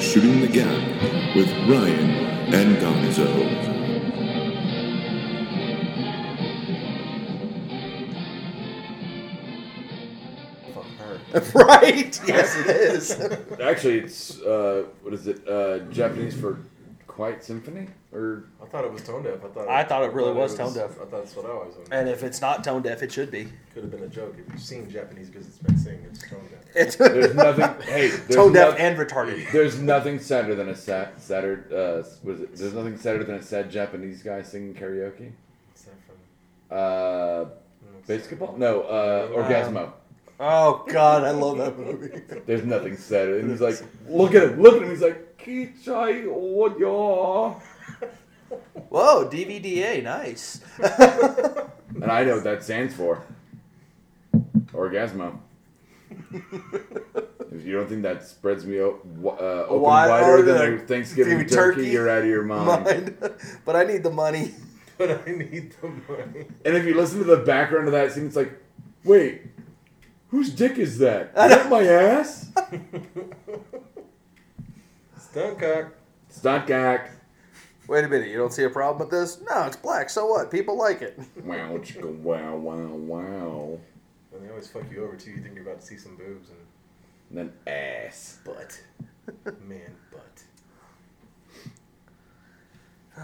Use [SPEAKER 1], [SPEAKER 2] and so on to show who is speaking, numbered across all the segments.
[SPEAKER 1] Shooting the Gap with Ryan and Gonzo.
[SPEAKER 2] Fuck her.
[SPEAKER 3] right? Yes, it is.
[SPEAKER 4] Actually, it's uh, what is it? Uh, Japanese for Quiet Symphony or
[SPEAKER 2] I thought it was tone deaf. I thought
[SPEAKER 3] I thought it really was tone
[SPEAKER 2] I
[SPEAKER 3] deaf.
[SPEAKER 2] thought that's what I was. On.
[SPEAKER 3] And if it's not tone deaf, it should be.
[SPEAKER 2] Could have been a joke. If you've seen Japanese businessmen sing, it's tone deaf.
[SPEAKER 3] It's
[SPEAKER 4] there's nothing. hey, there's
[SPEAKER 3] tone deaf
[SPEAKER 4] no-
[SPEAKER 3] and retarded.
[SPEAKER 4] There's nothing sadder than a sad, sadder. Uh, was it? There's nothing sadder than a sad Japanese guy singing karaoke.
[SPEAKER 2] Except for
[SPEAKER 4] Uh, basketball? No, uh, orgasmo.
[SPEAKER 3] Oh God, I love that movie.
[SPEAKER 4] There's nothing sadder. And he's like, look at him, look at him. He's like, kichai o yo.
[SPEAKER 3] Whoa, DVDA, nice.
[SPEAKER 4] And I know what that stands for. Orgasmo. If you don't think that spreads me o- w- uh, open
[SPEAKER 3] Wide-
[SPEAKER 4] wider than
[SPEAKER 3] oh,
[SPEAKER 4] your Thanksgiving
[SPEAKER 3] dude,
[SPEAKER 4] turkey,
[SPEAKER 3] turkey.
[SPEAKER 4] you're out of your mind.
[SPEAKER 3] Mine, but I need the money.
[SPEAKER 2] But I need the money.
[SPEAKER 4] And if you listen to the background of that scene, it's like, wait, whose dick is that? Is that my ass?
[SPEAKER 2] Stuntcock.
[SPEAKER 4] Stuntcock.
[SPEAKER 3] Wait a minute, you don't see a problem with this? No, it's black. So what? People like it.
[SPEAKER 4] Wow, chicka, wow, wow, wow.
[SPEAKER 2] And they always fuck you over too. You think you're about to see some boobs and
[SPEAKER 4] And then ass.
[SPEAKER 2] butt. Man, butt.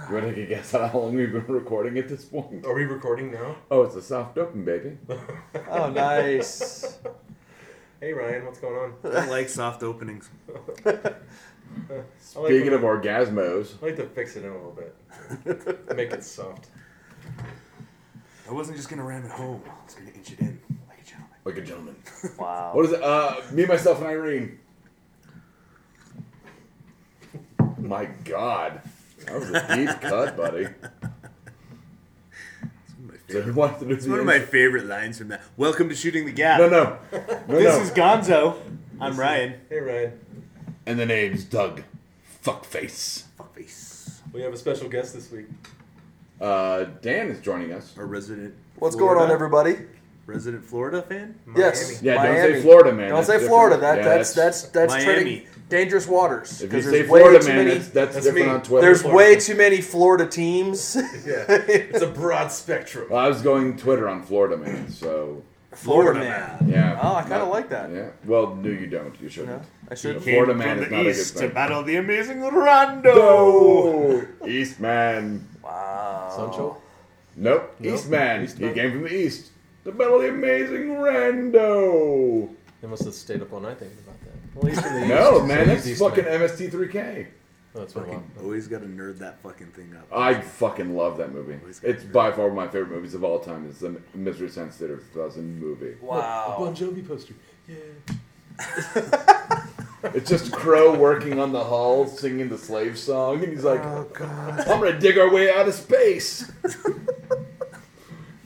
[SPEAKER 4] You want to take a guess at how long we've been recording at this point?
[SPEAKER 2] Are we recording now?
[SPEAKER 4] Oh, it's a soft open, baby.
[SPEAKER 3] Oh, nice.
[SPEAKER 2] Hey Ryan, what's going on?
[SPEAKER 5] I like soft openings.
[SPEAKER 2] I like
[SPEAKER 4] Speaking
[SPEAKER 2] when-
[SPEAKER 4] of orgasmos,
[SPEAKER 2] I like to fix it in a little bit. Make it soft.
[SPEAKER 5] I wasn't just gonna ram it home. I was gonna inch it in like a gentleman.
[SPEAKER 4] like a gentleman.
[SPEAKER 3] Wow.
[SPEAKER 4] What is it? Uh, me, myself, and Irene. My God, that was a deep cut, buddy.
[SPEAKER 5] It's one of my
[SPEAKER 4] So who
[SPEAKER 5] favorite,
[SPEAKER 4] wants to do
[SPEAKER 5] it's
[SPEAKER 4] the
[SPEAKER 5] one of my
[SPEAKER 4] intro?
[SPEAKER 5] favorite lines from that. Welcome to Shooting the Gap.
[SPEAKER 4] No, no, no,
[SPEAKER 5] This
[SPEAKER 4] no.
[SPEAKER 5] is Gonzo. I'm Ryan.
[SPEAKER 2] Hey Ryan,
[SPEAKER 4] and the name's Doug Fuckface.
[SPEAKER 5] Fuckface.
[SPEAKER 2] we have a special guest this week.
[SPEAKER 4] Uh, Dan is joining us.
[SPEAKER 5] Our resident.
[SPEAKER 3] What's going on,
[SPEAKER 5] Florida-
[SPEAKER 3] everybody?
[SPEAKER 5] Resident Florida fan?
[SPEAKER 3] Yes.
[SPEAKER 2] Miami.
[SPEAKER 4] Yeah, don't say
[SPEAKER 3] Miami.
[SPEAKER 4] Florida, man.
[SPEAKER 3] Don't
[SPEAKER 4] That's
[SPEAKER 3] say
[SPEAKER 4] different.
[SPEAKER 3] Florida. That
[SPEAKER 4] Yeah,
[SPEAKER 3] that's
[SPEAKER 4] that's-
[SPEAKER 3] that's that's,
[SPEAKER 5] Miami.
[SPEAKER 3] treading dangerous waters.
[SPEAKER 4] If you
[SPEAKER 3] 'cause
[SPEAKER 4] say
[SPEAKER 3] there's
[SPEAKER 4] Florida,
[SPEAKER 3] way too
[SPEAKER 4] man,
[SPEAKER 3] many,
[SPEAKER 4] that's, that's,
[SPEAKER 2] That's
[SPEAKER 4] different
[SPEAKER 2] me.
[SPEAKER 4] on Twitter.
[SPEAKER 3] there's
[SPEAKER 2] Florida.
[SPEAKER 3] way too many Florida teams.
[SPEAKER 2] Yeah. It's a broad spectrum.
[SPEAKER 4] Well, I was going Twitter on Florida man, so
[SPEAKER 3] Florida man.
[SPEAKER 5] man.
[SPEAKER 4] yeah.
[SPEAKER 3] Oh, I kinda
[SPEAKER 4] Not-
[SPEAKER 3] like that.
[SPEAKER 4] Yeah. Well, no, you don't. You shouldn't.
[SPEAKER 3] No, I should.
[SPEAKER 4] You know,
[SPEAKER 5] Came
[SPEAKER 4] Florida man
[SPEAKER 5] from
[SPEAKER 4] is
[SPEAKER 5] the
[SPEAKER 4] not
[SPEAKER 5] east
[SPEAKER 4] a
[SPEAKER 5] to
[SPEAKER 4] good thing.
[SPEAKER 5] battle the amazing Rondo.
[SPEAKER 4] No, East man.
[SPEAKER 3] Wow.
[SPEAKER 2] Sancho?
[SPEAKER 4] Nope. East man.
[SPEAKER 2] East
[SPEAKER 4] He
[SPEAKER 2] man.
[SPEAKER 4] came from the east. The battle of the amazing Rando.
[SPEAKER 2] They must have stayed up all night thinking about that.
[SPEAKER 3] At least in the
[SPEAKER 4] No,
[SPEAKER 2] East.
[SPEAKER 4] man,
[SPEAKER 2] So
[SPEAKER 4] that's
[SPEAKER 2] he's East Oh,
[SPEAKER 4] fucking MST3K.
[SPEAKER 2] That's what
[SPEAKER 5] Fucking always gotta nerd that fucking thing up.
[SPEAKER 4] I fucking love that movie. It's by far one of my favorite movies of all time. It's the Mystery Science Theater 2000 movie.
[SPEAKER 3] Wow.
[SPEAKER 2] Jovi poster. Yeah.
[SPEAKER 4] It's just Crow working on the hull singing the slave song, and he's like, "I'm gonna dig our way out of space."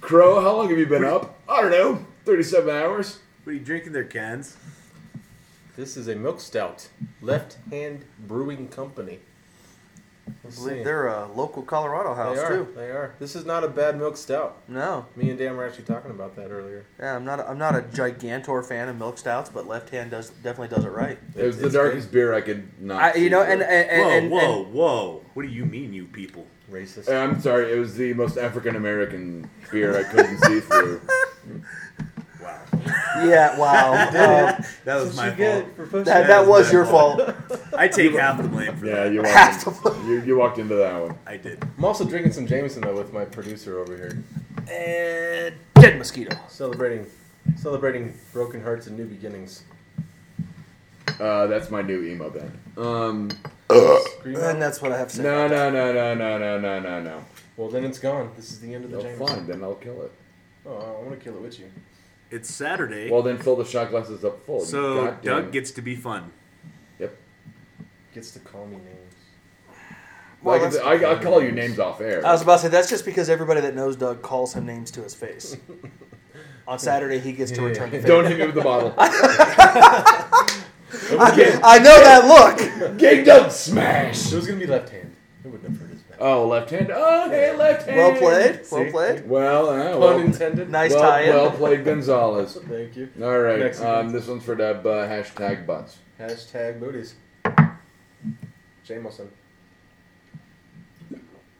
[SPEAKER 4] Crow, how long have you been up? I don't know, thirty-seven hours.
[SPEAKER 5] What are you drinking their cans?
[SPEAKER 2] This is a milk stout, Left Hand Brewing Company. Let's
[SPEAKER 3] I believe
[SPEAKER 2] see.
[SPEAKER 3] They're a local Colorado
[SPEAKER 2] They
[SPEAKER 3] house
[SPEAKER 2] are.
[SPEAKER 3] too.
[SPEAKER 2] They are. This is not a bad milk stout.
[SPEAKER 3] No,
[SPEAKER 2] Me and Dan were actually talking about that earlier.
[SPEAKER 3] yeah, I'm not. A, I'm not a gigantor fan of milk stouts, but left hand does definitely does it right.
[SPEAKER 4] It was the
[SPEAKER 2] It's
[SPEAKER 4] darkest beer I could not.
[SPEAKER 3] I, you know,
[SPEAKER 4] see.
[SPEAKER 3] and and, and,
[SPEAKER 5] whoa,
[SPEAKER 3] and-
[SPEAKER 5] whoa, whoa. What do you mean, you people?
[SPEAKER 2] Racist.
[SPEAKER 4] And Uh, I'm sorry, it was the most African American beer I couldn't see through.
[SPEAKER 5] Wow.
[SPEAKER 3] yeah, wow, Um,
[SPEAKER 5] That was my fault.
[SPEAKER 2] for pushing
[SPEAKER 3] that
[SPEAKER 2] that.
[SPEAKER 3] that was your fault.
[SPEAKER 5] I take half the blame for
[SPEAKER 4] Yeah,
[SPEAKER 5] that.
[SPEAKER 4] you
[SPEAKER 3] Half
[SPEAKER 4] walked, in- you, you walked into that one.
[SPEAKER 5] I did.
[SPEAKER 2] I'm also drinking some Jameson though with my producer over here,
[SPEAKER 3] And dead mosquito.
[SPEAKER 2] celebrating, celebrating broken hearts and new beginnings.
[SPEAKER 4] Uh, that's my new emo band. Um,
[SPEAKER 3] And
[SPEAKER 2] Scream out.
[SPEAKER 3] that's what I have to say.
[SPEAKER 4] no, no, no, no, no, no, no, no, no.
[SPEAKER 2] Well, then it's gone. This is the end of the
[SPEAKER 4] No,
[SPEAKER 2] Jameson.
[SPEAKER 4] fine, then I'll kill it.
[SPEAKER 2] Oh, I want to kill it with you.
[SPEAKER 5] It's Saturday,
[SPEAKER 4] Well, then fill the shot glasses up full.
[SPEAKER 5] so
[SPEAKER 4] God damn
[SPEAKER 5] Doug
[SPEAKER 4] it.
[SPEAKER 5] gets to be fun.
[SPEAKER 4] Yep.
[SPEAKER 2] Gets to call me names.
[SPEAKER 3] Well,
[SPEAKER 4] like,
[SPEAKER 3] that's-
[SPEAKER 4] I, I'll call you names off air.
[SPEAKER 3] I was about to say that's just because everybody that knows Doug calls him names to his face. On Saturday, he gets to
[SPEAKER 2] Yeah.
[SPEAKER 3] return the favor.
[SPEAKER 4] Don't hit me with the bottle. Gang-
[SPEAKER 3] I know that look.
[SPEAKER 4] Gang Doug smash.
[SPEAKER 2] It was gonna be left hand. It wouldn't have hurt as bad.
[SPEAKER 4] Oh, left hand. Oh, hey, left hand.
[SPEAKER 3] Well played.
[SPEAKER 2] See?
[SPEAKER 3] Well played.
[SPEAKER 4] Well, uh, well,
[SPEAKER 2] Pun intended.
[SPEAKER 3] Nice
[SPEAKER 4] well,
[SPEAKER 3] tie-in.
[SPEAKER 4] well played, Gonzalez.
[SPEAKER 2] Thank you.
[SPEAKER 4] All right.
[SPEAKER 2] Mexican.
[SPEAKER 4] Um, this one's for Deb. Uh, hashtag butts.
[SPEAKER 2] Hashtag booties. Jameson.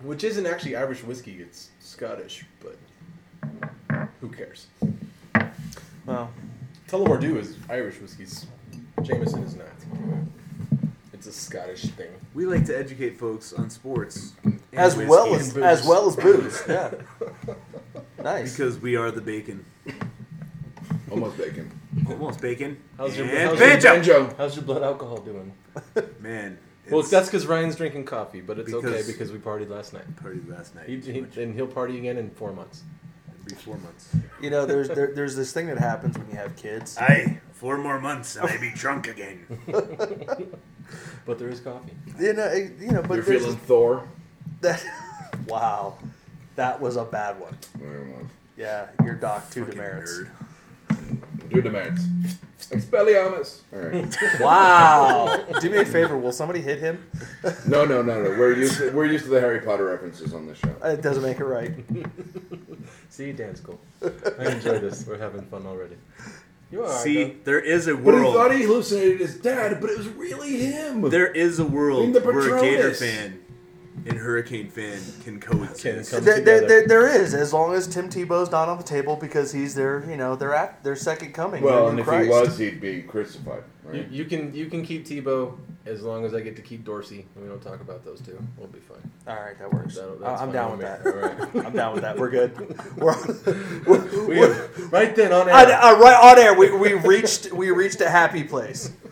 [SPEAKER 2] Which isn't actually Irish whiskey, it's Scottish, but who cares?
[SPEAKER 3] Well,
[SPEAKER 2] Tullamore is Irish whiskey's. Jameson is not. It's a Scottish thing.
[SPEAKER 5] We like to educate folks on sports. and
[SPEAKER 3] as well
[SPEAKER 5] whiskey
[SPEAKER 3] as
[SPEAKER 5] and
[SPEAKER 3] as
[SPEAKER 5] booze,
[SPEAKER 3] well as booze. Yeah. nice.
[SPEAKER 5] Because we are the bacon.
[SPEAKER 4] Almost bacon.
[SPEAKER 5] Almost bacon.
[SPEAKER 2] How's your-
[SPEAKER 5] and
[SPEAKER 2] how's your
[SPEAKER 5] banjo.
[SPEAKER 4] Banjo.
[SPEAKER 2] How's your blood alcohol doing?
[SPEAKER 5] Man.
[SPEAKER 2] Well,
[SPEAKER 5] it's-
[SPEAKER 2] that's because Ryan's drinking coffee, but it's okay
[SPEAKER 5] Because-
[SPEAKER 2] because we partied last night.
[SPEAKER 5] partied last night.
[SPEAKER 2] He, he,
[SPEAKER 5] too much.
[SPEAKER 2] and he'll party again in four months.
[SPEAKER 5] It'll be four months.
[SPEAKER 3] You know, there's there, there's this thing that happens when you have kids.
[SPEAKER 5] Aye, four more months and I be drunk again.
[SPEAKER 2] But there is coffee.
[SPEAKER 3] You know, it- you know,
[SPEAKER 4] You're
[SPEAKER 3] but there's
[SPEAKER 4] feeling Thor.
[SPEAKER 3] that. Wow, that was a bad one. Yeah, your doc two demerits.
[SPEAKER 4] Do the merits. Expelliarmus. All right.
[SPEAKER 3] Wow. Do me a favor. Will somebody hit him?
[SPEAKER 4] No, no, no, no. We're used to, we're used to the Harry Potter references on this show.
[SPEAKER 3] It doesn't make it right.
[SPEAKER 2] See, Dan's cool. I enjoy this. We're having fun already. You are.
[SPEAKER 5] See, there is a
[SPEAKER 4] But he thought
[SPEAKER 5] world.
[SPEAKER 4] he hallucinated his dad, but it was really him.
[SPEAKER 5] there is a world
[SPEAKER 4] Bring the
[SPEAKER 5] where a Gator
[SPEAKER 4] Patronus.
[SPEAKER 5] fan and Hurricane fan can coexist.
[SPEAKER 2] Can come-
[SPEAKER 3] There, there,
[SPEAKER 2] together.
[SPEAKER 3] there, there is, as long as Tim Tebow's not on the table because he's their, you know, their at their second coming.
[SPEAKER 4] well,
[SPEAKER 3] their
[SPEAKER 4] and
[SPEAKER 3] new
[SPEAKER 4] if
[SPEAKER 3] Christ.
[SPEAKER 4] he was, he'd be crucified.
[SPEAKER 2] You,
[SPEAKER 4] Right?
[SPEAKER 2] you can you can keep Tebow as long as I get to keep Dorsey. and We don't talk about those two. We'll be fine.
[SPEAKER 3] all right, that works.
[SPEAKER 2] That'll-
[SPEAKER 3] I-
[SPEAKER 2] that's
[SPEAKER 3] I'm
[SPEAKER 2] fine
[SPEAKER 3] down with
[SPEAKER 2] me.
[SPEAKER 3] that.
[SPEAKER 2] All right.
[SPEAKER 3] I'm down with that. We're good. We're, we're,
[SPEAKER 2] We have, right then on air.
[SPEAKER 3] I, I- right on air. We, we reached we reached a happy place.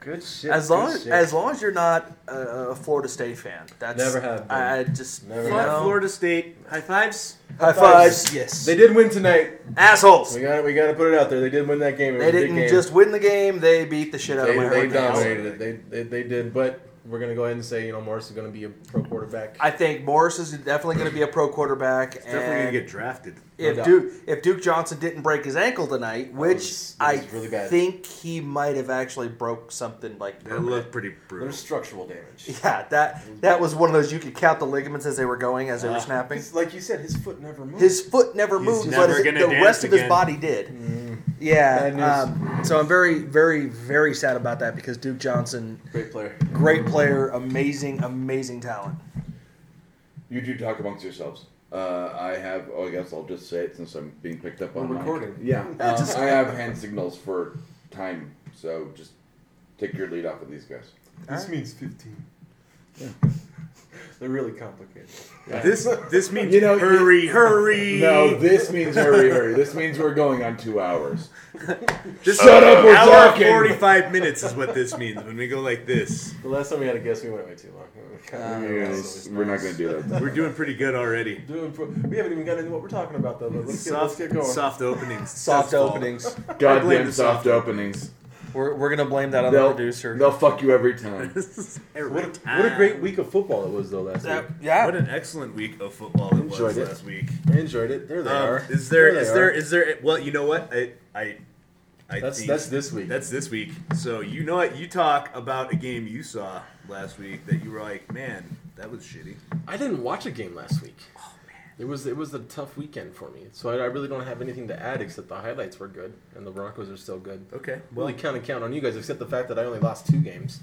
[SPEAKER 2] good shit.
[SPEAKER 3] As long
[SPEAKER 2] good
[SPEAKER 3] as,
[SPEAKER 2] shit.
[SPEAKER 3] as long as you're not a, a Florida State fan, that's
[SPEAKER 2] Never have been.
[SPEAKER 3] I, I just
[SPEAKER 2] Never
[SPEAKER 3] you
[SPEAKER 2] have
[SPEAKER 3] know,
[SPEAKER 5] Fuck Florida State. High fives.
[SPEAKER 3] high
[SPEAKER 2] fives.
[SPEAKER 3] fives. Yes,
[SPEAKER 2] they did win tonight.
[SPEAKER 3] assholes.
[SPEAKER 2] We got we got to put it out there. They did win that game. It was
[SPEAKER 3] They
[SPEAKER 2] a big
[SPEAKER 3] didn't
[SPEAKER 2] game.
[SPEAKER 3] just win the game; they beat the shit out
[SPEAKER 4] They,
[SPEAKER 3] of my
[SPEAKER 4] they
[SPEAKER 3] Hurricanes.
[SPEAKER 4] dominated it.
[SPEAKER 2] They, they they did, but we're gonna go ahead and say you know Morris is gonna be a pro quarterback.
[SPEAKER 3] I think Morris is definitely going to be a pro quarterback. and
[SPEAKER 5] Definitely gonna get drafted.
[SPEAKER 3] if
[SPEAKER 2] No doubt.
[SPEAKER 3] Duke if Duke Johnson didn't break his ankle tonight, which
[SPEAKER 2] was- that was
[SPEAKER 3] I
[SPEAKER 2] really bad.
[SPEAKER 3] think he might have actually broke something like
[SPEAKER 5] That looked pretty brutal.
[SPEAKER 2] There's structural damage.
[SPEAKER 3] yeah that that was one of those you could count the ligaments as they were going as they were snapping.
[SPEAKER 2] It's like you said, his foot never moved.
[SPEAKER 3] His foot never
[SPEAKER 5] He's
[SPEAKER 3] moved,
[SPEAKER 5] never
[SPEAKER 3] but
[SPEAKER 5] gonna
[SPEAKER 3] his, the
[SPEAKER 5] dance
[SPEAKER 3] rest of his
[SPEAKER 5] again.
[SPEAKER 3] body did.
[SPEAKER 2] Bad news.
[SPEAKER 3] Yeah, um, Mm. so I'm very, very, very sad about that because Duke Johnson,
[SPEAKER 2] great player.
[SPEAKER 3] great player, amazing, amazing talent.
[SPEAKER 4] You do talk amongst yourselves. Uh, I have. Oh, I guess I'll just say it since I'm being picked up on.
[SPEAKER 2] We're
[SPEAKER 4] mic.
[SPEAKER 2] recording.
[SPEAKER 4] Yeah. Um, I have hand signals for time, so just take your lead off of these guys.
[SPEAKER 2] This means 15. They're really complicated.
[SPEAKER 5] This this means
[SPEAKER 4] You know,
[SPEAKER 5] hurry, hurry.
[SPEAKER 4] No, this means hurry, hurry. This means we're going on two hours.
[SPEAKER 5] This
[SPEAKER 4] Shut up, we're
[SPEAKER 5] hour
[SPEAKER 4] talking.
[SPEAKER 5] forty-five minutes is what this means when we go like this.
[SPEAKER 2] The last time we had a guest, we went way too long.
[SPEAKER 5] Uh,
[SPEAKER 4] we're not going to do that.
[SPEAKER 5] We're doing pretty good already.
[SPEAKER 2] Doing pro- we haven't even gotten into what we're talking about though. But let's, get, let's
[SPEAKER 5] Soft,
[SPEAKER 2] get going.
[SPEAKER 5] soft openings.
[SPEAKER 3] Soft
[SPEAKER 5] Softball.
[SPEAKER 3] openings.
[SPEAKER 4] Goddamn soft openings.
[SPEAKER 3] We're, we're gonna blame that on
[SPEAKER 4] They'll,
[SPEAKER 3] the producer.
[SPEAKER 4] they'll fuck you every time.
[SPEAKER 5] This is every
[SPEAKER 2] What, a, what a
[SPEAKER 5] time.
[SPEAKER 2] great week of football it was though last
[SPEAKER 3] Uh,
[SPEAKER 2] week.
[SPEAKER 3] yeah.
[SPEAKER 5] What an excellent week of football it was
[SPEAKER 4] Enjoyed it.
[SPEAKER 5] last week.
[SPEAKER 2] I enjoyed it. There they
[SPEAKER 5] Um,
[SPEAKER 2] are.
[SPEAKER 5] is there
[SPEAKER 2] they
[SPEAKER 5] is
[SPEAKER 2] are.
[SPEAKER 5] there is there well you know what I I I
[SPEAKER 2] That's
[SPEAKER 5] think
[SPEAKER 2] that's this week.
[SPEAKER 5] that's this week. So you know what you talk about a game you saw last week that you were like man that was shitty.
[SPEAKER 2] I didn't watch a game last week.
[SPEAKER 3] Oh,
[SPEAKER 2] It was it was a tough weekend for me, so I, I really don't have anything to add except the highlights were good and the Broncos are still good.
[SPEAKER 5] Okay,
[SPEAKER 2] Well, really kind of count on you guys, except the fact that I only lost two games.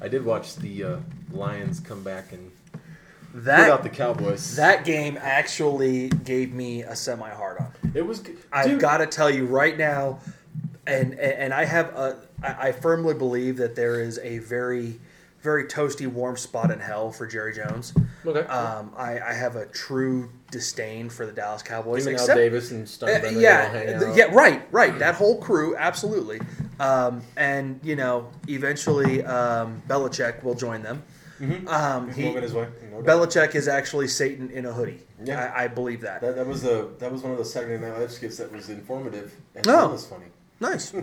[SPEAKER 2] I did watch the uh, Lions come back and put out the
[SPEAKER 3] That
[SPEAKER 2] Cowboys.
[SPEAKER 3] that game actually gave me a semi hard on.
[SPEAKER 2] it was. g-
[SPEAKER 3] I've
[SPEAKER 2] dude,
[SPEAKER 3] got to tell you right now, and and, and I have a, I, I firmly believe that there is a very, very toasty warm spot in hell for Jerry Jones.
[SPEAKER 2] Okay.
[SPEAKER 3] Um, I, I have a true disdain for the Dallas Cowboys.
[SPEAKER 2] Even Al
[SPEAKER 3] except-
[SPEAKER 2] Davis and Steinbrenner.
[SPEAKER 3] uh,
[SPEAKER 2] they all
[SPEAKER 3] yeah,
[SPEAKER 2] hang
[SPEAKER 3] th-
[SPEAKER 2] out.
[SPEAKER 3] yeah, right, right. That whole crew, absolutely. Um, and you know, eventually, um, Belichick will join them. Um, he,
[SPEAKER 2] Moving his way. No doubt.
[SPEAKER 3] Belichick is actually Satan in a hoodie.
[SPEAKER 2] Yeah.
[SPEAKER 3] I, I believe that.
[SPEAKER 2] That, that was a that was one of the Saturday Night Live skits that was informative and
[SPEAKER 3] No.
[SPEAKER 2] that was funny.
[SPEAKER 3] nice.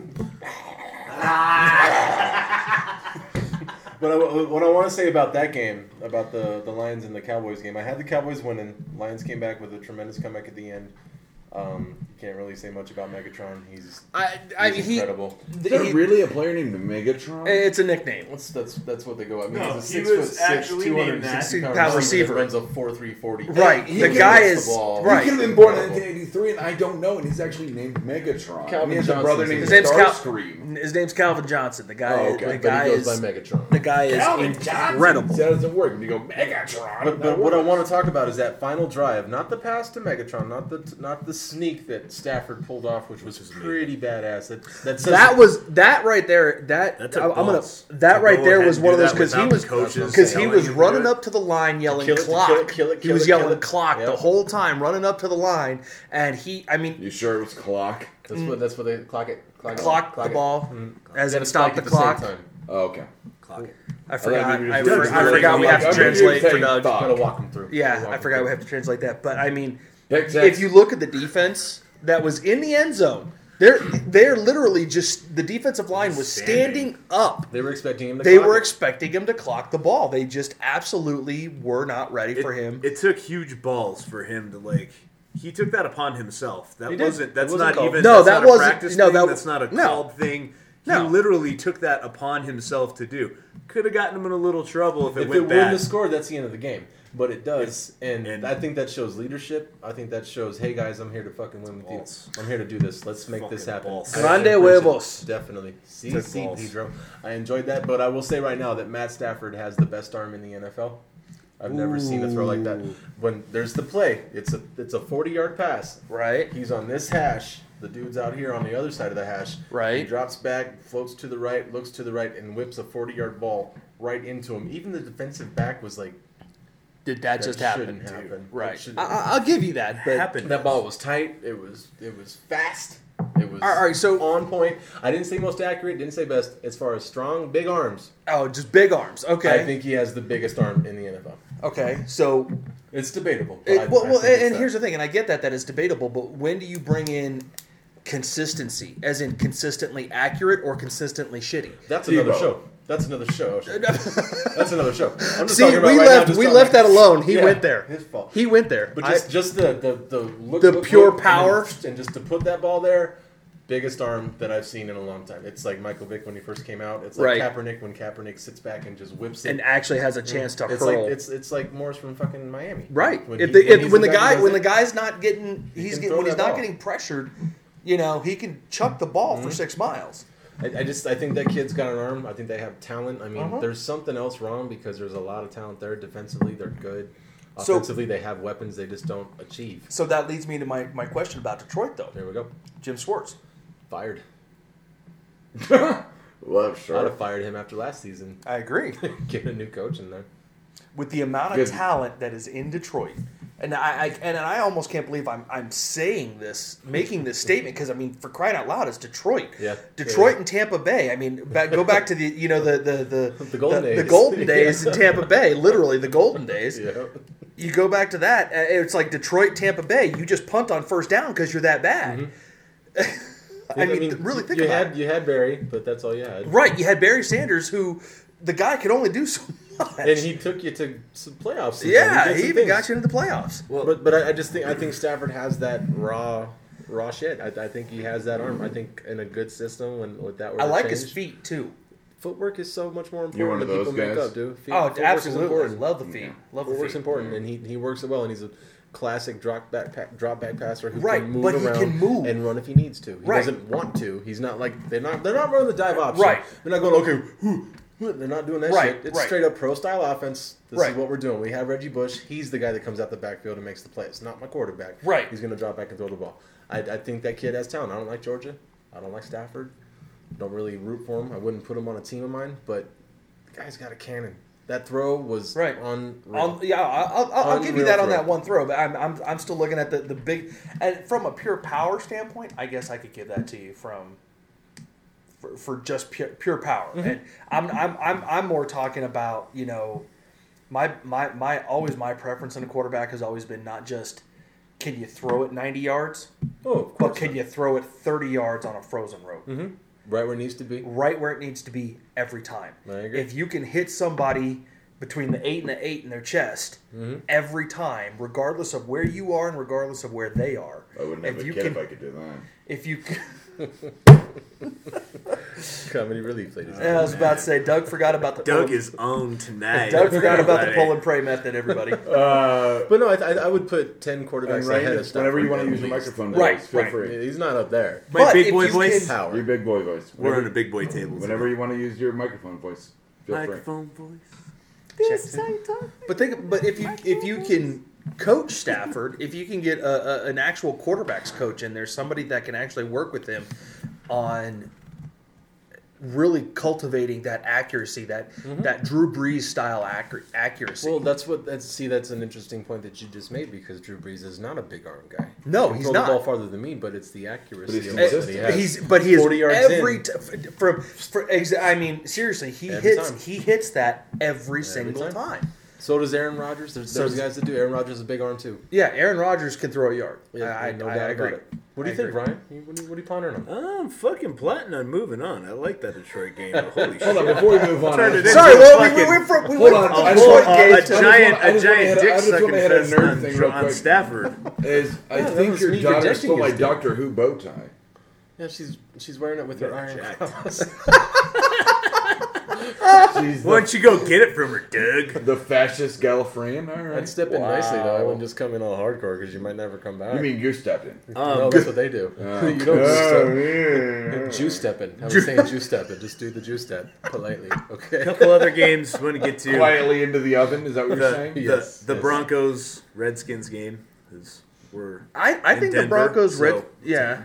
[SPEAKER 2] But I, what I want to say about that game, about the the Lions and the Cowboys game, I had the Cowboys winning. Lions came back with a tremendous comeback at the end. Um, you can't really say much about Megatron. He's,
[SPEAKER 3] I, I mean,
[SPEAKER 2] he's
[SPEAKER 3] he,
[SPEAKER 2] incredible.
[SPEAKER 4] Is there
[SPEAKER 3] he-
[SPEAKER 4] really a player named Megatron?
[SPEAKER 3] It's a nickname.
[SPEAKER 2] That's that's that's what they go. I mean,
[SPEAKER 5] No,
[SPEAKER 2] he's a
[SPEAKER 5] he
[SPEAKER 2] six
[SPEAKER 5] was
[SPEAKER 2] foot six,
[SPEAKER 5] actually
[SPEAKER 2] two hundred and
[SPEAKER 5] named
[SPEAKER 2] sixty
[SPEAKER 3] that.
[SPEAKER 2] pound
[SPEAKER 3] Power receiver.
[SPEAKER 2] receiver. that Runs a four three forty.
[SPEAKER 3] Right.
[SPEAKER 4] He
[SPEAKER 3] the
[SPEAKER 4] can
[SPEAKER 3] guy
[SPEAKER 2] miss
[SPEAKER 3] is
[SPEAKER 2] the ball.
[SPEAKER 4] He
[SPEAKER 3] right.
[SPEAKER 4] could have been born in 1983, and I don't know, and he's actually named Megatron. And
[SPEAKER 2] Calvin
[SPEAKER 4] he has
[SPEAKER 2] Johnson's
[SPEAKER 4] a brother
[SPEAKER 2] in
[SPEAKER 4] named
[SPEAKER 2] his
[SPEAKER 3] His name's, Cal-
[SPEAKER 4] Starscream.
[SPEAKER 3] his name's Calvin Johnson. The guy,
[SPEAKER 4] Oh,
[SPEAKER 3] the
[SPEAKER 4] okay. But
[SPEAKER 3] guy
[SPEAKER 4] he
[SPEAKER 2] But he goes
[SPEAKER 3] is
[SPEAKER 2] by Megatron.
[SPEAKER 3] the guy is
[SPEAKER 4] Calvin Johnson.
[SPEAKER 3] incredible.
[SPEAKER 4] That doesn't work. When you go Megatron.
[SPEAKER 2] But, but
[SPEAKER 4] that
[SPEAKER 2] what I
[SPEAKER 4] works.
[SPEAKER 2] want to talk about is that final drive, not the pass to Megatron, not the not the sneak that Stafford pulled off, which was pretty badass. That that, says,
[SPEAKER 3] That was that right there. That
[SPEAKER 5] That's a
[SPEAKER 3] I, am gonna.
[SPEAKER 5] balls.
[SPEAKER 3] That
[SPEAKER 5] To
[SPEAKER 3] right
[SPEAKER 5] go
[SPEAKER 3] there
[SPEAKER 5] ahead
[SPEAKER 3] was
[SPEAKER 5] and
[SPEAKER 3] one of
[SPEAKER 5] do
[SPEAKER 3] those
[SPEAKER 5] that
[SPEAKER 3] because he
[SPEAKER 5] without
[SPEAKER 3] was
[SPEAKER 5] the coaches
[SPEAKER 3] because he
[SPEAKER 5] telling
[SPEAKER 3] was
[SPEAKER 5] you to do
[SPEAKER 3] running
[SPEAKER 5] it.
[SPEAKER 3] up to the line yelling
[SPEAKER 2] kill it, to kill it,
[SPEAKER 3] clock.
[SPEAKER 2] kill it,
[SPEAKER 3] he
[SPEAKER 2] kill
[SPEAKER 3] was
[SPEAKER 2] it,
[SPEAKER 3] yelling
[SPEAKER 2] kill it.
[SPEAKER 3] clock the
[SPEAKER 2] Yep.
[SPEAKER 3] whole time, running up to the line, and he. I mean,
[SPEAKER 4] You sure it was Clock?
[SPEAKER 2] that's what that's what they clock it clock, it,
[SPEAKER 3] clock, the
[SPEAKER 2] it.
[SPEAKER 3] ball as
[SPEAKER 2] You gotta
[SPEAKER 3] it stopped the
[SPEAKER 2] spike
[SPEAKER 3] clock.
[SPEAKER 2] At the same time.
[SPEAKER 4] Oh, okay.
[SPEAKER 5] Clock it.
[SPEAKER 3] I forgot.
[SPEAKER 4] I thought you
[SPEAKER 3] I,
[SPEAKER 4] were just-
[SPEAKER 3] for-
[SPEAKER 5] Doug's
[SPEAKER 3] I
[SPEAKER 5] really
[SPEAKER 3] forgot we
[SPEAKER 5] good.
[SPEAKER 3] have to
[SPEAKER 5] I'm gonna
[SPEAKER 3] translate
[SPEAKER 4] say
[SPEAKER 3] for Doug.
[SPEAKER 4] fuck.
[SPEAKER 2] Gotta walk them through. Gotta
[SPEAKER 3] Yeah,
[SPEAKER 2] walk
[SPEAKER 3] I
[SPEAKER 2] them
[SPEAKER 3] forgot
[SPEAKER 2] through.
[SPEAKER 3] we have to translate that. But I mean,
[SPEAKER 4] Pick six.
[SPEAKER 3] if you look at the defense that was in the end zone, they're they're literally just the defensive line was
[SPEAKER 5] Standing.
[SPEAKER 3] standing up.
[SPEAKER 2] They were expecting him. To
[SPEAKER 3] They
[SPEAKER 2] clock
[SPEAKER 3] were
[SPEAKER 2] it.
[SPEAKER 3] expecting him to clock the ball. They just absolutely were not ready
[SPEAKER 5] it,
[SPEAKER 3] for him.
[SPEAKER 5] It took huge balls for him to like. He took that upon himself. That
[SPEAKER 2] He did.
[SPEAKER 5] wasn't.
[SPEAKER 2] It
[SPEAKER 5] That's
[SPEAKER 2] wasn't
[SPEAKER 5] not
[SPEAKER 2] called.
[SPEAKER 5] even.
[SPEAKER 3] No,
[SPEAKER 5] that's
[SPEAKER 3] that
[SPEAKER 5] not a
[SPEAKER 3] wasn't-
[SPEAKER 5] Practice
[SPEAKER 3] no,
[SPEAKER 5] thing.
[SPEAKER 3] that-
[SPEAKER 5] that's not a
[SPEAKER 3] no.
[SPEAKER 5] called thing. He
[SPEAKER 3] No.
[SPEAKER 5] literally took that upon himself to do. Could have gotten him in a little trouble if it
[SPEAKER 2] If it
[SPEAKER 5] went
[SPEAKER 2] wouldn't
[SPEAKER 5] bad.
[SPEAKER 2] have scored, that's the end of the game. But it does, and,
[SPEAKER 5] and-
[SPEAKER 2] I think that shows leadership. I think that shows, hey guys, I'm here to fucking win with
[SPEAKER 5] Balls.
[SPEAKER 2] you. I'm here to do this. Let's make this
[SPEAKER 5] Fucking
[SPEAKER 2] happen.
[SPEAKER 5] balls.
[SPEAKER 2] I-
[SPEAKER 3] Grande
[SPEAKER 2] I appreciate-
[SPEAKER 3] huevos.
[SPEAKER 2] Definitely. See,
[SPEAKER 5] Took
[SPEAKER 2] see,
[SPEAKER 5] balls.
[SPEAKER 2] Pedro. I enjoyed that, but I will say right now that Matt Stafford has the best arm in the NFL. I've never seen a throw like that.
[SPEAKER 3] Ooh.
[SPEAKER 2] When there's the play, it's a it's a 40 yard pass.
[SPEAKER 3] right?
[SPEAKER 2] He's on this hash. The dude's out here on the other side of the hash.
[SPEAKER 3] Right.
[SPEAKER 2] He drops back, floats to the right, looks to the right, and whips a 40 yard ball right into him. Even the defensive back was like,
[SPEAKER 3] Did that,
[SPEAKER 2] that
[SPEAKER 3] just happen?
[SPEAKER 2] shouldn't happen. That
[SPEAKER 3] Right.
[SPEAKER 2] shouldn't-
[SPEAKER 3] I, I- I'll give you that. But
[SPEAKER 5] happened.
[SPEAKER 2] that ball was tight. It was it was fast. It was
[SPEAKER 3] All right, so-
[SPEAKER 2] on point. I didn't say most accurate. Didn't say best. As far as strong, big arms,
[SPEAKER 3] Oh, just big arms. Okay.
[SPEAKER 2] I think he has the biggest arm in the NFL.
[SPEAKER 3] okay. So,
[SPEAKER 2] It's debatable. but
[SPEAKER 3] it-
[SPEAKER 2] I-
[SPEAKER 3] well,
[SPEAKER 2] I
[SPEAKER 3] well,
[SPEAKER 2] think it's
[SPEAKER 3] and, and
[SPEAKER 2] that.
[SPEAKER 3] here's the thing, and I get that that is debatable, but when do you bring in consistency, as in consistently accurate or consistently shitty?
[SPEAKER 2] that's another
[SPEAKER 4] Tebow.
[SPEAKER 2] show. That's another show. That's another show. I'm just
[SPEAKER 3] See,
[SPEAKER 2] talking
[SPEAKER 3] we
[SPEAKER 2] about right now,
[SPEAKER 3] left
[SPEAKER 2] just
[SPEAKER 3] we
[SPEAKER 2] talking-
[SPEAKER 3] left that alone. He
[SPEAKER 2] Yeah,
[SPEAKER 3] went there.
[SPEAKER 2] His fault.
[SPEAKER 3] He went there.
[SPEAKER 2] But
[SPEAKER 3] I-
[SPEAKER 2] just, just the the the look,
[SPEAKER 3] The
[SPEAKER 2] look,
[SPEAKER 3] pure
[SPEAKER 2] look,
[SPEAKER 3] power.
[SPEAKER 2] and, and just to put that ball there, biggest arm that I've seen in a long time. It's like Michael Vick when he first came out. It's like
[SPEAKER 3] Right.
[SPEAKER 2] Kaepernick when Kaepernick sits back and just whips it.
[SPEAKER 3] and actually has a chance to
[SPEAKER 2] Mm-hmm. it's
[SPEAKER 3] hurl.
[SPEAKER 2] like it's it's like Morris from fucking Miami.
[SPEAKER 3] Right.
[SPEAKER 2] When
[SPEAKER 3] if
[SPEAKER 2] he-
[SPEAKER 3] the, if,
[SPEAKER 2] he's
[SPEAKER 3] when the
[SPEAKER 2] who
[SPEAKER 3] guy
[SPEAKER 2] does
[SPEAKER 3] when the
[SPEAKER 2] it.
[SPEAKER 3] guy's not getting he's
[SPEAKER 2] can
[SPEAKER 3] getting
[SPEAKER 2] throw
[SPEAKER 3] when he's
[SPEAKER 2] that
[SPEAKER 3] not
[SPEAKER 2] ball. Mm-hmm.
[SPEAKER 3] getting pressured, you know, he can chuck the ball for six miles.
[SPEAKER 2] I, I just I think that kid's got an arm. I think they have talent. I mean,
[SPEAKER 3] Uh-huh.
[SPEAKER 2] there's something else wrong because there's a lot of talent there. Defensively, they're good.
[SPEAKER 3] So-
[SPEAKER 2] Offensively, they have weapons they just don't achieve.
[SPEAKER 3] So that leads me to my, my question about Detroit though.
[SPEAKER 2] There we go.
[SPEAKER 3] Jim Schwartz.
[SPEAKER 2] Fired.
[SPEAKER 4] Well,
[SPEAKER 2] I'd have
[SPEAKER 4] sure.
[SPEAKER 2] fired him after last season.
[SPEAKER 3] I agree.
[SPEAKER 2] Get a new coach in there.
[SPEAKER 3] With the amount of
[SPEAKER 4] Good.
[SPEAKER 3] talent that is in Detroit. And I, I and I almost can't believe I'm I'm saying this, making this statement because I mean for crying out loud, it's Detroit,
[SPEAKER 2] Yeah.
[SPEAKER 3] Detroit
[SPEAKER 2] Yeah.
[SPEAKER 3] and Tampa Bay. I mean, back, go back to the you know the the the,
[SPEAKER 2] The golden
[SPEAKER 3] the,
[SPEAKER 2] days.
[SPEAKER 3] golden days in Tampa Bay, literally the golden days.
[SPEAKER 2] Yeah.
[SPEAKER 3] you go back to that. uh, It's like Detroit, Tampa Bay. You just punt on first down because you're that bad.
[SPEAKER 2] Mm-hmm.
[SPEAKER 3] I, mean, th- really
[SPEAKER 2] you-
[SPEAKER 3] think
[SPEAKER 2] you
[SPEAKER 3] about
[SPEAKER 2] had
[SPEAKER 3] it.
[SPEAKER 2] you had Barry, but that's all you had.
[SPEAKER 3] Right, you had Barry Sanders, who the guy could only do so much.
[SPEAKER 2] And he took you to some playoffs. sometime.
[SPEAKER 3] yeah,
[SPEAKER 2] did
[SPEAKER 3] he,
[SPEAKER 2] some
[SPEAKER 3] even
[SPEAKER 2] things.
[SPEAKER 3] got you into the playoffs.
[SPEAKER 2] but but I, I just think I think Stafford has that raw raw shit. I, I think he has that arm. I think in a good system when with that. were
[SPEAKER 3] I
[SPEAKER 2] to
[SPEAKER 3] like
[SPEAKER 2] change-
[SPEAKER 3] his feet too.
[SPEAKER 2] Footwork is so much more important.
[SPEAKER 4] You're one of
[SPEAKER 2] than
[SPEAKER 4] those
[SPEAKER 2] people make
[SPEAKER 4] guys?
[SPEAKER 2] up, dude. Feet-
[SPEAKER 3] Oh,
[SPEAKER 2] footwork is
[SPEAKER 3] absolutely,
[SPEAKER 2] important.
[SPEAKER 3] love the feet. Love the
[SPEAKER 2] Footwork's
[SPEAKER 3] feet.
[SPEAKER 2] important, and he, he works it well, and he's a classic drop back pa- drop back passer who
[SPEAKER 3] Right,
[SPEAKER 2] can move
[SPEAKER 3] but he
[SPEAKER 2] around
[SPEAKER 3] can move.
[SPEAKER 2] and run if he needs to. He
[SPEAKER 3] Right.
[SPEAKER 2] doesn't want to. He's not like they're not they're not running the dive option.
[SPEAKER 3] Right.
[SPEAKER 2] They're not going okay. whoo, whoo," They're not doing that
[SPEAKER 3] Right,
[SPEAKER 2] shit. It's
[SPEAKER 3] right.
[SPEAKER 2] straight up pro style offense. This
[SPEAKER 3] Right.
[SPEAKER 2] is what we're doing. We have Reggie Bush. He's the guy that comes out the backfield and makes the plays. Not my quarterback.
[SPEAKER 3] Right.
[SPEAKER 2] He's going to drop back and throw the ball. I, I think that kid has talent. I don't like Georgia. I don't like Stafford. Don't really root for him. I wouldn't put him on a team of mine. But the guy's got a cannon. That throw was
[SPEAKER 3] Right.
[SPEAKER 2] on.
[SPEAKER 3] I'll, yeah, I'll, I'll, I'll give you
[SPEAKER 2] Unreal
[SPEAKER 3] that on
[SPEAKER 2] throw.
[SPEAKER 3] that one throw, but I'm, I'm, I'm still looking at the, the big. And from a pure power standpoint, I guess I could give that to you from for, for just pure, pure power.
[SPEAKER 2] Mm-hmm.
[SPEAKER 3] And I'm, I'm, I'm, I'm more talking about you know my my my always my preference in a quarterback has always been not just can you throw it 90 yards,
[SPEAKER 2] Oh, of
[SPEAKER 3] but
[SPEAKER 2] course.
[SPEAKER 3] can you throw it 30 yards on a frozen rope
[SPEAKER 2] Right where it needs to be.
[SPEAKER 3] right where it needs to be every time.
[SPEAKER 2] I agree.
[SPEAKER 3] If you can hit somebody between the eight and the eight in their chest
[SPEAKER 4] Mm-hmm.
[SPEAKER 3] every time, regardless of where you are and regardless of where they are.
[SPEAKER 4] I wouldn't have
[SPEAKER 3] if
[SPEAKER 4] a
[SPEAKER 3] you
[SPEAKER 4] kid
[SPEAKER 3] can,
[SPEAKER 4] if I could do that.
[SPEAKER 3] If you, c-
[SPEAKER 2] Comedy relief, ladies.
[SPEAKER 4] Oh,
[SPEAKER 2] and
[SPEAKER 3] I was about to say, Doug forgot about the
[SPEAKER 5] Doug
[SPEAKER 3] pull and-
[SPEAKER 5] is on tonight.
[SPEAKER 3] Doug forgot about the
[SPEAKER 5] Everybody.
[SPEAKER 3] pull and pray method. Everybody,
[SPEAKER 4] Uh,
[SPEAKER 2] But no, I, I, I would put ten quarterbacks
[SPEAKER 4] and Rain,
[SPEAKER 2] ahead of
[SPEAKER 4] if-
[SPEAKER 2] Stafford.
[SPEAKER 4] whenever you want
[SPEAKER 2] at
[SPEAKER 4] to use your
[SPEAKER 2] least.
[SPEAKER 4] microphone,
[SPEAKER 3] Right,
[SPEAKER 4] voice, feel
[SPEAKER 3] right.
[SPEAKER 2] I mean,
[SPEAKER 4] free.
[SPEAKER 2] he's not up there.
[SPEAKER 5] My
[SPEAKER 3] But
[SPEAKER 5] big
[SPEAKER 3] if
[SPEAKER 5] boy
[SPEAKER 3] you
[SPEAKER 5] voice.
[SPEAKER 3] can-
[SPEAKER 2] Power.
[SPEAKER 4] Your big boy voice.
[SPEAKER 5] We're on
[SPEAKER 4] Whenever,
[SPEAKER 5] a big boy table.
[SPEAKER 4] whenever you want to use your microphone voice, feel free.
[SPEAKER 5] microphone voice.
[SPEAKER 3] but think, but if you if you can coach Stafford, if you can get a, a, an actual quarterbacks coach in there, somebody that can actually work with him on really cultivating that accuracy, that that Drew Brees style accur- accuracy.
[SPEAKER 2] Well, that's what that's see. That's an interesting point that you just made because Drew Brees is not a big arm guy.
[SPEAKER 3] No,
[SPEAKER 2] He can
[SPEAKER 3] he's
[SPEAKER 2] throw
[SPEAKER 3] not.
[SPEAKER 2] The ball farther than me, but it's the accuracy.
[SPEAKER 4] he's
[SPEAKER 2] of
[SPEAKER 3] Eh,
[SPEAKER 2] what
[SPEAKER 4] consistent.
[SPEAKER 2] he has.
[SPEAKER 3] He's but he is
[SPEAKER 2] 40 yards
[SPEAKER 3] every
[SPEAKER 2] in.
[SPEAKER 3] t- f- from for, ex- I mean seriously he
[SPEAKER 2] Every
[SPEAKER 3] hits
[SPEAKER 2] time.
[SPEAKER 3] he hits that every, single
[SPEAKER 2] time.
[SPEAKER 3] time.
[SPEAKER 2] so does Aaron Rodgers. There's,
[SPEAKER 3] So
[SPEAKER 2] there's
[SPEAKER 3] does-
[SPEAKER 2] guys that do. Aaron Rodgers is a big arm too.
[SPEAKER 3] Yeah, Aaron Rodgers can throw a yard. I, I,
[SPEAKER 2] no
[SPEAKER 3] I
[SPEAKER 2] doubt
[SPEAKER 3] agree.
[SPEAKER 2] about it. What
[SPEAKER 3] I
[SPEAKER 2] do you think,
[SPEAKER 3] agree.
[SPEAKER 2] Ryan? You- What are you, what are you pondering on?
[SPEAKER 5] I'm fucking plotting on moving on. I like that Detroit game. but Holy shit.
[SPEAKER 4] Hold on, before we move on.
[SPEAKER 5] Turned
[SPEAKER 4] I
[SPEAKER 5] it
[SPEAKER 4] just-
[SPEAKER 5] into
[SPEAKER 3] Sorry,
[SPEAKER 5] a
[SPEAKER 3] well, we,
[SPEAKER 5] fucking-
[SPEAKER 3] we went from we
[SPEAKER 4] Hold
[SPEAKER 3] went
[SPEAKER 4] on,
[SPEAKER 3] from
[SPEAKER 4] I
[SPEAKER 5] a,
[SPEAKER 4] just
[SPEAKER 3] Detroit
[SPEAKER 4] want-
[SPEAKER 5] a, a
[SPEAKER 3] games
[SPEAKER 4] just wanna-
[SPEAKER 3] to
[SPEAKER 5] giant,
[SPEAKER 4] I
[SPEAKER 5] a
[SPEAKER 4] just wanna hit
[SPEAKER 5] giant
[SPEAKER 4] a- I
[SPEAKER 5] dick
[SPEAKER 4] just wanna
[SPEAKER 5] sucking
[SPEAKER 4] hit a
[SPEAKER 5] fest
[SPEAKER 4] nerd
[SPEAKER 5] on
[SPEAKER 4] thing real
[SPEAKER 5] John
[SPEAKER 4] quick.
[SPEAKER 5] Stafford.
[SPEAKER 4] Is I
[SPEAKER 2] Yeah, that
[SPEAKER 4] think
[SPEAKER 2] was
[SPEAKER 4] your
[SPEAKER 2] me
[SPEAKER 4] daughter
[SPEAKER 2] rejecting
[SPEAKER 4] stole
[SPEAKER 2] you
[SPEAKER 4] my
[SPEAKER 2] still.
[SPEAKER 4] Doctor Who bow tie.
[SPEAKER 2] Yeah, she's she's wearing it with her iron
[SPEAKER 5] Jacked.
[SPEAKER 2] cross.
[SPEAKER 4] She's
[SPEAKER 5] Why
[SPEAKER 4] the,
[SPEAKER 5] don't you go get it from her, Doug?
[SPEAKER 4] the fascist Gallifreyan. All right.
[SPEAKER 2] I'd step in nicely though. I
[SPEAKER 4] Wow.
[SPEAKER 2] wouldn't just come in all hardcore because you might never come back.
[SPEAKER 4] You mean you stepped in?
[SPEAKER 5] Um,
[SPEAKER 2] no, that's what they do. you don't just step.
[SPEAKER 4] yeah.
[SPEAKER 2] Juice stepping. I was saying juice stepping. Just do the juice step politely. Okay.
[SPEAKER 5] A couple other games we want to get to.
[SPEAKER 4] Quietly into the oven. Is that what you're
[SPEAKER 5] the,
[SPEAKER 4] saying?
[SPEAKER 5] the,
[SPEAKER 2] Yes,
[SPEAKER 5] the
[SPEAKER 2] yes.
[SPEAKER 5] Broncos Redskins game is we're
[SPEAKER 3] I, I
[SPEAKER 5] in
[SPEAKER 3] think the
[SPEAKER 5] Denver,
[SPEAKER 3] Broncos red
[SPEAKER 5] so-
[SPEAKER 3] yeah.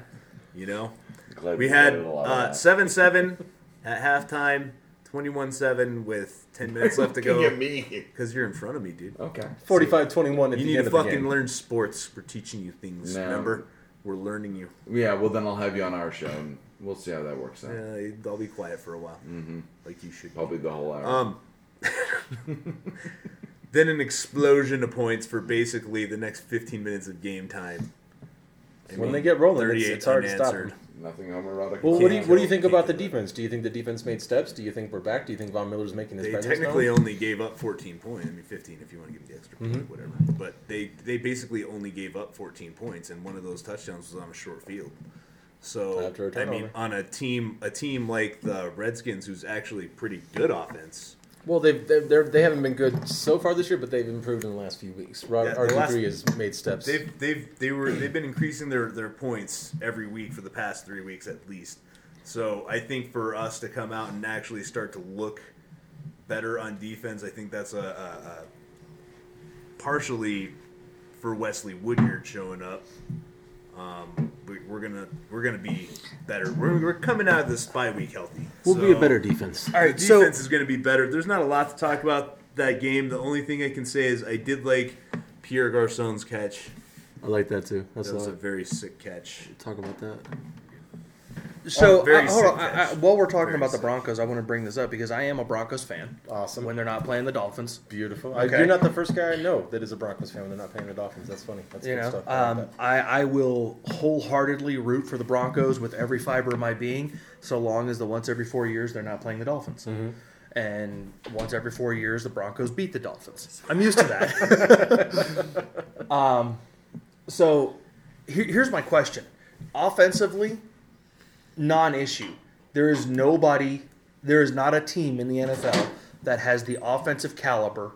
[SPEAKER 5] you know
[SPEAKER 4] Glad
[SPEAKER 5] we
[SPEAKER 4] did a lot of
[SPEAKER 5] had uh,
[SPEAKER 4] that.
[SPEAKER 5] seven seven at halftime, twenty one seven with ten minutes left to
[SPEAKER 4] Looking at
[SPEAKER 5] go
[SPEAKER 4] me.
[SPEAKER 5] because you're in front of me, dude.
[SPEAKER 4] Okay.
[SPEAKER 2] 45-21 at
[SPEAKER 5] You
[SPEAKER 2] the end
[SPEAKER 5] need to
[SPEAKER 2] of the
[SPEAKER 5] fucking
[SPEAKER 2] game.
[SPEAKER 5] learn sports. We're teaching you things.
[SPEAKER 4] No.
[SPEAKER 5] Remember, we're learning you.
[SPEAKER 4] Yeah. Well, then I'll have you on our show, and we'll see how that works out.
[SPEAKER 5] Uh, I'll be quiet for a while, mm-hmm. like you should. be.
[SPEAKER 4] Probably the whole hour.
[SPEAKER 5] Um, then an explosion of points for basically the next 15 minutes of game time. I
[SPEAKER 2] When
[SPEAKER 5] mean,
[SPEAKER 2] they get rolling, it's,
[SPEAKER 5] 38
[SPEAKER 2] it's hard to stop
[SPEAKER 5] unanswered.
[SPEAKER 2] them.
[SPEAKER 4] Nothing homoerotic.
[SPEAKER 2] Well, what do you
[SPEAKER 4] Yeah.
[SPEAKER 2] what do you think
[SPEAKER 5] Can't
[SPEAKER 2] about the
[SPEAKER 5] do it.
[SPEAKER 2] defense? Do you think the defense made steps? Do you think we're back? Do you think Von Miller's making his
[SPEAKER 5] They
[SPEAKER 2] presence
[SPEAKER 5] technically
[SPEAKER 2] known?
[SPEAKER 5] only gave up 14 points. I mean, 15 if you want to give them the extra point,
[SPEAKER 2] Mm-hmm.
[SPEAKER 5] whatever. But they they basically only gave up 14 points, and one of those touchdowns was on a short field. So
[SPEAKER 2] After a
[SPEAKER 5] I mean,
[SPEAKER 2] turnover.
[SPEAKER 5] on a team a team like the Redskins, who's actually pretty good offense.
[SPEAKER 2] Well, they've they're, they're, they haven't been good so far this year, but they've improved in the last few weeks. Rod,
[SPEAKER 5] Yeah, the
[SPEAKER 2] RG3
[SPEAKER 5] last-
[SPEAKER 2] has made steps.
[SPEAKER 5] They've they've they were they've been increasing their their points every week for the past three weeks at least. So I think for us to come out and actually start to look better on defense, I think that's a, a, a partially for Wesley Woodyard showing up. Um, we, we're gonna we're gonna be better. We're, we're coming out of this bye week healthy.
[SPEAKER 6] We'll be a
[SPEAKER 5] So-
[SPEAKER 6] better defense.
[SPEAKER 5] the defense is going to be better. There's not a lot to talk about that game. The only thing I can say is I did like Pierre Garcon's catch.
[SPEAKER 6] I like that too. That's
[SPEAKER 5] That was a
[SPEAKER 6] all.
[SPEAKER 5] very sick catch.
[SPEAKER 6] Talk about that.
[SPEAKER 3] So
[SPEAKER 5] Oh, very
[SPEAKER 3] I- hold
[SPEAKER 5] sick
[SPEAKER 3] on. I, I,
[SPEAKER 5] catch.
[SPEAKER 3] while we're talking
[SPEAKER 5] Very
[SPEAKER 3] about the
[SPEAKER 5] sick.
[SPEAKER 3] Broncos, I want to bring this up because I am a Broncos fan. uh,
[SPEAKER 2] Awesome.
[SPEAKER 3] When they're not playing the Dolphins,
[SPEAKER 2] Beautiful.
[SPEAKER 3] Okay.
[SPEAKER 2] I, you're not the first guy I know that is a Broncos fan. when They're not paying the Dolphins. That's funny. That's
[SPEAKER 3] you
[SPEAKER 2] good
[SPEAKER 3] know,
[SPEAKER 2] stuff. I like
[SPEAKER 3] um, I I will wholeheartedly root for the Broncos with every fiber of my being, so long as the once every four years they're not playing the Dolphins.
[SPEAKER 2] Mm-hmm.
[SPEAKER 3] And once every four years, the Broncos beat the Dolphins. I'm used to that. um, so here, here's my question: Offensively, non-issue. There is nobody. There is not a team in the NFL that has the offensive caliber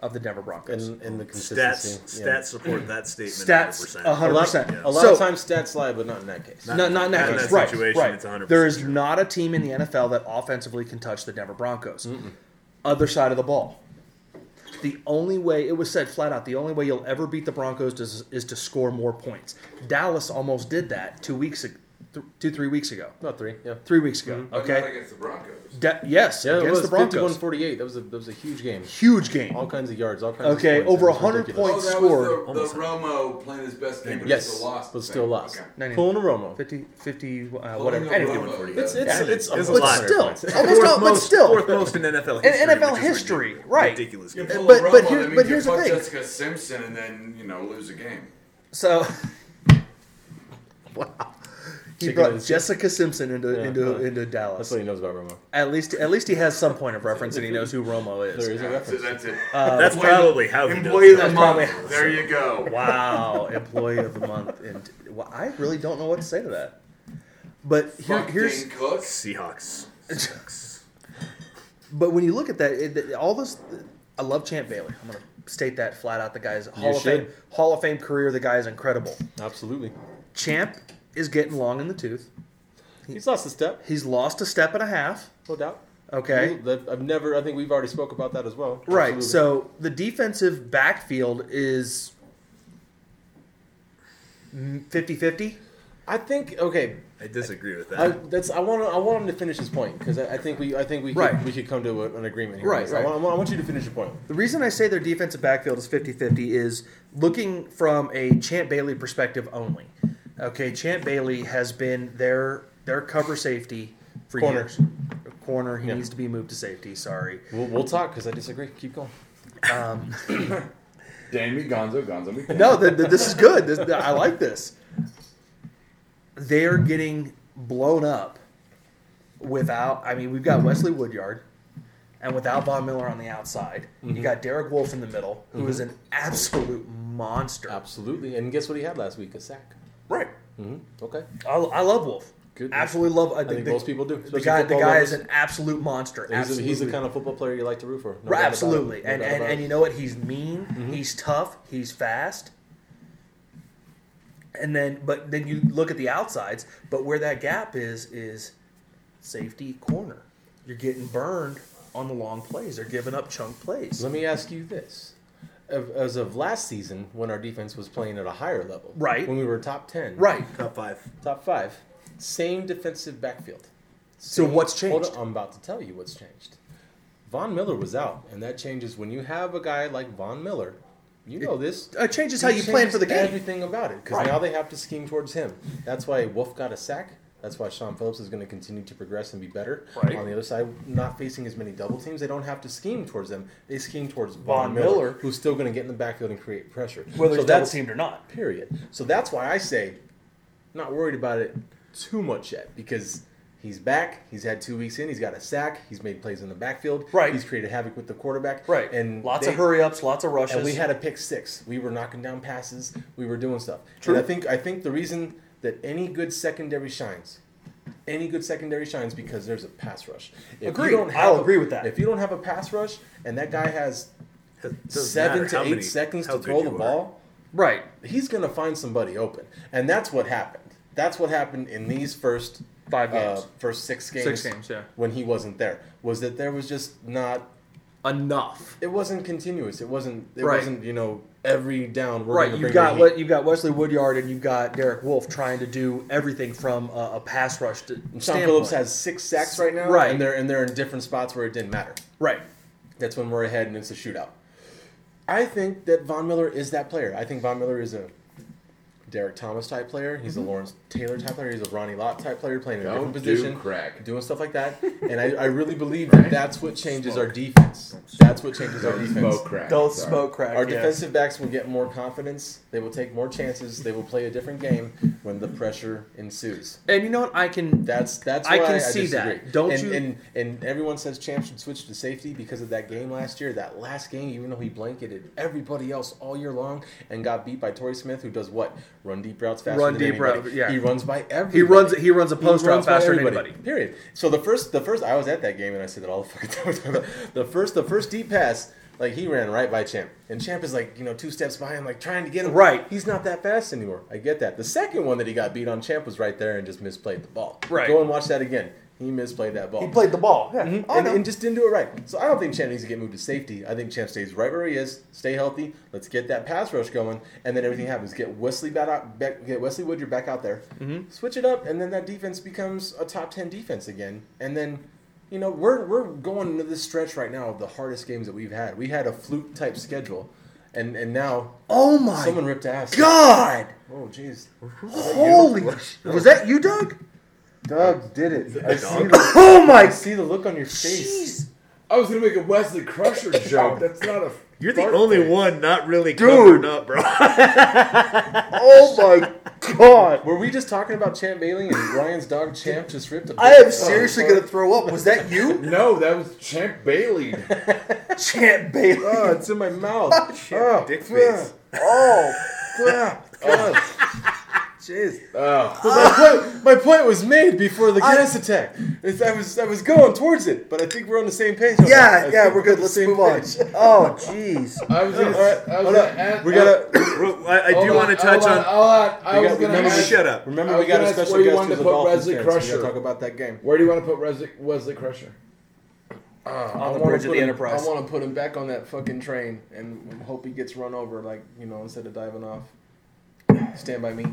[SPEAKER 3] of the Denver
[SPEAKER 2] that.
[SPEAKER 3] Broncos.
[SPEAKER 2] and, and the
[SPEAKER 5] Stats
[SPEAKER 2] consistency. yeah.
[SPEAKER 5] stats support that statement.
[SPEAKER 3] Stats,
[SPEAKER 5] 100%.
[SPEAKER 3] 100%.
[SPEAKER 2] A lot, a lot
[SPEAKER 3] So-
[SPEAKER 2] of times stats lie, but not in that case.
[SPEAKER 3] No, not in that
[SPEAKER 5] Not in
[SPEAKER 3] case.
[SPEAKER 5] that
[SPEAKER 3] right,
[SPEAKER 5] situation,
[SPEAKER 3] right.
[SPEAKER 5] it's 100%
[SPEAKER 3] there is
[SPEAKER 5] true.
[SPEAKER 3] not a team in the NFL that offensively can touch the Denver Broncos. Other side of the ball. The only way it was said flat out, the only way you'll ever beat the Broncos is, is to score more points. Dallas almost did that two weeks, ag- th- two three weeks ago,
[SPEAKER 2] Not three. Yeah.
[SPEAKER 3] three weeks ago.
[SPEAKER 5] Mm-hmm.
[SPEAKER 3] Okay,
[SPEAKER 4] against the Broncos.
[SPEAKER 3] Da- yes,
[SPEAKER 2] Yeah, it
[SPEAKER 3] against
[SPEAKER 2] was
[SPEAKER 3] the
[SPEAKER 2] fifty-one
[SPEAKER 3] Broncos,
[SPEAKER 2] forty-eight. That was a that was a huge game.
[SPEAKER 3] huge game.
[SPEAKER 2] All kinds of yards. All kinds.
[SPEAKER 3] Okay,
[SPEAKER 2] of points.
[SPEAKER 3] over
[SPEAKER 2] It was
[SPEAKER 3] 100
[SPEAKER 2] ridiculous.
[SPEAKER 3] points. scored.
[SPEAKER 4] Oh, the, Romo playing his best game, but
[SPEAKER 2] Yes, but still lost.
[SPEAKER 3] Ninety-
[SPEAKER 2] Pulling a Romo.
[SPEAKER 3] 50, 50 uh, whatever.
[SPEAKER 4] Pulling a
[SPEAKER 3] Anyway,
[SPEAKER 4] Romo.
[SPEAKER 2] It's it's
[SPEAKER 3] Yeah.
[SPEAKER 2] it's,
[SPEAKER 5] It's a
[SPEAKER 2] almost
[SPEAKER 5] lot.
[SPEAKER 2] 100
[SPEAKER 3] still,
[SPEAKER 2] points.
[SPEAKER 3] almost all, but
[SPEAKER 5] most,
[SPEAKER 3] still,
[SPEAKER 5] fourth most in NFL history.
[SPEAKER 3] NFL
[SPEAKER 5] which is
[SPEAKER 3] history,
[SPEAKER 5] ridiculous.
[SPEAKER 3] right.
[SPEAKER 5] Ridiculous.
[SPEAKER 7] You
[SPEAKER 5] game.
[SPEAKER 7] pull
[SPEAKER 3] But-
[SPEAKER 7] a Romo,
[SPEAKER 3] but
[SPEAKER 7] that
[SPEAKER 3] here-
[SPEAKER 7] means
[SPEAKER 3] but
[SPEAKER 7] you
[SPEAKER 3] here's the
[SPEAKER 7] fuck
[SPEAKER 3] thing.
[SPEAKER 7] Jessica Simpson and then you know lose a game.
[SPEAKER 3] So, wow. he
[SPEAKER 2] Chicken
[SPEAKER 3] brought
[SPEAKER 2] is-
[SPEAKER 3] Jessica Simpson into into
[SPEAKER 2] uh,
[SPEAKER 3] into Dallas.
[SPEAKER 2] That's what he knows about Romo.
[SPEAKER 3] At least at least he has some point of reference and he knows who Romo
[SPEAKER 2] There
[SPEAKER 3] is.
[SPEAKER 2] is a
[SPEAKER 4] So
[SPEAKER 2] reference.
[SPEAKER 4] that's it.
[SPEAKER 5] Uh, That's probably how he
[SPEAKER 4] Employee
[SPEAKER 5] does
[SPEAKER 4] of the
[SPEAKER 5] it.
[SPEAKER 4] month. There you go.
[SPEAKER 3] Wow, employee of the month, and well, I really don't know what to say to that. But here,
[SPEAKER 4] Fuck
[SPEAKER 3] here's
[SPEAKER 4] Dane Cook.
[SPEAKER 5] Seahawks. Seahawks.
[SPEAKER 3] but when you look at that, it, it- all those. I love Champ Bailey. I'm gonna state that flat out. The guy's Hall of Fame
[SPEAKER 2] should.
[SPEAKER 3] Hall of Fame career. The guy is incredible.
[SPEAKER 2] Absolutely.
[SPEAKER 3] Champ is getting long in the tooth.
[SPEAKER 2] He's lost a step,
[SPEAKER 3] He's lost a step and a half.
[SPEAKER 2] no doubt.
[SPEAKER 3] Okay.
[SPEAKER 2] That- I've never. I think we've already spoke about that as well.
[SPEAKER 3] Right.
[SPEAKER 2] Absolutely.
[SPEAKER 3] So the defensive backfield is 50 50.
[SPEAKER 2] I think okay.
[SPEAKER 5] I disagree with that.
[SPEAKER 2] I, that's I want I want him to finish his point because I, I think we I think we could,
[SPEAKER 3] Right.
[SPEAKER 2] we could come to a, an agreement here.
[SPEAKER 3] Right,
[SPEAKER 2] So I,
[SPEAKER 3] right.
[SPEAKER 2] want, I want- I want you to finish your point.
[SPEAKER 3] The reason I say their defensive backfield is 50 50 is looking from a Champ Bailey perspective only. Okay. Champ Bailey has been their, their cover safety for
[SPEAKER 2] Corner.
[SPEAKER 3] years. Corner. He
[SPEAKER 2] Yeah.
[SPEAKER 3] needs to be moved to safety. Sorry.
[SPEAKER 2] We'll, we'll talk because I disagree. Keep going.
[SPEAKER 8] Dan me Gonzo, Gonzo me. Dan.
[SPEAKER 3] No, th th this is good. This, I like this. They're getting blown up without. I mean, we've got Wesley Woodyard, and without Von Miller on the outside,
[SPEAKER 2] Mm-hmm.
[SPEAKER 3] you got Derek Wolf in the middle, who is an absolute monster.
[SPEAKER 2] Absolutely. And guess what he had last week? A sack.
[SPEAKER 3] Right.
[SPEAKER 2] Okay.
[SPEAKER 3] I, I love Wolf.
[SPEAKER 2] Good.
[SPEAKER 3] Absolutely love. I think,
[SPEAKER 2] think
[SPEAKER 3] the-
[SPEAKER 2] most people do,
[SPEAKER 3] The
[SPEAKER 2] especially
[SPEAKER 3] guy, the
[SPEAKER 2] football
[SPEAKER 3] guy is
[SPEAKER 2] lovers.
[SPEAKER 3] an absolute monster.
[SPEAKER 2] He's, a,
[SPEAKER 3] absolutely.
[SPEAKER 2] he's the kind of football player you like to root for.
[SPEAKER 3] Right,
[SPEAKER 2] No doubt about it.
[SPEAKER 3] absolutely.
[SPEAKER 2] No
[SPEAKER 3] and
[SPEAKER 2] doubt
[SPEAKER 3] and,
[SPEAKER 2] about
[SPEAKER 3] and
[SPEAKER 2] it.
[SPEAKER 3] you know Mm-hmm. what? He's mean. He's tough. He's fast. And then, but then you look at the outsides. But where that gap is is safety corner. You're getting burned on the long plays. They're giving up chunk plays.
[SPEAKER 2] Let me ask you this. Of- As of last season, when our defense was playing at a higher level,
[SPEAKER 3] Right.
[SPEAKER 2] When we were top ten,
[SPEAKER 3] Right.
[SPEAKER 5] Top five.
[SPEAKER 2] top five, same defensive backfield.
[SPEAKER 3] So
[SPEAKER 2] Same-
[SPEAKER 3] what's
[SPEAKER 2] hold
[SPEAKER 3] changed?
[SPEAKER 2] on, I'm about to tell you what's changed. Von Miller was out, and that changes when you have a guy like Von Miller. You know this.
[SPEAKER 3] It uh, changes how you plan for the game.
[SPEAKER 2] Everything about it, because
[SPEAKER 3] Right.
[SPEAKER 2] now they have to scheme towards him. That's why Wolf got a sack. That's why Sean Phillips is going to continue to progress and be better.
[SPEAKER 3] Right.
[SPEAKER 2] On the other side, not facing as many double teams, they don't have to scheme towards them. They scheme towards Von,
[SPEAKER 3] Von
[SPEAKER 2] Miller,
[SPEAKER 3] Miller.
[SPEAKER 2] who's still going to get in the backfield and create pressure.
[SPEAKER 3] Whether
[SPEAKER 2] so
[SPEAKER 3] he's double
[SPEAKER 2] that's
[SPEAKER 3] teamed or not.
[SPEAKER 2] period. So that's why I say not worried about it too much yet because he's back. He's had two weeks in. He's got a sack. He's made plays in the backfield.
[SPEAKER 3] Right.
[SPEAKER 2] He's created havoc with the quarterback.
[SPEAKER 3] Right.
[SPEAKER 2] And
[SPEAKER 3] lots of
[SPEAKER 2] they-
[SPEAKER 3] hurry ups, lots of rushes.
[SPEAKER 2] And we had a pick six. We were knocking down passes. We were doing stuff.
[SPEAKER 3] True.
[SPEAKER 2] And I think I think the reason that any good secondary shines. Any good secondary shines because there's a pass rush. If you
[SPEAKER 3] Agreed.
[SPEAKER 2] don't have
[SPEAKER 3] I'll
[SPEAKER 2] a-
[SPEAKER 3] agree with that.
[SPEAKER 2] If you don't have a pass rush and that guy has
[SPEAKER 5] Doesn't
[SPEAKER 2] seven
[SPEAKER 5] matter
[SPEAKER 2] to
[SPEAKER 5] how
[SPEAKER 2] eight
[SPEAKER 5] many-
[SPEAKER 2] seconds
[SPEAKER 5] how
[SPEAKER 2] to
[SPEAKER 5] good
[SPEAKER 2] throw
[SPEAKER 5] you
[SPEAKER 2] the
[SPEAKER 5] are.
[SPEAKER 2] ball,
[SPEAKER 3] right.
[SPEAKER 2] he's going to find somebody open, and that's what happened. That's what happened in these first uh,
[SPEAKER 3] Five games.
[SPEAKER 2] first six
[SPEAKER 3] Six
[SPEAKER 2] games,
[SPEAKER 3] games, yeah.
[SPEAKER 2] when he wasn't there, was that there was just not.
[SPEAKER 3] Enough.
[SPEAKER 2] It wasn't continuous. It wasn't. It
[SPEAKER 3] Right.
[SPEAKER 2] wasn't. You know, every down. We're
[SPEAKER 3] Right,
[SPEAKER 2] gonna
[SPEAKER 3] you've
[SPEAKER 2] bring
[SPEAKER 3] got
[SPEAKER 2] the
[SPEAKER 3] what
[SPEAKER 2] heat.
[SPEAKER 3] you've got Wesley Woodyard and you've got Derek Wolf trying to do everything from a, a pass rush to.
[SPEAKER 2] Sean
[SPEAKER 3] standpoint.
[SPEAKER 2] Phillips has six sacks right now,
[SPEAKER 3] Right.
[SPEAKER 2] And they're and they're in different spots where it didn't matter.
[SPEAKER 3] right.
[SPEAKER 2] That's when we're ahead and it's a shootout. I think that Von Miller is that player. I think Von Miller is a Derek Thomas type player. He's a Lawrence Taylor type player. He's a Ronnie Lott type player playing in a
[SPEAKER 8] Mm-hmm. Don't
[SPEAKER 2] different
[SPEAKER 8] do
[SPEAKER 2] position,
[SPEAKER 8] crack.
[SPEAKER 2] doing stuff like that. And I, I really believe that that's what changes our defense. That's what changes our
[SPEAKER 8] Don't
[SPEAKER 2] defense.
[SPEAKER 8] smoke crack.
[SPEAKER 3] Don't
[SPEAKER 8] Sorry.
[SPEAKER 3] smoke crack.
[SPEAKER 2] Our
[SPEAKER 3] yeah.
[SPEAKER 2] defensive backs will get more confidence. They will take more chances. They will play a different game when the pressure ensues.
[SPEAKER 3] And you know what? I can.
[SPEAKER 2] That's that's
[SPEAKER 3] I
[SPEAKER 2] why
[SPEAKER 3] can see that.
[SPEAKER 2] disagree.
[SPEAKER 3] Don't
[SPEAKER 2] and,
[SPEAKER 3] you-
[SPEAKER 2] And and everyone says Champ should switch to safety because of that game last year. That last game, even though he blanketed everybody else all year long and got beat by Torrey Smith, who does what? Run deep routes faster.
[SPEAKER 3] Run
[SPEAKER 2] than
[SPEAKER 3] deep
[SPEAKER 2] anybody.
[SPEAKER 3] route, yeah.
[SPEAKER 2] He runs by everybody.
[SPEAKER 3] He runs. He runs a post route
[SPEAKER 2] runs by
[SPEAKER 3] faster than
[SPEAKER 2] everybody.
[SPEAKER 3] anybody.
[SPEAKER 2] Period. So the first, the first, I was at that game and I said that all the fucking time. I was talking about- The first, the first deep pass, like he ran right by Champ, and Champ is like you know two steps behind, like trying to get him.
[SPEAKER 3] Right.
[SPEAKER 2] He's not that fast anymore. I get that. The second one that he got beat on, Champ was right there and just misplayed the ball.
[SPEAKER 3] Right.
[SPEAKER 2] Go and watch that again. He misplayed that ball.
[SPEAKER 3] He played the ball. Yeah. Oh,
[SPEAKER 2] Mhm.
[SPEAKER 3] I
[SPEAKER 2] and,
[SPEAKER 3] know.
[SPEAKER 2] and just didn't do it right. So I don't think Champ needs to get moved to safety. I think Champ stays right where he is, stay healthy. Let's get that pass rush going, and then everything happens. Get Wesley back out, back, get Wesley Woodard back out there, switch it up, and then that defense becomes a top ten defense again. And then, you know, we're we're going into this stretch right now of the hardest games that we've had. We had a fluke type schedule, and and now
[SPEAKER 3] oh my
[SPEAKER 2] someone ripped ass.
[SPEAKER 3] god!
[SPEAKER 2] Oh jeez,
[SPEAKER 3] Holy! Was that you, Doug?
[SPEAKER 2] Doug did it. I see,
[SPEAKER 5] Doug?
[SPEAKER 2] the,
[SPEAKER 3] Oh my!
[SPEAKER 2] I see the look on your face.
[SPEAKER 3] Jeez!
[SPEAKER 4] I was gonna make a Wesley Crusher joke. That's not a.
[SPEAKER 5] You're the
[SPEAKER 4] fart
[SPEAKER 5] only
[SPEAKER 4] thing.
[SPEAKER 5] one not really covered up, bro.
[SPEAKER 3] Oh my god!
[SPEAKER 2] Were we just talking about Champ Bailey and Ryan's dog Champ just ripped a
[SPEAKER 3] I am seriously gonna throw up. Was that you,
[SPEAKER 4] No, that was Champ Bailey.
[SPEAKER 3] Champ Bailey?
[SPEAKER 2] Oh, it's in my mouth. Oh,
[SPEAKER 5] Champ dick face.
[SPEAKER 3] Oh,
[SPEAKER 4] Uh,
[SPEAKER 2] Jeez.
[SPEAKER 4] oh.
[SPEAKER 2] Oh, my, point, my point was made before the
[SPEAKER 3] I-
[SPEAKER 2] Guinness attack. It's, I was I was going towards it, but I think we're on the same page. on that. I
[SPEAKER 3] yeah,
[SPEAKER 2] think
[SPEAKER 3] yeah, we're good.
[SPEAKER 2] on the
[SPEAKER 3] Let's
[SPEAKER 2] same
[SPEAKER 3] move on.
[SPEAKER 2] page.
[SPEAKER 3] Oh, jeez.
[SPEAKER 4] I was gonna.
[SPEAKER 2] All
[SPEAKER 4] I
[SPEAKER 2] right,
[SPEAKER 4] was
[SPEAKER 2] hold
[SPEAKER 4] gonna
[SPEAKER 2] up.
[SPEAKER 4] add-
[SPEAKER 2] We gotta.
[SPEAKER 5] Bro, I, I do want to touch on.
[SPEAKER 4] All out, I
[SPEAKER 2] We
[SPEAKER 4] was
[SPEAKER 2] got-
[SPEAKER 4] gonna.
[SPEAKER 2] remember-
[SPEAKER 4] ask-
[SPEAKER 5] shut up.
[SPEAKER 2] Remember,
[SPEAKER 4] I
[SPEAKER 2] we
[SPEAKER 4] was
[SPEAKER 2] got
[SPEAKER 4] gonna
[SPEAKER 2] a
[SPEAKER 4] ask
[SPEAKER 2] special
[SPEAKER 4] where you
[SPEAKER 2] guest
[SPEAKER 4] wanted
[SPEAKER 2] who's
[SPEAKER 4] to
[SPEAKER 2] a
[SPEAKER 4] put
[SPEAKER 2] Dolphins
[SPEAKER 4] Wesley
[SPEAKER 2] fan, so we
[SPEAKER 4] Crusher.
[SPEAKER 2] gotta talk about that game.
[SPEAKER 4] Where do you want to put Wesley, Wesley Crusher?
[SPEAKER 2] I
[SPEAKER 3] the
[SPEAKER 2] wanna
[SPEAKER 3] bridge of
[SPEAKER 2] put
[SPEAKER 3] the
[SPEAKER 2] him-
[SPEAKER 3] Enterprise.
[SPEAKER 2] I want to put him back on that fucking train and hope he gets run over, like you know, instead of diving off. Stand by me,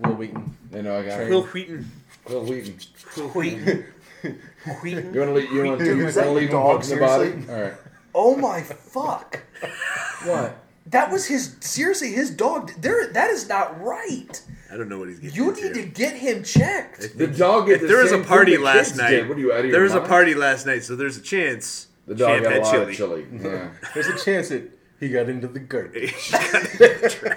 [SPEAKER 2] Will Wheaton.
[SPEAKER 4] You know I got
[SPEAKER 2] Train.
[SPEAKER 4] it.
[SPEAKER 5] Will Wheaton.
[SPEAKER 4] Will Wheaton.
[SPEAKER 3] Wheaton.
[SPEAKER 4] You
[SPEAKER 3] Wheaton.
[SPEAKER 4] want to leave? You want
[SPEAKER 3] Dude,
[SPEAKER 4] to
[SPEAKER 3] was that your
[SPEAKER 4] leave him
[SPEAKER 3] dog,
[SPEAKER 4] poking the body?
[SPEAKER 3] seriously?
[SPEAKER 4] All right.
[SPEAKER 3] Oh my fuck!
[SPEAKER 2] What?
[SPEAKER 3] That was his. Seriously, his dog. There. That is not right.
[SPEAKER 5] I don't know what he's getting.
[SPEAKER 3] You
[SPEAKER 5] into.
[SPEAKER 3] need to get him checked.
[SPEAKER 4] The dog. Did
[SPEAKER 5] If
[SPEAKER 4] the
[SPEAKER 5] there was
[SPEAKER 4] same
[SPEAKER 5] a
[SPEAKER 4] thing
[SPEAKER 5] party
[SPEAKER 4] the
[SPEAKER 5] last
[SPEAKER 4] kids
[SPEAKER 5] night,
[SPEAKER 4] Did. What are you out of
[SPEAKER 5] there
[SPEAKER 4] your
[SPEAKER 5] was a
[SPEAKER 4] mind?
[SPEAKER 5] party last night, so there's a chance
[SPEAKER 4] The dog
[SPEAKER 5] Champ
[SPEAKER 4] got a
[SPEAKER 5] had
[SPEAKER 4] lot
[SPEAKER 5] chili.
[SPEAKER 4] of chili. Yeah.
[SPEAKER 2] There's a chance that he got into the garbage.
[SPEAKER 3] Oh.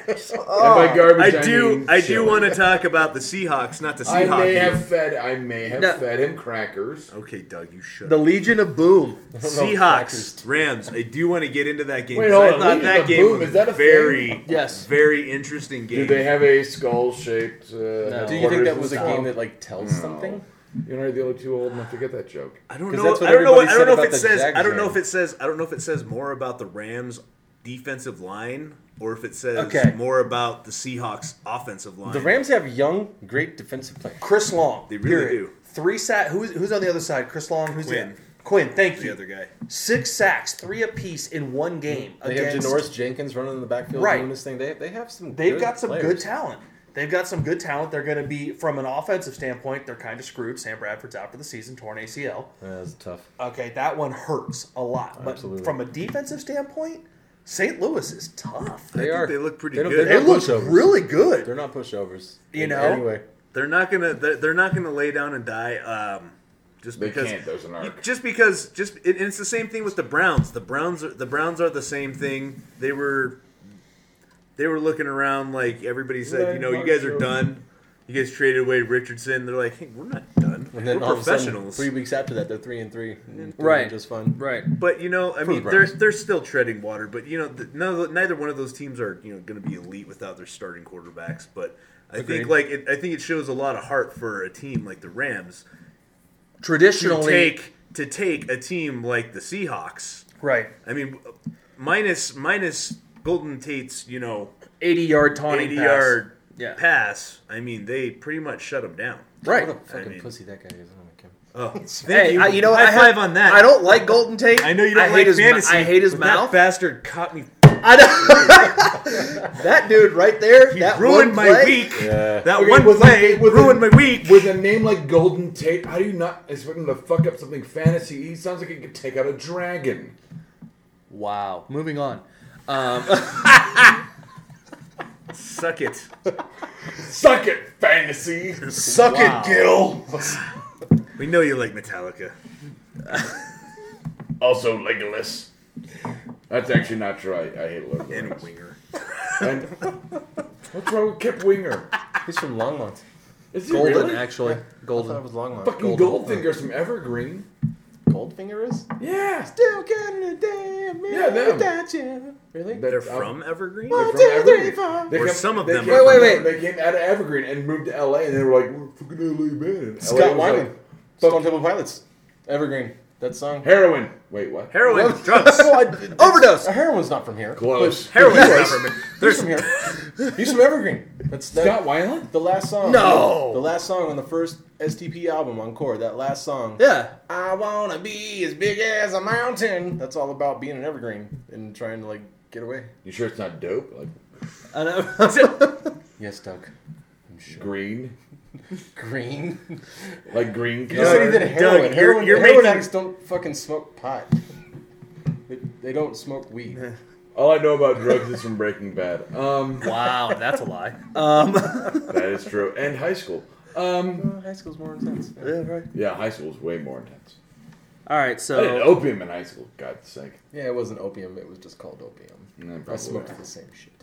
[SPEAKER 4] and by garbage,
[SPEAKER 5] I
[SPEAKER 4] I,
[SPEAKER 5] do.
[SPEAKER 4] mean
[SPEAKER 5] I
[SPEAKER 4] chili.
[SPEAKER 5] do want to talk about the Seahawks, not the
[SPEAKER 4] I
[SPEAKER 5] Seahawks.
[SPEAKER 4] may have fed. I may have
[SPEAKER 3] No.
[SPEAKER 4] fed him crackers.
[SPEAKER 5] Okay, Doug, you should.
[SPEAKER 3] The Legion of Boom.
[SPEAKER 5] Seahawks, Rams. I do want to get into that game.
[SPEAKER 4] Wait,
[SPEAKER 5] 'cause
[SPEAKER 4] hold
[SPEAKER 5] I
[SPEAKER 4] on,
[SPEAKER 5] thought
[SPEAKER 4] Legion
[SPEAKER 5] that
[SPEAKER 4] of
[SPEAKER 5] game
[SPEAKER 4] Boom,
[SPEAKER 5] was
[SPEAKER 4] is that a
[SPEAKER 5] very,
[SPEAKER 3] Yes.
[SPEAKER 5] very interesting game.
[SPEAKER 4] Do they have a skull shaped? Uh, no.
[SPEAKER 2] Do you think that was a game that like tells something?
[SPEAKER 4] You're not the only two old enough to get that joke.
[SPEAKER 5] I don't
[SPEAKER 2] 'Cause
[SPEAKER 5] know.
[SPEAKER 2] that's what
[SPEAKER 5] I don't know.
[SPEAKER 2] everybody
[SPEAKER 5] What, I don't
[SPEAKER 2] said
[SPEAKER 5] know if
[SPEAKER 2] about
[SPEAKER 5] it
[SPEAKER 2] the
[SPEAKER 5] says. I don't
[SPEAKER 2] Jags
[SPEAKER 5] know if
[SPEAKER 2] game.
[SPEAKER 5] it says. I don't know if it says more about the Rams' defensive line or if it says
[SPEAKER 2] Okay.
[SPEAKER 5] more about the Seahawks' offensive line.
[SPEAKER 2] The Rams have young, great defensive players.
[SPEAKER 3] Chris Long.
[SPEAKER 5] They really
[SPEAKER 3] period.
[SPEAKER 5] do.
[SPEAKER 3] Three sack. Who's who's on the other side? Chris Long. Who's
[SPEAKER 5] Quinn.
[SPEAKER 3] The, Quinn. Thank
[SPEAKER 5] the
[SPEAKER 3] you.
[SPEAKER 5] other guy.
[SPEAKER 3] Six sacks, three apiece in one game.
[SPEAKER 2] They
[SPEAKER 3] against,
[SPEAKER 2] have Janoris Jenkins running in the backfield
[SPEAKER 3] Right.
[SPEAKER 2] doing this thing. They, they have some.
[SPEAKER 3] They've
[SPEAKER 2] good
[SPEAKER 3] got some
[SPEAKER 2] players.
[SPEAKER 3] good talent. They've got some good talent. They're going to be from an offensive standpoint. They're kind of screwed. Sam Bradford's out for the season, torn ACL.
[SPEAKER 2] Yeah, that was tough.
[SPEAKER 3] Okay, that one hurts a lot. But
[SPEAKER 2] Absolutely.
[SPEAKER 3] from a defensive standpoint, St. Louis is tough.
[SPEAKER 5] I
[SPEAKER 3] They,
[SPEAKER 5] think
[SPEAKER 2] are.
[SPEAKER 5] They look pretty
[SPEAKER 2] They don't-
[SPEAKER 5] good.
[SPEAKER 2] they don't-
[SPEAKER 3] look
[SPEAKER 2] pushovers.
[SPEAKER 3] really good.
[SPEAKER 2] They're not pushovers.
[SPEAKER 3] You
[SPEAKER 2] in
[SPEAKER 3] know?
[SPEAKER 2] any way.
[SPEAKER 5] They're not gonna. They're, they're not gonna lay down and die. Um, just
[SPEAKER 4] They
[SPEAKER 5] because.
[SPEAKER 4] can't. There's an arc.
[SPEAKER 5] Just because. Just it, and it's the same thing with the Browns. The Browns. Are, the Browns are the same thing. They were. They were looking around like everybody said. You know, you guys are done. You guys traded away Richardson. They're like, hey, we're not done.
[SPEAKER 2] And then all
[SPEAKER 5] we're
[SPEAKER 2] of a sudden,
[SPEAKER 5] professionals.
[SPEAKER 2] three weeks after that, they're three and three, and doing
[SPEAKER 3] Right.
[SPEAKER 2] Just fun.
[SPEAKER 3] Right.
[SPEAKER 5] but you know, I mean,
[SPEAKER 2] the
[SPEAKER 5] they're
[SPEAKER 2] Browns.
[SPEAKER 5] they're still treading water. But you know, the, none of the, neither one of those teams are you know going to be elite without their starting quarterbacks. But I
[SPEAKER 2] Agreed.
[SPEAKER 5] think like it, I think it shows a lot of heart for a team like the Rams. to
[SPEAKER 3] Traditionally.
[SPEAKER 5] take to take a team like the Seahawks.
[SPEAKER 3] right.
[SPEAKER 5] I mean, minus minus Golden Tate's you know
[SPEAKER 3] 80 yard taunting
[SPEAKER 5] eighty
[SPEAKER 3] pass.
[SPEAKER 5] yard
[SPEAKER 3] Yeah.
[SPEAKER 5] pass. I mean, they pretty much shut them down.
[SPEAKER 3] Right.
[SPEAKER 2] What a fucking
[SPEAKER 5] mean-
[SPEAKER 2] pussy that guy is. Oh my God.
[SPEAKER 5] Oh,
[SPEAKER 3] Hey, I, you know what?
[SPEAKER 5] high
[SPEAKER 3] I have-
[SPEAKER 5] five on that.
[SPEAKER 3] I don't like Golden Tate.
[SPEAKER 5] I know you don't
[SPEAKER 3] I
[SPEAKER 5] like
[SPEAKER 3] hate his,
[SPEAKER 5] fantasy.
[SPEAKER 3] I hate his
[SPEAKER 5] but
[SPEAKER 3] mouth.
[SPEAKER 5] That bastard caught me.
[SPEAKER 3] I know. that dude right there.
[SPEAKER 5] He
[SPEAKER 3] that
[SPEAKER 5] ruined
[SPEAKER 3] one
[SPEAKER 5] my
[SPEAKER 3] play-
[SPEAKER 5] week. That
[SPEAKER 4] Okay,
[SPEAKER 5] one
[SPEAKER 4] with a-
[SPEAKER 5] play
[SPEAKER 4] with a-
[SPEAKER 5] ruined my week.
[SPEAKER 4] With a name like Golden Tate, how do you not expect him to fuck up something fantasy? He sounds like he could take out a dragon.
[SPEAKER 3] Wow. Moving on.
[SPEAKER 5] Suck it.
[SPEAKER 4] Suck it, fantasy.
[SPEAKER 3] Suck it, Gil.
[SPEAKER 5] We know you like Metallica.
[SPEAKER 4] also, Legolas. That's actually not true. I, I hate
[SPEAKER 5] And
[SPEAKER 4] Legolas.
[SPEAKER 5] Winger.
[SPEAKER 4] And what's wrong with Kip Winger?
[SPEAKER 2] He's from Longmont.
[SPEAKER 4] Is he
[SPEAKER 3] Golden,
[SPEAKER 4] really?
[SPEAKER 3] actually.
[SPEAKER 2] I thought it
[SPEAKER 3] Golden.
[SPEAKER 2] was Longmont.
[SPEAKER 4] Fucking Goldfinger's from Evergreen.
[SPEAKER 2] Goldfinger is.
[SPEAKER 4] Yeah.
[SPEAKER 2] Still getting a damn
[SPEAKER 4] Yeah, them.
[SPEAKER 2] without you. Really?
[SPEAKER 4] That-
[SPEAKER 5] They're
[SPEAKER 4] uh,
[SPEAKER 5] from Evergreen.
[SPEAKER 4] they're
[SPEAKER 2] One,
[SPEAKER 4] from
[SPEAKER 2] two,
[SPEAKER 4] Evergreen.
[SPEAKER 2] three, four.
[SPEAKER 4] They
[SPEAKER 5] Or some of
[SPEAKER 4] they
[SPEAKER 5] them
[SPEAKER 4] came
[SPEAKER 5] are
[SPEAKER 4] from-
[SPEAKER 5] from
[SPEAKER 4] They came out of Evergreen and moved to LA, and they were like, "We're fucking LA man."
[SPEAKER 2] Scott
[SPEAKER 4] LA was
[SPEAKER 2] Wyman.
[SPEAKER 4] like,
[SPEAKER 2] Stone Temple Pilots. Evergreen. That song.
[SPEAKER 4] Heroin. Wait, what?
[SPEAKER 5] Heroin, drugs.
[SPEAKER 3] Oh, Overdose.
[SPEAKER 2] Heroin's not from here.
[SPEAKER 4] Close.
[SPEAKER 5] Heroin's not from it.
[SPEAKER 2] He's from here. He's from Evergreen. That's that,
[SPEAKER 4] Scott Weiland?
[SPEAKER 2] The last song.
[SPEAKER 3] No.
[SPEAKER 2] The last song on the first STP album, Encore. That last song.
[SPEAKER 3] Yeah.
[SPEAKER 2] I wanna be as big as a mountain. That's all about being an Evergreen and trying to like get away.
[SPEAKER 4] You sure it's not dope? Like
[SPEAKER 3] I know.
[SPEAKER 2] Yes, Doug.
[SPEAKER 4] green?
[SPEAKER 2] Green.
[SPEAKER 4] Like green
[SPEAKER 2] You said
[SPEAKER 4] color?
[SPEAKER 2] he did heroin.
[SPEAKER 5] Doug, you're-
[SPEAKER 2] heroin,
[SPEAKER 5] you're
[SPEAKER 2] heroin
[SPEAKER 5] making-
[SPEAKER 2] addicts don't fucking smoke pot. They, they don't smoke weed.
[SPEAKER 4] All I know about drugs is from Breaking Bad. Um,
[SPEAKER 3] wow, that's a lie. Um,
[SPEAKER 4] that is true. And high school. Um,
[SPEAKER 2] High school's more intense.
[SPEAKER 4] yeah, high school is way more intense.
[SPEAKER 3] All right,
[SPEAKER 4] I did
[SPEAKER 3] so
[SPEAKER 4] opium in high school. God's sake.
[SPEAKER 2] Yeah, it wasn't opium. It was just called opium.
[SPEAKER 4] No,
[SPEAKER 2] I
[SPEAKER 5] Oh,
[SPEAKER 4] probably.
[SPEAKER 2] smoked the same shit.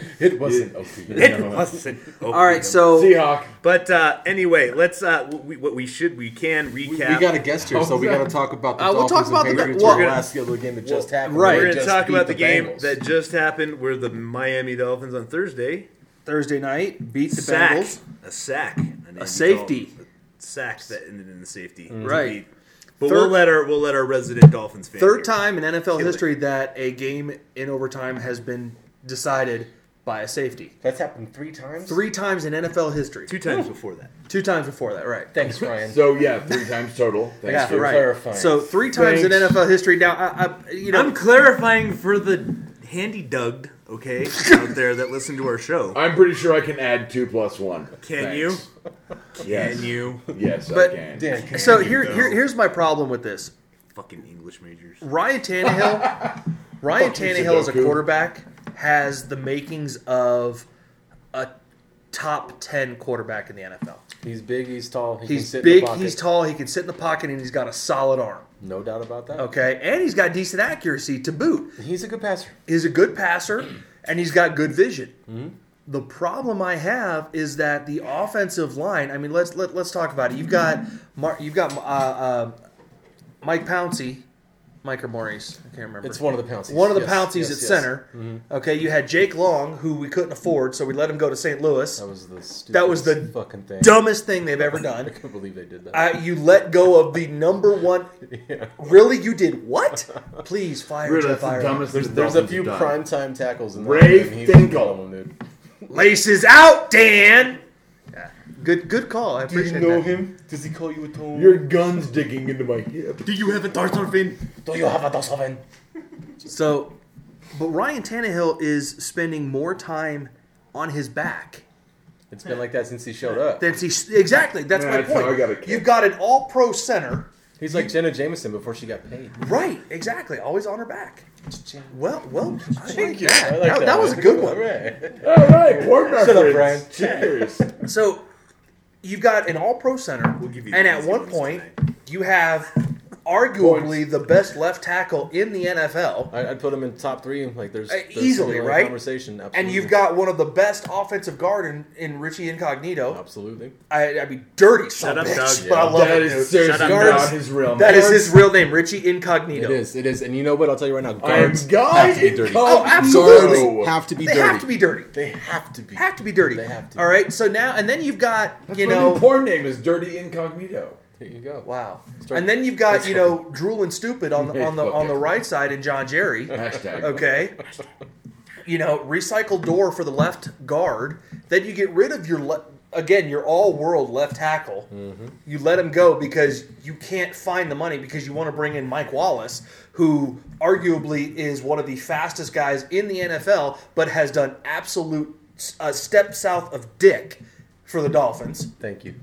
[SPEAKER 2] it wasn't opium.
[SPEAKER 3] it wasn't. All right, so
[SPEAKER 4] Seahawk.
[SPEAKER 5] But uh, anyway, let's. Uh, we, what we should we can recap.
[SPEAKER 2] We, we got a guest here, so we got to talk about the
[SPEAKER 3] Uh, we'll
[SPEAKER 2] Dolphins
[SPEAKER 3] talk about the-
[SPEAKER 2] and Patriots.
[SPEAKER 3] well-
[SPEAKER 2] Our last other game that just happened.
[SPEAKER 3] right.
[SPEAKER 2] They
[SPEAKER 5] We're going
[SPEAKER 2] just
[SPEAKER 5] to talk
[SPEAKER 2] beat
[SPEAKER 5] about the, game
[SPEAKER 2] Bengals.
[SPEAKER 5] that just happened, where the Miami Dolphins on Thursday
[SPEAKER 3] Thursday night beat the
[SPEAKER 5] sack
[SPEAKER 3] Bengals.
[SPEAKER 5] a sack, an Andy
[SPEAKER 3] safety. Mm-hmm.
[SPEAKER 5] Dalton- a sack that ended in the safety, to
[SPEAKER 3] Right.
[SPEAKER 5] beat. But
[SPEAKER 3] Third-
[SPEAKER 5] we'll let our we'll let our resident Dolphins fan.
[SPEAKER 3] Third
[SPEAKER 5] here.
[SPEAKER 3] time in NFL
[SPEAKER 5] it.
[SPEAKER 3] history that a game in overtime has been decided by a safety.
[SPEAKER 2] That's happened three times.
[SPEAKER 3] Three times in NFL history.
[SPEAKER 5] two times before that.
[SPEAKER 3] Two times before that, right?
[SPEAKER 2] Thanks, Ryan.
[SPEAKER 4] So yeah, three times total. Thanks
[SPEAKER 3] Yeah,
[SPEAKER 4] for
[SPEAKER 3] right.
[SPEAKER 2] clarifying.
[SPEAKER 3] So three times in
[SPEAKER 4] Thanks.
[SPEAKER 3] NFL history. Now, I, I you know,
[SPEAKER 5] I'm clarifying for the handy dugged, okay, out there that listen to our show.
[SPEAKER 4] I'm pretty sure I can add two plus one.
[SPEAKER 5] Can
[SPEAKER 4] Thanks. Yes.
[SPEAKER 5] Can you,
[SPEAKER 4] Yes,
[SPEAKER 3] But-
[SPEAKER 4] I can.
[SPEAKER 2] Dan, can
[SPEAKER 3] so
[SPEAKER 2] you-
[SPEAKER 3] here,
[SPEAKER 5] go.
[SPEAKER 3] here, here's my problem with this.
[SPEAKER 5] fucking English majors?
[SPEAKER 3] Ryan Tannehill. Ryan
[SPEAKER 4] Fuck you,
[SPEAKER 3] Tannehill as a
[SPEAKER 4] Sudoku.
[SPEAKER 3] quarterback has the makings of a top ten quarterback in the NFL.
[SPEAKER 2] he's big, he's tall, he can
[SPEAKER 3] He's
[SPEAKER 2] sit in the
[SPEAKER 3] big,
[SPEAKER 2] pocket.
[SPEAKER 3] he's tall, he can sit in the pocket, and he's got a solid arm.
[SPEAKER 2] No doubt about that.
[SPEAKER 3] Okay, and he's got decent accuracy to boot.
[SPEAKER 2] He's a good passer.
[SPEAKER 3] He's a good passer, and he's got good vision.
[SPEAKER 2] Mm-hmm.
[SPEAKER 3] The problem I have is that the offensive line. I mean, let's let, let's talk about it. You've got Mar- you've got uh, uh, Mike Pouncey, Mike or Maurice. I can't remember.
[SPEAKER 2] It's one of the Pounceys.
[SPEAKER 3] One of the
[SPEAKER 2] Yes,
[SPEAKER 3] Pounceys
[SPEAKER 2] yes, Mm-hmm.
[SPEAKER 3] at
[SPEAKER 2] yes.
[SPEAKER 3] center. Okay, you had Jake Long, who we couldn't afford, so we let him go to St. Louis.
[SPEAKER 2] That was the stupidest
[SPEAKER 3] That was the
[SPEAKER 2] fucking thing.
[SPEAKER 3] Dumbest thing they've ever
[SPEAKER 2] I
[SPEAKER 3] done.
[SPEAKER 2] can't believe they did that.
[SPEAKER 3] Uh, you let go of the number one. Really, you did what? Please fire
[SPEAKER 4] Really,
[SPEAKER 3] Jeff
[SPEAKER 4] that's the
[SPEAKER 3] Iron.
[SPEAKER 4] dumbest.
[SPEAKER 2] there's
[SPEAKER 4] the
[SPEAKER 2] there's a
[SPEAKER 4] Dolphins
[SPEAKER 2] few
[SPEAKER 4] have done.
[SPEAKER 2] prime time tackles in that
[SPEAKER 4] Ray
[SPEAKER 2] game. He's one
[SPEAKER 4] Finkel.
[SPEAKER 2] of them, dude.
[SPEAKER 3] Laces out, Dan. Yeah. Good, good call. I
[SPEAKER 2] Do you
[SPEAKER 3] appreciate
[SPEAKER 2] know
[SPEAKER 3] that.
[SPEAKER 2] him? Does he call you a tone?
[SPEAKER 4] Your gun's digging into my hip.
[SPEAKER 5] Do you have a Tarzan fin?
[SPEAKER 2] Do you have a Dosovan?
[SPEAKER 3] So, but Ryan Tannehill is spending more time on his back.
[SPEAKER 2] It's been like that since he showed up.
[SPEAKER 3] than he exactly. That's
[SPEAKER 4] Yeah,
[SPEAKER 3] my
[SPEAKER 4] that's how
[SPEAKER 3] point.
[SPEAKER 4] I gotta kick.
[SPEAKER 3] You've got an All-Pro center.
[SPEAKER 2] He's like Jenna Jameson before she got paid.
[SPEAKER 3] Right, exactly. Always on her back. Well, well, I like
[SPEAKER 2] you.
[SPEAKER 3] that.
[SPEAKER 2] I like
[SPEAKER 3] that, that
[SPEAKER 2] that
[SPEAKER 3] was a
[SPEAKER 2] one.
[SPEAKER 3] good one.
[SPEAKER 2] Right.
[SPEAKER 4] All right, porn
[SPEAKER 2] Shut up,
[SPEAKER 4] reference. Cheers.
[SPEAKER 3] So you've got an all-pro center,
[SPEAKER 5] give you
[SPEAKER 3] and
[SPEAKER 5] the
[SPEAKER 3] at
[SPEAKER 5] easy
[SPEAKER 3] one
[SPEAKER 5] ones
[SPEAKER 3] point you have arguably the best left tackle in the NFL,
[SPEAKER 2] I- I'd put him in top three. Like there's,
[SPEAKER 3] Uh,
[SPEAKER 2] there's
[SPEAKER 3] easily,
[SPEAKER 2] like,
[SPEAKER 3] right?
[SPEAKER 2] Conversation.
[SPEAKER 3] and
[SPEAKER 2] absolutely.
[SPEAKER 3] you've got one of the best offensive guard in, in Richie Incognito.
[SPEAKER 2] absolutely.
[SPEAKER 3] I, I mean, dirty son
[SPEAKER 5] Shut
[SPEAKER 3] of a
[SPEAKER 5] up,
[SPEAKER 3] bitch,
[SPEAKER 5] dog.
[SPEAKER 3] but I
[SPEAKER 5] Yeah.
[SPEAKER 3] love
[SPEAKER 4] That
[SPEAKER 3] it.
[SPEAKER 4] is
[SPEAKER 3] Dude.
[SPEAKER 4] seriously
[SPEAKER 5] up,
[SPEAKER 4] not
[SPEAKER 3] guards.
[SPEAKER 4] his realm.
[SPEAKER 3] That is his real name, Richie
[SPEAKER 2] It
[SPEAKER 3] Incognito.
[SPEAKER 2] is. It is. And you know what? I'll tell you right now.
[SPEAKER 4] I am
[SPEAKER 2] Guards
[SPEAKER 4] God.
[SPEAKER 2] have to be dirty.
[SPEAKER 3] Oh, absolutely.
[SPEAKER 2] Guards have to be
[SPEAKER 3] They
[SPEAKER 2] dirty.
[SPEAKER 3] have to be dirty.
[SPEAKER 2] They have to be.
[SPEAKER 3] have to be dirty.
[SPEAKER 2] They have to.
[SPEAKER 3] All right. So now, and then you've got you know,
[SPEAKER 4] porn name is Dirty Incognito.
[SPEAKER 2] There you go.
[SPEAKER 3] wow,
[SPEAKER 2] Start-
[SPEAKER 3] and then you've got
[SPEAKER 2] That's
[SPEAKER 3] you know, drool and stupid on the on the on the right side and John Jerry.
[SPEAKER 4] Hashtag.
[SPEAKER 3] Okay, you know, recycle door for the left guard. Then you get rid of your le- again your all world left tackle. You let him go because you can't find the money because you want to bring in Mike Wallace, who arguably is one of the fastest guys in the NFL, but has done absolute a step south of dick for the Dolphins.
[SPEAKER 2] Thank you.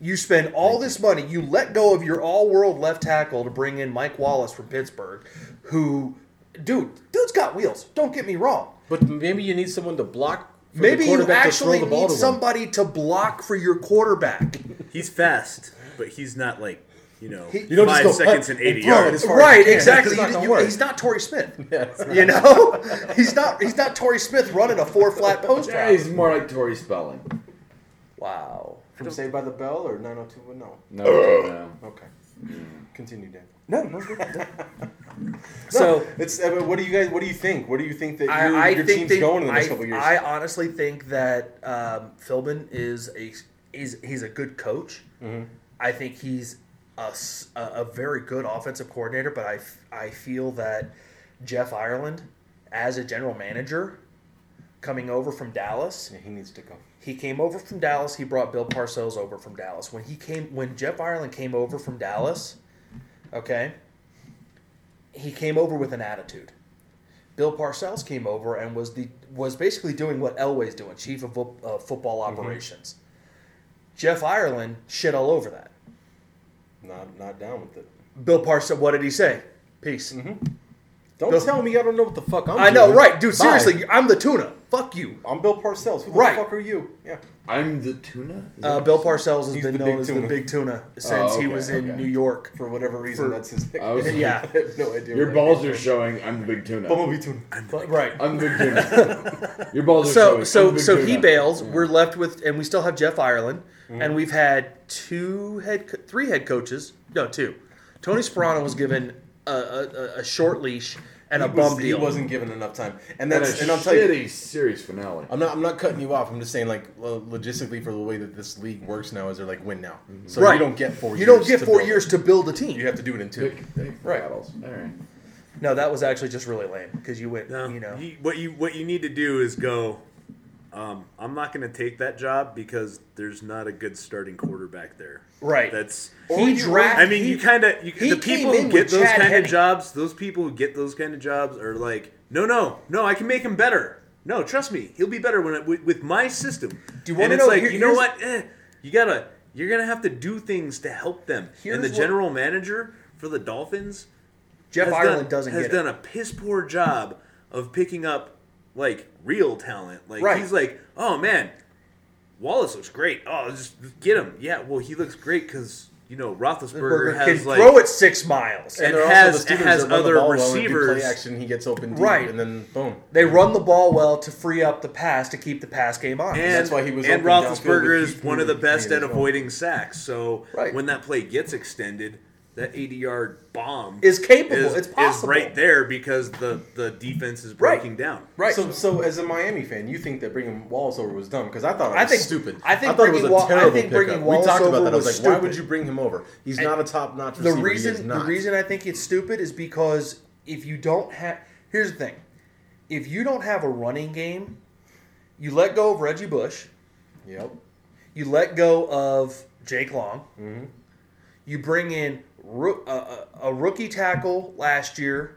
[SPEAKER 3] You spend all this money. You let go of your all-world left tackle to bring in Mike Wallace from Pittsburgh, who, dude, dude's got wheels. Don't get me wrong.
[SPEAKER 2] But maybe you need someone to block. For
[SPEAKER 3] Maybe
[SPEAKER 2] the
[SPEAKER 3] you
[SPEAKER 2] quarterback
[SPEAKER 3] actually
[SPEAKER 2] to throw the ball
[SPEAKER 3] need
[SPEAKER 2] to him.
[SPEAKER 3] somebody to block for your quarterback,
[SPEAKER 5] He's fast, but he's not like you know
[SPEAKER 3] He- You
[SPEAKER 2] don't just
[SPEAKER 5] five
[SPEAKER 2] go,
[SPEAKER 5] seconds
[SPEAKER 2] "Huh,"
[SPEAKER 5] and eighty
[SPEAKER 2] and throw it.
[SPEAKER 5] yards.
[SPEAKER 2] It's- hard
[SPEAKER 3] right?
[SPEAKER 2] as you can.
[SPEAKER 3] Exactly.
[SPEAKER 2] It's not
[SPEAKER 3] You-
[SPEAKER 2] gonna
[SPEAKER 3] you-
[SPEAKER 2] work.
[SPEAKER 3] he's not Torrey Smith. you know, he's not. He's not Torrey Smith running a four-flat post
[SPEAKER 4] Yeah,
[SPEAKER 3] route.
[SPEAKER 4] he's more like Tori Spelling.
[SPEAKER 3] Wow.
[SPEAKER 2] From Saved by the Bell or 90210?
[SPEAKER 4] No, no.
[SPEAKER 2] Okay. Continue, Dan.
[SPEAKER 3] No, no, no, no. So
[SPEAKER 2] It's uh, what do you guys? What do you think? What do you think that your,
[SPEAKER 3] I, I
[SPEAKER 2] your
[SPEAKER 3] think
[SPEAKER 2] team's
[SPEAKER 3] they-
[SPEAKER 2] going in the next
[SPEAKER 3] I,
[SPEAKER 2] couple years?
[SPEAKER 3] I honestly think that um, Philbin is a is he's a good coach.
[SPEAKER 2] Mm-hmm.
[SPEAKER 3] I think he's a, s- a- a very good offensive coordinator, but I, f- I feel that Jeff Ireland, as a general manager, coming over from Dallas,
[SPEAKER 2] he needs to go.
[SPEAKER 3] he came over from Dallas. He brought Bill Parcells over from Dallas. When he came, when Jeff Ireland came over from Dallas, okay, he came over with an attitude. Bill Parcells came over and was the was basically doing what Elway's doing, chief of fo- uh, football
[SPEAKER 2] Mm-hmm.
[SPEAKER 3] operations. Jeff Ireland shit all over that.
[SPEAKER 2] Not not down with it.
[SPEAKER 3] Bill Parcells, what did he say? Peace.
[SPEAKER 2] Don't
[SPEAKER 3] Bill-
[SPEAKER 2] tell me I don't know what the fuck I'm
[SPEAKER 3] I know,
[SPEAKER 2] doing.
[SPEAKER 3] right, dude?
[SPEAKER 2] Mm-hmm. Bye.
[SPEAKER 3] Seriously, I'm the tuna. Fuck you.
[SPEAKER 2] I'm Bill Parcells. Who the
[SPEAKER 3] Right.
[SPEAKER 2] fuck are you? Yeah.
[SPEAKER 4] I'm the tuna. Is
[SPEAKER 3] Uh,
[SPEAKER 4] that-
[SPEAKER 3] Bill Parcells has
[SPEAKER 2] He's
[SPEAKER 3] been
[SPEAKER 2] the
[SPEAKER 3] known
[SPEAKER 2] big
[SPEAKER 3] as the
[SPEAKER 2] tuna. Oh,
[SPEAKER 3] Big Tuna since
[SPEAKER 4] okay,
[SPEAKER 3] he was in
[SPEAKER 4] okay.
[SPEAKER 3] New York.
[SPEAKER 2] For whatever reason,
[SPEAKER 3] For-
[SPEAKER 2] that's his name.
[SPEAKER 4] I was-
[SPEAKER 3] Yeah.
[SPEAKER 2] I have no idea.
[SPEAKER 4] Your
[SPEAKER 2] what
[SPEAKER 4] balls
[SPEAKER 2] that
[SPEAKER 4] are showing. I'm the big tuna.
[SPEAKER 2] Bumblebee tune.
[SPEAKER 3] But- right.
[SPEAKER 4] I'm the big tuna. Your balls are
[SPEAKER 3] So
[SPEAKER 4] showing. I'm
[SPEAKER 3] so
[SPEAKER 4] the big
[SPEAKER 3] so he
[SPEAKER 4] tuna.
[SPEAKER 3] bails. We're left with, and we still have Jeff Ireland, and we've had two head, co- three head coaches. No, two. Tony Sperano was given a, a, a- a short leash and a
[SPEAKER 2] He
[SPEAKER 3] bum
[SPEAKER 2] was-
[SPEAKER 3] deal.
[SPEAKER 2] He wasn't given enough time,
[SPEAKER 4] And
[SPEAKER 2] and
[SPEAKER 4] a
[SPEAKER 2] that's and, I'll tell you,
[SPEAKER 4] shitty series finale.
[SPEAKER 2] I'm not I'm not cutting you off. I'm just saying like lo- logistically for the way that this league works now is they're like win now, so
[SPEAKER 3] Mm-hmm. Right.
[SPEAKER 2] you don't get four.
[SPEAKER 3] you don't
[SPEAKER 2] years
[SPEAKER 3] get
[SPEAKER 2] to
[SPEAKER 3] four
[SPEAKER 2] build
[SPEAKER 3] years to build a team.
[SPEAKER 2] It. You have to do it in two.
[SPEAKER 3] Right.
[SPEAKER 4] Battles. All right.
[SPEAKER 3] No, that was actually just really lame because you went,
[SPEAKER 5] No,
[SPEAKER 3] you know,
[SPEAKER 5] you- what you what you need to do is go. Um, I'm not going to take that job because there's not a good starting quarterback there.
[SPEAKER 3] Right.
[SPEAKER 5] That's.
[SPEAKER 3] he drafted.
[SPEAKER 5] I mean, you kind of you,
[SPEAKER 3] he
[SPEAKER 5] the people
[SPEAKER 3] came in
[SPEAKER 5] who get
[SPEAKER 3] with
[SPEAKER 5] those
[SPEAKER 3] Chad
[SPEAKER 5] kind
[SPEAKER 3] Henne.
[SPEAKER 5] of jobs. Those people who get those kind of jobs are like, no, no, no. I can make him better. No, trust me, he'll be better when I, with, with my system.
[SPEAKER 3] Do you wanna
[SPEAKER 5] and it's
[SPEAKER 3] know-
[SPEAKER 5] like
[SPEAKER 3] here-
[SPEAKER 5] you know
[SPEAKER 3] here's-
[SPEAKER 5] what? Eh, you gotta you're gonna have to do things to help them.
[SPEAKER 3] Here's
[SPEAKER 5] And the
[SPEAKER 3] what-
[SPEAKER 5] general manager for the Dolphins
[SPEAKER 3] Jeff
[SPEAKER 5] has
[SPEAKER 3] Ireland
[SPEAKER 5] done,
[SPEAKER 3] doesn't
[SPEAKER 5] has
[SPEAKER 3] get
[SPEAKER 5] done
[SPEAKER 3] it.
[SPEAKER 5] a piss poor job of picking up like real talent. Like
[SPEAKER 3] Right.
[SPEAKER 5] he's like, oh man, Wallace looks great. Oh, just get him. Yeah, well, he looks great because you know Roethlisberger
[SPEAKER 3] Burger
[SPEAKER 5] has
[SPEAKER 3] can
[SPEAKER 5] like
[SPEAKER 3] throw it six miles.
[SPEAKER 5] And
[SPEAKER 2] they're
[SPEAKER 5] has-
[SPEAKER 2] Steelers
[SPEAKER 5] it has
[SPEAKER 2] that run the
[SPEAKER 5] other
[SPEAKER 2] ball well, and if you
[SPEAKER 5] receivers.
[SPEAKER 2] play action, he gets open deep,
[SPEAKER 3] Right.
[SPEAKER 2] and then boom.
[SPEAKER 3] They run the ball well to free up the pass to keep the pass game on.
[SPEAKER 5] And,
[SPEAKER 2] that's why he was open
[SPEAKER 5] And
[SPEAKER 2] downfield
[SPEAKER 5] Roethlisberger
[SPEAKER 2] with
[SPEAKER 5] is
[SPEAKER 2] Keith
[SPEAKER 5] one of the
[SPEAKER 2] Moon playing
[SPEAKER 5] best at
[SPEAKER 2] as well.
[SPEAKER 5] avoiding sacks. So
[SPEAKER 3] Right.
[SPEAKER 5] when that play gets extended, that 80 yard bomb
[SPEAKER 3] Is capable. It's
[SPEAKER 5] Is
[SPEAKER 3] possible.
[SPEAKER 5] right there because the, the defense is
[SPEAKER 3] Right.
[SPEAKER 5] breaking down.
[SPEAKER 3] Right.
[SPEAKER 2] So, so as a Miami fan, you think that bringing Wallace over was dumb? Because I thought it was
[SPEAKER 3] I think-
[SPEAKER 2] stupid.
[SPEAKER 3] I think
[SPEAKER 2] I thought it was
[SPEAKER 3] bringing
[SPEAKER 2] a
[SPEAKER 3] Wa- I
[SPEAKER 2] terrible
[SPEAKER 3] think bringing
[SPEAKER 2] pickup.
[SPEAKER 3] Wallace
[SPEAKER 2] we talked about
[SPEAKER 3] over
[SPEAKER 2] that. I was like,
[SPEAKER 3] was
[SPEAKER 2] why would
[SPEAKER 3] stupid.
[SPEAKER 2] you bring him over? He's not a top notch
[SPEAKER 3] the
[SPEAKER 2] receiver. He is
[SPEAKER 3] reason the
[SPEAKER 2] not.
[SPEAKER 3] reason I think it's stupid is because if you don't have here's the thing, if you don't have a running game, you let go of Reggie Bush,
[SPEAKER 2] Yep.
[SPEAKER 3] you let go of Jake Long,
[SPEAKER 2] Mm-hmm.
[SPEAKER 3] you bring in roo- a, a, a rookie tackle last year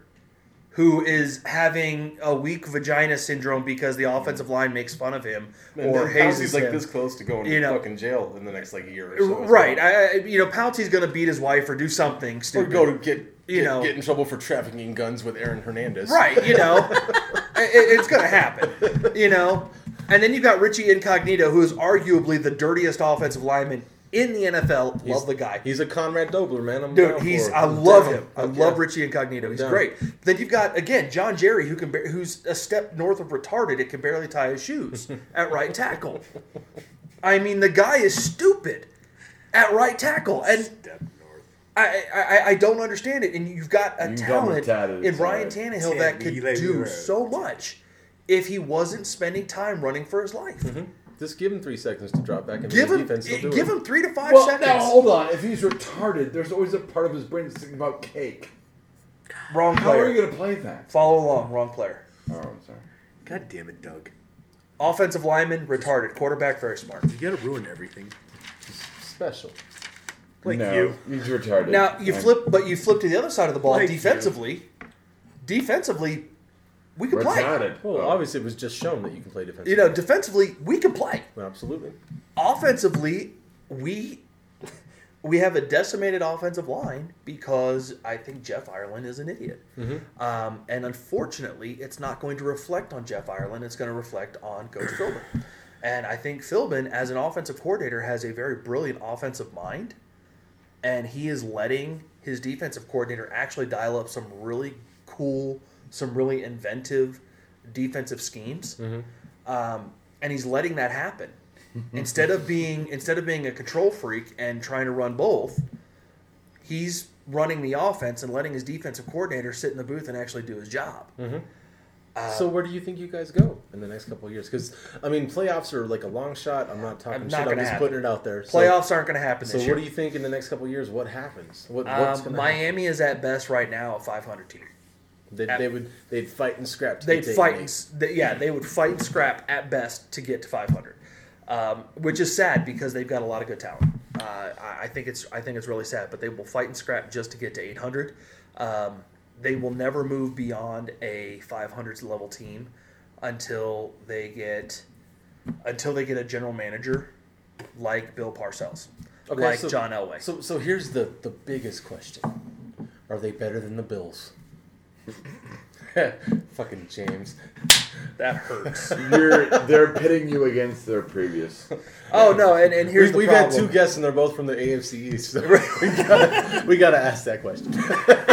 [SPEAKER 3] who is having a weak vagina syndrome because the offensive
[SPEAKER 2] Mm-hmm.
[SPEAKER 3] line makes fun of him or hazes
[SPEAKER 2] He's like
[SPEAKER 3] him.
[SPEAKER 2] this close to going
[SPEAKER 3] You
[SPEAKER 2] to
[SPEAKER 3] know.
[SPEAKER 2] fucking jail in the next like year or so. as
[SPEAKER 3] Right,
[SPEAKER 2] well.
[SPEAKER 3] I, I- you know, Pouncey's going to beat his wife or do something
[SPEAKER 2] or
[SPEAKER 3] stupid.
[SPEAKER 2] go to get
[SPEAKER 3] You
[SPEAKER 2] get,
[SPEAKER 3] know.
[SPEAKER 2] get in trouble for trafficking guns with Aaron Hernandez.
[SPEAKER 3] Right, you know, I- I- it's going to happen, you know. And then you got Richie Incognito, who is arguably the dirtiest offensive lineman in the NFL. Love the guy.
[SPEAKER 2] He's a Conrad Dobler, man. I'm down
[SPEAKER 3] Dude, he's
[SPEAKER 2] for it.
[SPEAKER 3] I
[SPEAKER 2] I'm
[SPEAKER 3] love
[SPEAKER 2] down.
[SPEAKER 3] him. I
[SPEAKER 2] Fuck
[SPEAKER 3] love
[SPEAKER 2] yeah.
[SPEAKER 3] Richie Incognito. He's
[SPEAKER 2] down.
[SPEAKER 3] great. Then you've got again John Jerry, who can bar- who's a step north of retarded and can barely tie his shoes at right tackle. I mean, the guy is stupid at right tackle, and
[SPEAKER 5] Step north.
[SPEAKER 3] I I, I- I don't understand it. And you've got a
[SPEAKER 4] You got
[SPEAKER 3] talent
[SPEAKER 4] Matata,
[SPEAKER 3] in
[SPEAKER 4] it's
[SPEAKER 3] Ryan
[SPEAKER 4] all
[SPEAKER 3] Tannehill that could
[SPEAKER 5] Tannehill.
[SPEAKER 3] do so much if he wasn't spending time running for his life.
[SPEAKER 2] Just give him three seconds to drop back and
[SPEAKER 3] Give
[SPEAKER 2] the
[SPEAKER 3] him eh,
[SPEAKER 2] defense. will do
[SPEAKER 3] give
[SPEAKER 2] it.
[SPEAKER 3] him three to five
[SPEAKER 4] Well,
[SPEAKER 3] seconds.
[SPEAKER 4] now hold on. If he's retarded, there's always a part of his brain that's thinking about cake.
[SPEAKER 3] Wrong
[SPEAKER 4] How are
[SPEAKER 3] player.
[SPEAKER 4] you going to play that?
[SPEAKER 3] Follow along. Wrong player.
[SPEAKER 4] Oh, I'm sorry.
[SPEAKER 5] God damn it, Doug.
[SPEAKER 3] Offensive lineman, retarded. Quarterback, very smart.
[SPEAKER 5] You gotta ruin everything.
[SPEAKER 2] special.
[SPEAKER 5] Like
[SPEAKER 4] no,
[SPEAKER 5] you.
[SPEAKER 4] he's retarded.
[SPEAKER 3] Now you
[SPEAKER 4] I'm-
[SPEAKER 3] flip, but you flip to the other side of the ball
[SPEAKER 5] Like you.
[SPEAKER 3] defensively. Defensively, we can play.
[SPEAKER 4] retarded.
[SPEAKER 2] Well,
[SPEAKER 4] Oh.
[SPEAKER 2] obviously, it was just shown that you can play defense.
[SPEAKER 3] You know, defensively, we can play.
[SPEAKER 2] absolutely.
[SPEAKER 3] Offensively, we we have a decimated offensive line because I think Jeff Ireland is an idiot, um, and unfortunately, it's not going to reflect on Jeff Ireland. It's going to reflect on Coach Philbin, and I think Philbin, as an offensive coordinator, has a very brilliant offensive mind. and he is letting his defensive coordinator actually dial up some really cool, some really inventive defensive schemes, um, and he's letting that happen instead of being instead of being a control freak and trying to run both. He's running the offense and letting his defensive coordinator sit in the booth and actually do his job.
[SPEAKER 2] Mm-hmm.
[SPEAKER 3] Uh,
[SPEAKER 2] so where do you think you guys go in the next couple of years? Because I mean, playoffs are like a long shot. I'm not talking
[SPEAKER 3] I'm not
[SPEAKER 2] shit. I'm
[SPEAKER 3] gonna
[SPEAKER 2] just
[SPEAKER 3] happen.
[SPEAKER 2] putting it out there. So-
[SPEAKER 3] Playoffs aren't going to happen
[SPEAKER 2] So,
[SPEAKER 3] this
[SPEAKER 2] what
[SPEAKER 3] year.
[SPEAKER 2] do you think in the next couple of years? What happens? What, what's
[SPEAKER 3] um,
[SPEAKER 2] going to happen?
[SPEAKER 3] Miami is at best right now a 500 team.
[SPEAKER 2] They, they would they'd fight and scrap. To
[SPEAKER 3] they'd
[SPEAKER 2] get to
[SPEAKER 3] fight.
[SPEAKER 2] eight.
[SPEAKER 3] and s- They, yeah, they would fight and scrap at best to get to 500, um, which is sad because they've got a lot of good talent. Uh, I, I think it's I think it's really sad, but they will fight and scrap just to get to 800. Um, they will never move beyond a 500s level team until they get until they get a general manager like Bill Parcells,
[SPEAKER 2] Okay,
[SPEAKER 3] like
[SPEAKER 2] so-
[SPEAKER 3] John Elway.
[SPEAKER 2] So so here's the the biggest question: Are they better than the Bills? Fucking James.
[SPEAKER 9] That hurts.
[SPEAKER 4] You're they're pitting you against their previous.
[SPEAKER 3] Oh no, and, and here's
[SPEAKER 2] We've,
[SPEAKER 3] the
[SPEAKER 2] we've had
[SPEAKER 3] problem.
[SPEAKER 2] two guests and they're both from the AFC East. So we gotta, we gotta ask that question.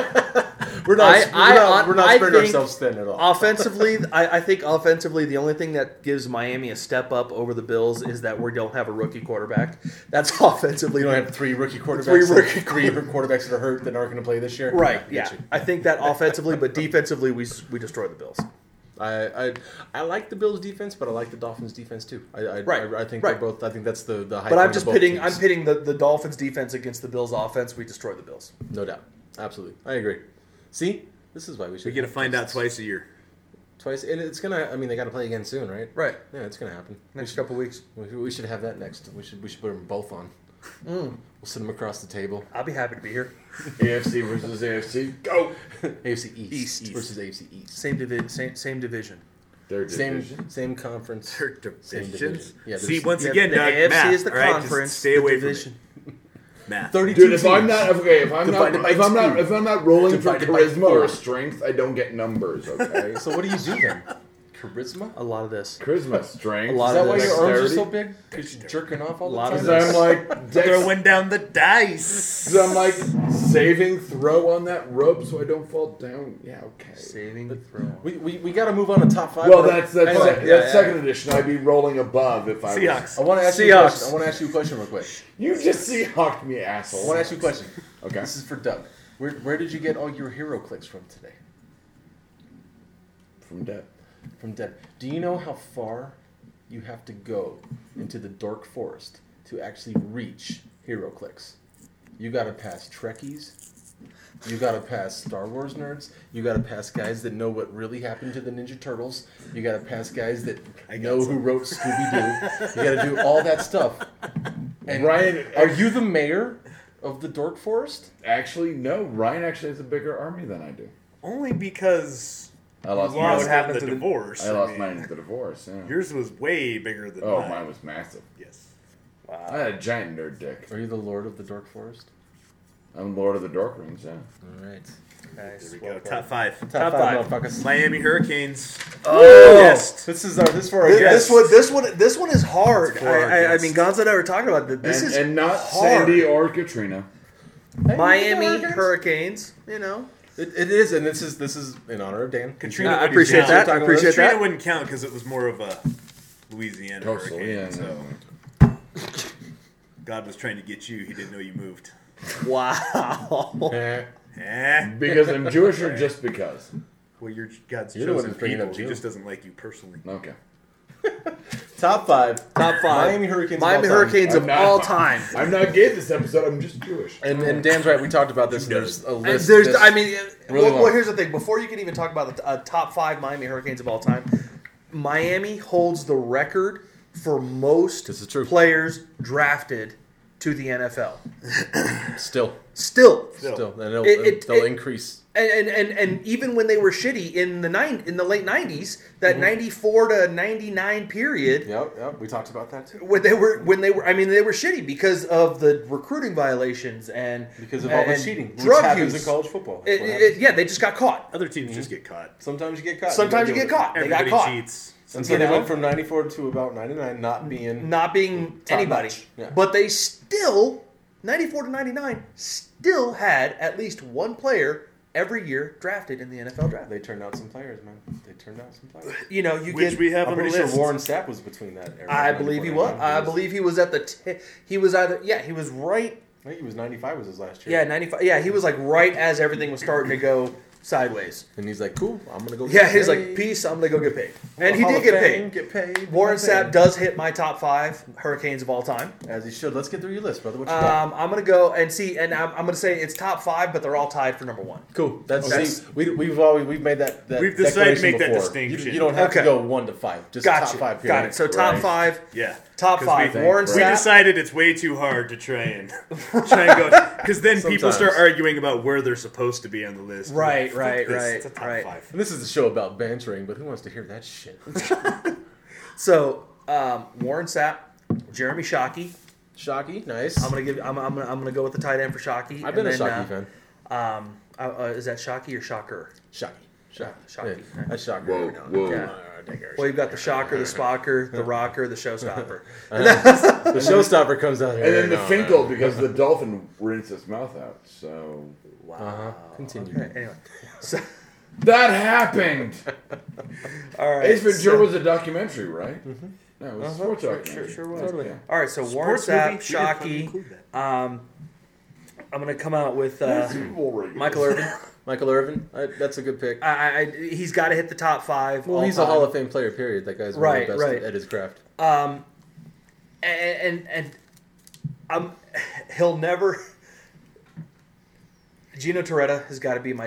[SPEAKER 2] we're not,
[SPEAKER 3] I-
[SPEAKER 2] we're
[SPEAKER 3] I
[SPEAKER 2] not,
[SPEAKER 3] hon-
[SPEAKER 2] we're not
[SPEAKER 3] I
[SPEAKER 2] spreading
[SPEAKER 3] think-
[SPEAKER 2] ourselves thin at all.
[SPEAKER 3] offensively, I, I think offensively, the only thing that gives Miami a step up over the Bills is that we don't have a rookie quarterback. That's offensively.
[SPEAKER 2] You don't have three rookie quarterbacks.
[SPEAKER 3] Three
[SPEAKER 2] and
[SPEAKER 3] rookie
[SPEAKER 2] three quarterbacks that are hurt that aren't going to play this year.
[SPEAKER 3] right.
[SPEAKER 2] I
[SPEAKER 3] Yeah,
[SPEAKER 2] get you.
[SPEAKER 3] I think that offensively, but defensively, we s- we destroy the Bills.
[SPEAKER 2] I, I I like the Bills defense, but I like the Dolphins defense too. I I,
[SPEAKER 3] Right,
[SPEAKER 2] I, I think
[SPEAKER 3] right.
[SPEAKER 2] they're both. I think that's the the. High
[SPEAKER 3] But
[SPEAKER 2] point
[SPEAKER 3] I'm
[SPEAKER 2] of
[SPEAKER 3] just
[SPEAKER 2] both
[SPEAKER 3] pitting.
[SPEAKER 2] teams.
[SPEAKER 3] I'm pitting the, the Dolphins defense against the Bills offense. We destroy the Bills.
[SPEAKER 2] no doubt. Absolutely, I agree. See, this is why we should
[SPEAKER 5] We get to find out twice a year.
[SPEAKER 2] twice, and it's gonna. I mean, they got to play again soon, right?
[SPEAKER 3] Right.
[SPEAKER 2] Yeah, it's gonna happen.
[SPEAKER 3] Next couple weeks,
[SPEAKER 2] We should, we should have that next. We should we should put them both on.
[SPEAKER 3] Mm.
[SPEAKER 2] We'll sit them across the table.
[SPEAKER 3] I'll be happy to be here.
[SPEAKER 4] AFC versus AFC.
[SPEAKER 5] Go.
[SPEAKER 2] AFC East,
[SPEAKER 3] East.
[SPEAKER 2] versus AFC East.
[SPEAKER 3] Same division. Same, same division.
[SPEAKER 4] Their
[SPEAKER 2] Same
[SPEAKER 4] division.
[SPEAKER 2] same conference.
[SPEAKER 5] Their
[SPEAKER 2] Same
[SPEAKER 5] divisions.
[SPEAKER 2] division. Yeah,
[SPEAKER 5] See,
[SPEAKER 2] there's-
[SPEAKER 5] once
[SPEAKER 3] Yeah,
[SPEAKER 5] again,
[SPEAKER 3] the
[SPEAKER 5] Doug,
[SPEAKER 3] AFC
[SPEAKER 5] math,
[SPEAKER 3] is the
[SPEAKER 5] all right? Just
[SPEAKER 3] conference.
[SPEAKER 5] stay
[SPEAKER 3] the
[SPEAKER 5] away
[SPEAKER 3] division.
[SPEAKER 5] from it. Math.
[SPEAKER 2] Thirty-two.
[SPEAKER 4] Dude, if I'm
[SPEAKER 2] teams.
[SPEAKER 4] not okay, if I'm not
[SPEAKER 2] Divided by
[SPEAKER 4] if I'm not
[SPEAKER 2] two.
[SPEAKER 4] if I'm not rolling for
[SPEAKER 2] Divided by
[SPEAKER 4] charisma or
[SPEAKER 2] four.
[SPEAKER 4] strength, I don't get numbers. Okay.
[SPEAKER 2] So what do you do then? Charisma.
[SPEAKER 3] A lot of this.
[SPEAKER 4] charisma, strength.
[SPEAKER 3] A lot
[SPEAKER 2] Is that
[SPEAKER 3] of
[SPEAKER 2] why your arms are
[SPEAKER 4] dexterity.
[SPEAKER 2] so big? Because you're jerking off all the
[SPEAKER 3] Lot of
[SPEAKER 2] time.
[SPEAKER 4] Because I'm like dex-
[SPEAKER 5] Throwing down the dice.
[SPEAKER 4] 'cause I'm like saving throw on that rope so I don't fall down. Yeah, okay.
[SPEAKER 3] Saving throw.
[SPEAKER 2] We, we, we got to move on to top five.
[SPEAKER 4] Well,
[SPEAKER 2] but-
[SPEAKER 4] that's that's,
[SPEAKER 2] Anyway,
[SPEAKER 4] sec-
[SPEAKER 2] yeah,
[SPEAKER 4] that's
[SPEAKER 2] yeah,
[SPEAKER 4] second edition. I'd be rolling above if I
[SPEAKER 5] Seahawks.
[SPEAKER 2] I want to ask you a
[SPEAKER 3] Seahawks.
[SPEAKER 2] question. I want to ask you a question real quick.
[SPEAKER 4] was. You just Seahawked me, asshole.
[SPEAKER 2] I want to ask you a question.
[SPEAKER 4] Okay.
[SPEAKER 2] This is for Doug. Where, where did you get all your hero clicks from today?
[SPEAKER 4] From debt.
[SPEAKER 2] From Deb. Do you know how far you have to go into the dark forest to actually reach hero clicks? You got to pass Trekkies. You got to pass Star Wars nerds. You got to pass guys that know what really happened to the Ninja Turtles. You got to pass guys that know who wrote Scooby Doo. you got to do all that stuff. And
[SPEAKER 4] Ryan,
[SPEAKER 2] Are you the mayor of the Dork Forest?
[SPEAKER 4] actually no. Ryan actually has a bigger army than I do.
[SPEAKER 5] Only because
[SPEAKER 4] I lost
[SPEAKER 5] you lost
[SPEAKER 4] mine.
[SPEAKER 5] in
[SPEAKER 9] happened
[SPEAKER 5] the
[SPEAKER 9] to the-
[SPEAKER 5] divorce.
[SPEAKER 4] I lost
[SPEAKER 5] mean,
[SPEAKER 4] mine at the divorce. Yeah.
[SPEAKER 5] Yours was way bigger than
[SPEAKER 4] Oh,
[SPEAKER 5] mine.
[SPEAKER 4] mine was massive.
[SPEAKER 5] Yes.
[SPEAKER 4] I had a giant nerd dick.
[SPEAKER 2] Are you the lord of the Dork Forest?
[SPEAKER 4] I'm Lord of the Dork Rings. Yeah.
[SPEAKER 2] All right.
[SPEAKER 3] Nice.
[SPEAKER 5] There we go. Top five.
[SPEAKER 2] Top,
[SPEAKER 3] five.
[SPEAKER 2] five, motherfuckers.
[SPEAKER 5] Miami Hurricanes.
[SPEAKER 3] Oh.
[SPEAKER 5] Yes.
[SPEAKER 2] This is our this is for our
[SPEAKER 3] This,
[SPEAKER 2] guest.
[SPEAKER 3] this one, this one, this one is hard.
[SPEAKER 5] for our
[SPEAKER 3] I, I, I
[SPEAKER 5] guests.
[SPEAKER 3] mean, Gonzo and I were talking about that. This
[SPEAKER 4] and,
[SPEAKER 3] is
[SPEAKER 4] and not
[SPEAKER 3] hard.
[SPEAKER 4] Sandy or Katrina.
[SPEAKER 3] Miami Hurricanes. You know,
[SPEAKER 2] It, it is, and this is this is in honor of Dan.
[SPEAKER 5] Katrina.
[SPEAKER 3] I
[SPEAKER 5] wouldn't
[SPEAKER 3] appreciate
[SPEAKER 5] count.
[SPEAKER 3] that. I
[SPEAKER 5] Katrina
[SPEAKER 3] appreciate that.
[SPEAKER 5] wouldn't count because it was more of a Louisiana
[SPEAKER 2] Oh,
[SPEAKER 4] Coastal,
[SPEAKER 5] hurricane.
[SPEAKER 4] yeah,
[SPEAKER 5] so
[SPEAKER 4] no.
[SPEAKER 5] God was trying to get you. He didn't know you moved.
[SPEAKER 3] wow.
[SPEAKER 2] Eh,
[SPEAKER 5] Eh.
[SPEAKER 4] Because I'm Jewish or just because?
[SPEAKER 5] Well, you're God's
[SPEAKER 2] You're the one
[SPEAKER 5] chosen
[SPEAKER 2] who's bringing
[SPEAKER 5] people.
[SPEAKER 2] up
[SPEAKER 5] He
[SPEAKER 2] Jew.
[SPEAKER 5] just doesn't like you personally.
[SPEAKER 4] Okay.
[SPEAKER 2] Top five.
[SPEAKER 3] Top five.
[SPEAKER 2] Miami Hurricanes.
[SPEAKER 3] Miami
[SPEAKER 2] of all time.
[SPEAKER 3] Hurricanes
[SPEAKER 4] I'm
[SPEAKER 3] of
[SPEAKER 4] not-
[SPEAKER 3] all time.
[SPEAKER 4] I'm not gay this episode. I'm just Jewish.
[SPEAKER 2] And, and Dan's right. We talked about this. And there's a
[SPEAKER 3] And
[SPEAKER 2] list.
[SPEAKER 3] there's,
[SPEAKER 2] that's-
[SPEAKER 3] I mean,
[SPEAKER 4] Really
[SPEAKER 3] well, well,
[SPEAKER 4] long.
[SPEAKER 3] here's the thing. Before you can even talk about the uh, top five Miami Hurricanes of all time, Miami holds the record for most
[SPEAKER 2] This is true.
[SPEAKER 3] players drafted to the NFL.
[SPEAKER 2] still,
[SPEAKER 3] Still,
[SPEAKER 2] still, and it'll,
[SPEAKER 3] It- it-
[SPEAKER 2] they'll
[SPEAKER 3] it-
[SPEAKER 2] increase.
[SPEAKER 3] and, and, and, and even when they were shitty in the nine in the late '90s, that '94 to '99 period,
[SPEAKER 2] Yep, yep. We talked about that too.
[SPEAKER 3] when they were when they were I mean they were shitty because of the recruiting violations and
[SPEAKER 2] Because of all the
[SPEAKER 3] and
[SPEAKER 2] cheating, which
[SPEAKER 3] drug
[SPEAKER 2] happens
[SPEAKER 3] use.
[SPEAKER 2] in college football. That's
[SPEAKER 3] It-
[SPEAKER 2] what
[SPEAKER 3] it-
[SPEAKER 2] happens.
[SPEAKER 3] yeah, they just got caught.
[SPEAKER 5] Other teams just get caught.
[SPEAKER 2] Sometimes you get caught.
[SPEAKER 3] Sometimes you
[SPEAKER 2] gotta
[SPEAKER 3] get
[SPEAKER 2] deal with
[SPEAKER 3] caught. They Mm-hmm. got
[SPEAKER 5] Everybody
[SPEAKER 3] caught.
[SPEAKER 5] cheats.
[SPEAKER 2] it. And so
[SPEAKER 3] You
[SPEAKER 2] they
[SPEAKER 3] know?
[SPEAKER 2] went from 94 to about 99, not being
[SPEAKER 3] Not being
[SPEAKER 2] Top
[SPEAKER 3] anybody,
[SPEAKER 2] notch, yeah.
[SPEAKER 3] but they still ninety-four to ninety-nine still had at least one player every year drafted in the NFL draft.
[SPEAKER 2] They turned out some players, man. They turned out some players.
[SPEAKER 3] You know, you
[SPEAKER 5] Which
[SPEAKER 3] get.
[SPEAKER 5] we have
[SPEAKER 2] I'm
[SPEAKER 5] on
[SPEAKER 2] pretty
[SPEAKER 5] the
[SPEAKER 2] sure
[SPEAKER 5] list.
[SPEAKER 2] Warren Sapp was between that era.
[SPEAKER 3] I believe he
[SPEAKER 2] 94,
[SPEAKER 3] was.
[SPEAKER 2] 95.
[SPEAKER 3] I believe he was at the. T- he was either. Yeah, he was right
[SPEAKER 2] I think he was 95 was his last year.
[SPEAKER 3] Yeah, ninety five. Yeah, he was like right as everything was starting to go sideways.
[SPEAKER 2] And he's like, cool, I'm gonna go.
[SPEAKER 3] Yeah,
[SPEAKER 2] get
[SPEAKER 3] he's like,
[SPEAKER 2] paid.
[SPEAKER 3] peace. I'm gonna go get paid,
[SPEAKER 2] Go
[SPEAKER 3] and he
[SPEAKER 2] Hall
[SPEAKER 3] did
[SPEAKER 2] of
[SPEAKER 3] get
[SPEAKER 2] Fame,
[SPEAKER 3] paid.
[SPEAKER 2] Get paid.
[SPEAKER 3] Warren
[SPEAKER 2] get paid.
[SPEAKER 3] Sapp does hit my top five Hurricanes of all time.
[SPEAKER 2] as he should. Let's get through your list, brother. What you got?
[SPEAKER 3] Um, I'm gonna go and see, and I'm, I'm gonna say it's top five, but they're all tied for number one.
[SPEAKER 2] Cool. That's,
[SPEAKER 3] that's-
[SPEAKER 2] see, we, we've always we've made that. that
[SPEAKER 5] We've decided to
[SPEAKER 2] declaration
[SPEAKER 5] make that
[SPEAKER 2] before.
[SPEAKER 5] distinction.
[SPEAKER 2] You, you don't have
[SPEAKER 3] Okay.
[SPEAKER 2] to go one to five. Just
[SPEAKER 3] Got
[SPEAKER 2] top
[SPEAKER 3] you.
[SPEAKER 2] five. Period.
[SPEAKER 3] Got it. So top
[SPEAKER 4] Right.
[SPEAKER 3] five.
[SPEAKER 5] Yeah.
[SPEAKER 3] Top
[SPEAKER 5] 'Cause
[SPEAKER 3] five.
[SPEAKER 5] We,
[SPEAKER 3] Warren
[SPEAKER 5] we
[SPEAKER 3] Sapp.
[SPEAKER 5] decided it's way too hard to try and try and go because then people
[SPEAKER 2] Sometimes.
[SPEAKER 5] start arguing about where they're supposed to be on the list.
[SPEAKER 3] Right,
[SPEAKER 5] Fuck
[SPEAKER 3] right,
[SPEAKER 5] this,
[SPEAKER 3] right,
[SPEAKER 5] It's a top
[SPEAKER 3] right.
[SPEAKER 5] five.
[SPEAKER 2] And this is a show about bantering, but who wants to hear that shit?
[SPEAKER 3] So um, Warren Sapp, Jeremy Shockey.
[SPEAKER 2] Shocky, nice.
[SPEAKER 3] I'm gonna give. I'm, I'm, gonna, I'm gonna go with the tight end for Shockey.
[SPEAKER 2] I've been a
[SPEAKER 3] and then,
[SPEAKER 2] Shocky
[SPEAKER 3] uh,
[SPEAKER 2] fan.
[SPEAKER 3] Um, Uh, uh, is that Shocky or Shocker?
[SPEAKER 2] Shocky. Shocky.
[SPEAKER 3] Shocky.
[SPEAKER 2] Yeah, that's shocker.
[SPEAKER 10] Whoa,
[SPEAKER 2] every now and
[SPEAKER 10] whoa.
[SPEAKER 2] then. Yeah. Digger.
[SPEAKER 3] Well, you've got the Shocker, the Spocker, the Rocker, the Showstopper.
[SPEAKER 2] The showstopper comes out here.
[SPEAKER 4] And then the
[SPEAKER 2] every now
[SPEAKER 4] Finkel because the dolphin rinsed its mouth out. So
[SPEAKER 2] Uh-huh. Continue.
[SPEAKER 3] anyway,
[SPEAKER 4] that happened.
[SPEAKER 3] all right.
[SPEAKER 4] Ace Ventura
[SPEAKER 3] so-
[SPEAKER 4] was a documentary, right? No, it was a sports documentary.
[SPEAKER 3] Mm-hmm. Uh-huh. sure was.
[SPEAKER 4] Totally.
[SPEAKER 3] All right, so Warren
[SPEAKER 5] Sports movie?
[SPEAKER 3] Sapp,
[SPEAKER 5] We didn't fucking
[SPEAKER 3] Shocky.
[SPEAKER 5] include that.
[SPEAKER 3] Um, I'm gonna come out with uh, Michael
[SPEAKER 4] Michael.
[SPEAKER 3] Irvin.
[SPEAKER 2] Michael Irvin. I, that's a good pick.
[SPEAKER 3] I, I, I- he's got to hit the top five.
[SPEAKER 2] Well,
[SPEAKER 3] all
[SPEAKER 2] he's
[SPEAKER 3] time.
[SPEAKER 2] a Hall of Fame player. Period. That guy's
[SPEAKER 3] oh Right,
[SPEAKER 2] one of the best
[SPEAKER 3] right.
[SPEAKER 2] at his craft.
[SPEAKER 3] Um, and and, and um, he'll never. Gino Toretta has got to be my.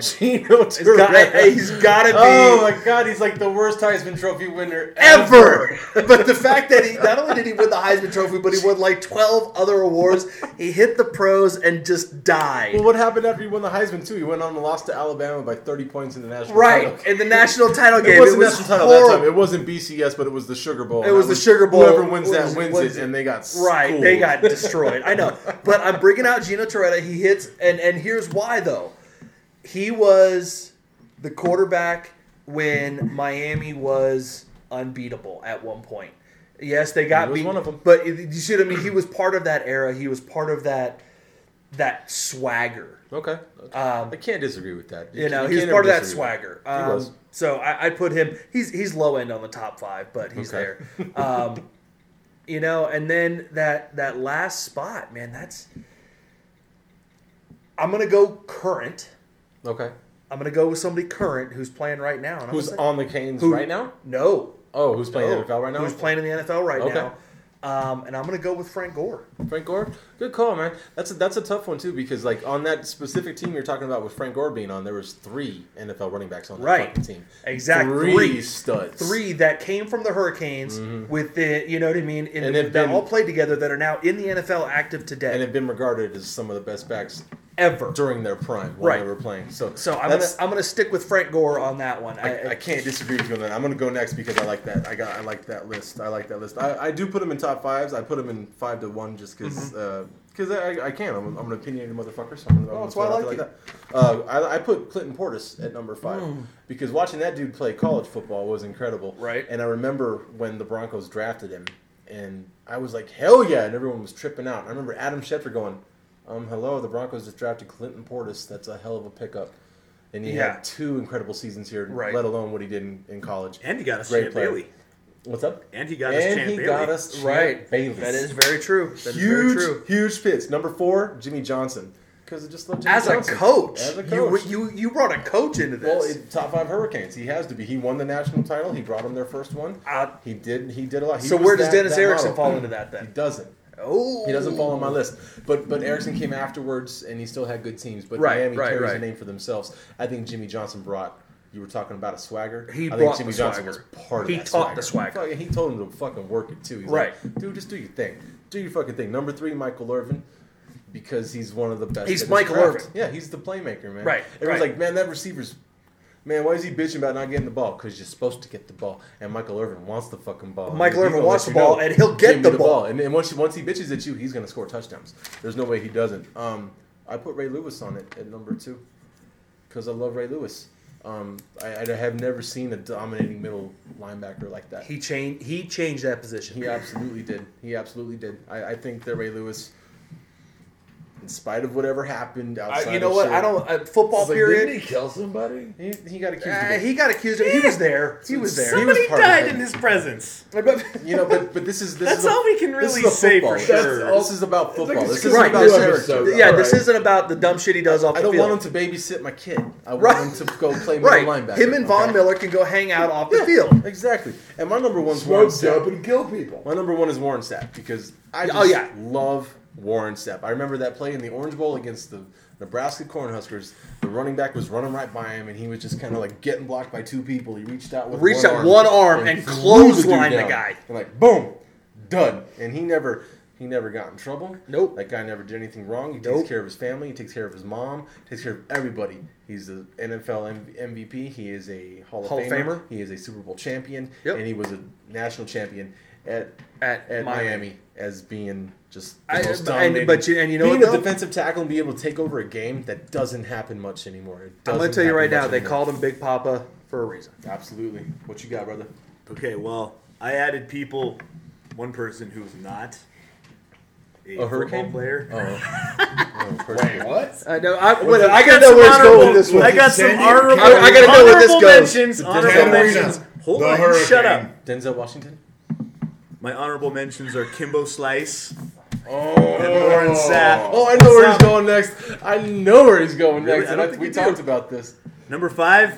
[SPEAKER 2] Gino
[SPEAKER 3] He's got, he's got to be.
[SPEAKER 2] Oh my God, he's like the worst Heisman Trophy winner
[SPEAKER 3] ever. but the fact that he not only did he win the Heisman Trophy, but he won like twelve other awards. He hit the pros and just died.
[SPEAKER 2] Well, what happened after he won the Heisman too? He went on and lost to Alabama by 30 points in the national title.
[SPEAKER 3] Right in the national title
[SPEAKER 2] It
[SPEAKER 3] game,
[SPEAKER 2] wasn't
[SPEAKER 3] was
[SPEAKER 2] national title
[SPEAKER 3] horrible.
[SPEAKER 2] that time. It wasn't BCS, but it was the Sugar Bowl.
[SPEAKER 3] It
[SPEAKER 2] And
[SPEAKER 3] was
[SPEAKER 2] that
[SPEAKER 3] the Sugar Bowl.
[SPEAKER 2] Whoever wins that
[SPEAKER 3] Was-
[SPEAKER 2] wins
[SPEAKER 3] was-
[SPEAKER 2] it, and they got
[SPEAKER 3] Right,
[SPEAKER 2] schooled.
[SPEAKER 3] they got destroyed. I know, but I'm bringing out Gino Toretta. He hits, and and here's why though. He was the quarterback when Miami was unbeatable at one point. Yes, they got
[SPEAKER 2] He was
[SPEAKER 3] beat,
[SPEAKER 2] one of 'em.
[SPEAKER 3] But you see what I mean? He was part of that era. He was part of that that swagger.
[SPEAKER 2] Okay,
[SPEAKER 3] Um,
[SPEAKER 2] I can't disagree with that.
[SPEAKER 3] You know,
[SPEAKER 2] can't-
[SPEAKER 3] he was
[SPEAKER 2] can't
[SPEAKER 3] part of
[SPEAKER 2] ever
[SPEAKER 3] that
[SPEAKER 2] disagree with
[SPEAKER 3] swagger. Um,
[SPEAKER 2] was.
[SPEAKER 3] So I, I put him. He's he's low end on the top five, but he's
[SPEAKER 2] Okay.
[SPEAKER 3] there. Um, you know, and then that that last spot, man. That's I'm gonna go current.
[SPEAKER 2] that. Okay,
[SPEAKER 3] I'm gonna go with somebody current who's playing right now. And I'm
[SPEAKER 2] who's
[SPEAKER 3] gonna say-
[SPEAKER 2] on the Canes
[SPEAKER 3] Who-
[SPEAKER 2] right now?
[SPEAKER 3] No,
[SPEAKER 2] Oh, who's playing
[SPEAKER 3] No.
[SPEAKER 2] NFL right now?
[SPEAKER 3] Who's playing in the NFL right
[SPEAKER 2] Okay.
[SPEAKER 3] now? Um, and I'm gonna go with Frank Gore.
[SPEAKER 2] Frank Gore, good call, man. That's a, that's a tough one too because like on that specific team you're talking about with Frank Gore being on, there was three NFL running backs on that
[SPEAKER 3] Right.
[SPEAKER 2] fucking team.
[SPEAKER 3] Exactly.
[SPEAKER 2] three,
[SPEAKER 3] Three.
[SPEAKER 2] studs.
[SPEAKER 3] Three that came from the Hurricanes with the, you know what I mean, in,
[SPEAKER 2] Mm-hmm. And
[SPEAKER 3] that
[SPEAKER 2] they've been-
[SPEAKER 3] all played together that are now in the NFL active today.
[SPEAKER 2] and have been regarded as some of the best backs
[SPEAKER 3] ever.
[SPEAKER 2] during their prime while
[SPEAKER 3] Right.
[SPEAKER 2] they were playing. So
[SPEAKER 3] So I'm gonna
[SPEAKER 2] that's-
[SPEAKER 3] I'm gonna stick with Frank Gore on that one.
[SPEAKER 2] I, I can't disagree with you on that. I'm gonna go next because I like that. I got I like that list. I like that list. I, I do put them in top fives. I put them in five to one just because because I, I can. I'm, I'm an opinionated motherfucker. So I'm
[SPEAKER 3] Mm-hmm.
[SPEAKER 2] gonna,
[SPEAKER 3] Well, that's
[SPEAKER 2] I'm
[SPEAKER 3] why I
[SPEAKER 2] gonna throw it
[SPEAKER 3] like
[SPEAKER 2] out there that. Uh, I, I put Clinton Portis at number five
[SPEAKER 3] Mm.
[SPEAKER 2] because watching that dude play college football was incredible.
[SPEAKER 3] Right.
[SPEAKER 2] And I remember when the Broncos drafted him, and I was like, hell yeah! And everyone was tripping out. I remember Adam Schefter going. Um, hello, the Broncos just drafted Clinton Portis. That's a hell of a pickup. And he
[SPEAKER 3] Yeah.
[SPEAKER 2] had two incredible seasons here,
[SPEAKER 3] Right.
[SPEAKER 2] let alone what he did in, in college.
[SPEAKER 5] And he got us
[SPEAKER 2] Great
[SPEAKER 5] Champ
[SPEAKER 2] player.
[SPEAKER 5] Bailey.
[SPEAKER 2] What's up?
[SPEAKER 5] And he got us
[SPEAKER 2] and
[SPEAKER 5] Champ
[SPEAKER 2] he
[SPEAKER 5] Bailey.
[SPEAKER 2] got us Champ
[SPEAKER 3] right.
[SPEAKER 2] Bailey.
[SPEAKER 3] That is very true. That is very
[SPEAKER 2] huge,
[SPEAKER 3] true.
[SPEAKER 2] huge picks. Number four, Jimmy Johnson, because it just love Jimmy
[SPEAKER 3] As a
[SPEAKER 2] Johnson.
[SPEAKER 3] coach,
[SPEAKER 2] As a
[SPEAKER 3] you
[SPEAKER 2] coach.
[SPEAKER 3] you you brought a coach into this.
[SPEAKER 2] well, it, top five Hurricanes. He has to be. He won the national title. He brought them their first one.
[SPEAKER 3] Uh,
[SPEAKER 2] He did. He did a lot. He
[SPEAKER 3] so
[SPEAKER 2] was
[SPEAKER 3] where does
[SPEAKER 2] that-
[SPEAKER 3] Dennis
[SPEAKER 2] that
[SPEAKER 3] Erickson
[SPEAKER 2] model.
[SPEAKER 3] fall into that
[SPEAKER 2] He
[SPEAKER 3] then?
[SPEAKER 2] doesn't.
[SPEAKER 3] Oh,
[SPEAKER 2] He doesn't fall on my list. But but Erickson came afterwards, and he still had good teams. But
[SPEAKER 3] Right,
[SPEAKER 2] Miami
[SPEAKER 3] right,
[SPEAKER 2] carries
[SPEAKER 3] right.
[SPEAKER 2] a name for themselves. I think Jimmy Johnson brought. You were talking about a swagger.
[SPEAKER 3] He
[SPEAKER 2] I think
[SPEAKER 3] brought
[SPEAKER 2] Jimmy
[SPEAKER 3] the
[SPEAKER 2] Johnson
[SPEAKER 3] swagger.
[SPEAKER 2] was part of
[SPEAKER 3] He
[SPEAKER 2] that
[SPEAKER 3] taught the swagger.
[SPEAKER 2] Fucking- He told him to fucking work it too. He's
[SPEAKER 3] Right.
[SPEAKER 2] like, dude, just do your thing. Do your fucking thing. Number three, Michael Irvin. Because he's one of the best.
[SPEAKER 3] He's
[SPEAKER 2] at his
[SPEAKER 3] Michael
[SPEAKER 2] craft.
[SPEAKER 3] Irvin.
[SPEAKER 2] Yeah, he's the playmaker, man.
[SPEAKER 3] Right,
[SPEAKER 2] Everyone's
[SPEAKER 3] right.
[SPEAKER 2] like, man, that receiver's Man, why is he bitching about not getting the ball? Because you're supposed to get the ball, and Michael Irvin wants the fucking ball.
[SPEAKER 3] Michael
[SPEAKER 2] He's
[SPEAKER 3] Irvin
[SPEAKER 2] gonna
[SPEAKER 3] wants
[SPEAKER 2] let
[SPEAKER 3] the
[SPEAKER 2] you
[SPEAKER 3] ball, and he'll get
[SPEAKER 2] "Give
[SPEAKER 3] the
[SPEAKER 2] me
[SPEAKER 3] ball."
[SPEAKER 2] And, and once, once he bitches at you, he's going to score touchdowns. There's no way he doesn't. Um, I put Ray Lewis on it at number two because I love Ray Lewis. Um, I, I have never seen a dominating middle linebacker like that.
[SPEAKER 3] Oh, he changed he changed that position.
[SPEAKER 2] He absolutely did. He absolutely did. I, I think that Ray Lewis, in spite of whatever happened outside,
[SPEAKER 3] I, you know
[SPEAKER 2] of
[SPEAKER 3] what?
[SPEAKER 2] shit,
[SPEAKER 3] I don't uh, football
[SPEAKER 4] Like, didn't he
[SPEAKER 3] period.
[SPEAKER 4] kill somebody?
[SPEAKER 2] He, he got accused.
[SPEAKER 3] uh,
[SPEAKER 2] of it.
[SPEAKER 3] he got accused. of He was there. He was there.
[SPEAKER 2] He was
[SPEAKER 5] Somebody
[SPEAKER 2] part of
[SPEAKER 5] died
[SPEAKER 2] it.
[SPEAKER 5] in his presence.
[SPEAKER 2] You know, but but this is this
[SPEAKER 5] That's
[SPEAKER 2] is a-
[SPEAKER 5] all we can
[SPEAKER 2] this is
[SPEAKER 5] really
[SPEAKER 2] a
[SPEAKER 5] say for
[SPEAKER 2] football.
[SPEAKER 5] sure.
[SPEAKER 2] That's- This is about football.
[SPEAKER 4] like a
[SPEAKER 2] this is
[SPEAKER 4] Scooby-Doo
[SPEAKER 2] about
[SPEAKER 3] Right, this-
[SPEAKER 2] character.
[SPEAKER 4] episode.
[SPEAKER 3] yeah,
[SPEAKER 4] All
[SPEAKER 3] this
[SPEAKER 4] right.
[SPEAKER 3] isn't about the dumb shit he does off
[SPEAKER 2] I
[SPEAKER 3] the
[SPEAKER 2] don't
[SPEAKER 3] field.
[SPEAKER 2] want him to babysit my kid. I
[SPEAKER 3] Right.
[SPEAKER 2] want him to go play middle
[SPEAKER 3] right,
[SPEAKER 2] linebacker.
[SPEAKER 3] him and Von
[SPEAKER 2] okay?
[SPEAKER 3] Miller can go hang out off the field.
[SPEAKER 2] Exactly. And my number one's Warren
[SPEAKER 4] Smoke dope
[SPEAKER 2] Sapp.
[SPEAKER 4] and kill people.
[SPEAKER 2] My number one is Warren Sapp because I just
[SPEAKER 3] Oh, yeah.
[SPEAKER 2] love Warren Sapp. I remember that play in the Orange Bowl against the Nebraska Cornhuskers. The running back was running right by him, and he was just kind of like getting blocked by two people. He reached out with
[SPEAKER 3] Reached
[SPEAKER 2] one
[SPEAKER 3] out
[SPEAKER 2] arm
[SPEAKER 3] one arm and
[SPEAKER 2] threw
[SPEAKER 3] clotheslined
[SPEAKER 2] dude
[SPEAKER 3] the
[SPEAKER 2] down.
[SPEAKER 3] guy.
[SPEAKER 2] And like boom, done. And he never he never got in trouble.
[SPEAKER 3] Nope.
[SPEAKER 2] That guy never did anything wrong. He
[SPEAKER 3] Nope.
[SPEAKER 2] takes care of his family. He takes care of his mom. Takes care of everybody. He's the NFL M- MVP. He is a Hall,
[SPEAKER 3] Hall of
[SPEAKER 2] of Famer.
[SPEAKER 3] Famer.
[SPEAKER 2] He is a Super Bowl champion,
[SPEAKER 3] Yep.
[SPEAKER 2] and he was a national champion. at
[SPEAKER 3] at,
[SPEAKER 2] at Miami.
[SPEAKER 3] Miami.
[SPEAKER 2] as being just the
[SPEAKER 3] I,
[SPEAKER 2] most
[SPEAKER 3] and,
[SPEAKER 2] dominating.
[SPEAKER 3] but you, and you know
[SPEAKER 2] being
[SPEAKER 3] what?
[SPEAKER 2] a
[SPEAKER 3] though?
[SPEAKER 2] defensive tackle and being able to take over a game that doesn't happen much anymore. It
[SPEAKER 3] I'm gonna
[SPEAKER 2] doesn't
[SPEAKER 3] tell you
[SPEAKER 2] happen
[SPEAKER 3] right now,
[SPEAKER 2] much
[SPEAKER 3] they
[SPEAKER 2] anymore.
[SPEAKER 3] called him Big Papa for a reason.
[SPEAKER 2] absolutely. What you got, brother?
[SPEAKER 5] Okay, well, I added people, one person who's not a,
[SPEAKER 2] A
[SPEAKER 5] football
[SPEAKER 2] hurricane?
[SPEAKER 5] player.
[SPEAKER 4] Oh. Wait, what?
[SPEAKER 3] Uh, no, I, wait,
[SPEAKER 4] it-
[SPEAKER 3] I gotta
[SPEAKER 5] got
[SPEAKER 3] know
[SPEAKER 5] some
[SPEAKER 3] where it's going with
[SPEAKER 5] honorable-
[SPEAKER 3] this one.
[SPEAKER 5] I got some
[SPEAKER 4] San Diego
[SPEAKER 5] honorable,
[SPEAKER 3] I- I gotta know where this
[SPEAKER 5] honorable
[SPEAKER 3] goes.
[SPEAKER 5] mentions. Honorable
[SPEAKER 2] Tampa
[SPEAKER 5] mentions.
[SPEAKER 4] Hurricane.
[SPEAKER 5] Hold
[SPEAKER 4] The
[SPEAKER 5] on, you shut up.
[SPEAKER 4] Hurricane.
[SPEAKER 2] Denzel Washington.
[SPEAKER 5] My honorable mentions are Kimbo Slice
[SPEAKER 2] Oh,
[SPEAKER 5] and Lauren Sapp.
[SPEAKER 2] oh, I know where he's going next. I know where he's going
[SPEAKER 5] Really?
[SPEAKER 2] next.
[SPEAKER 5] I
[SPEAKER 2] And
[SPEAKER 5] don't
[SPEAKER 2] I-
[SPEAKER 5] think
[SPEAKER 2] we
[SPEAKER 5] you do.
[SPEAKER 2] talked about this.
[SPEAKER 5] Number five,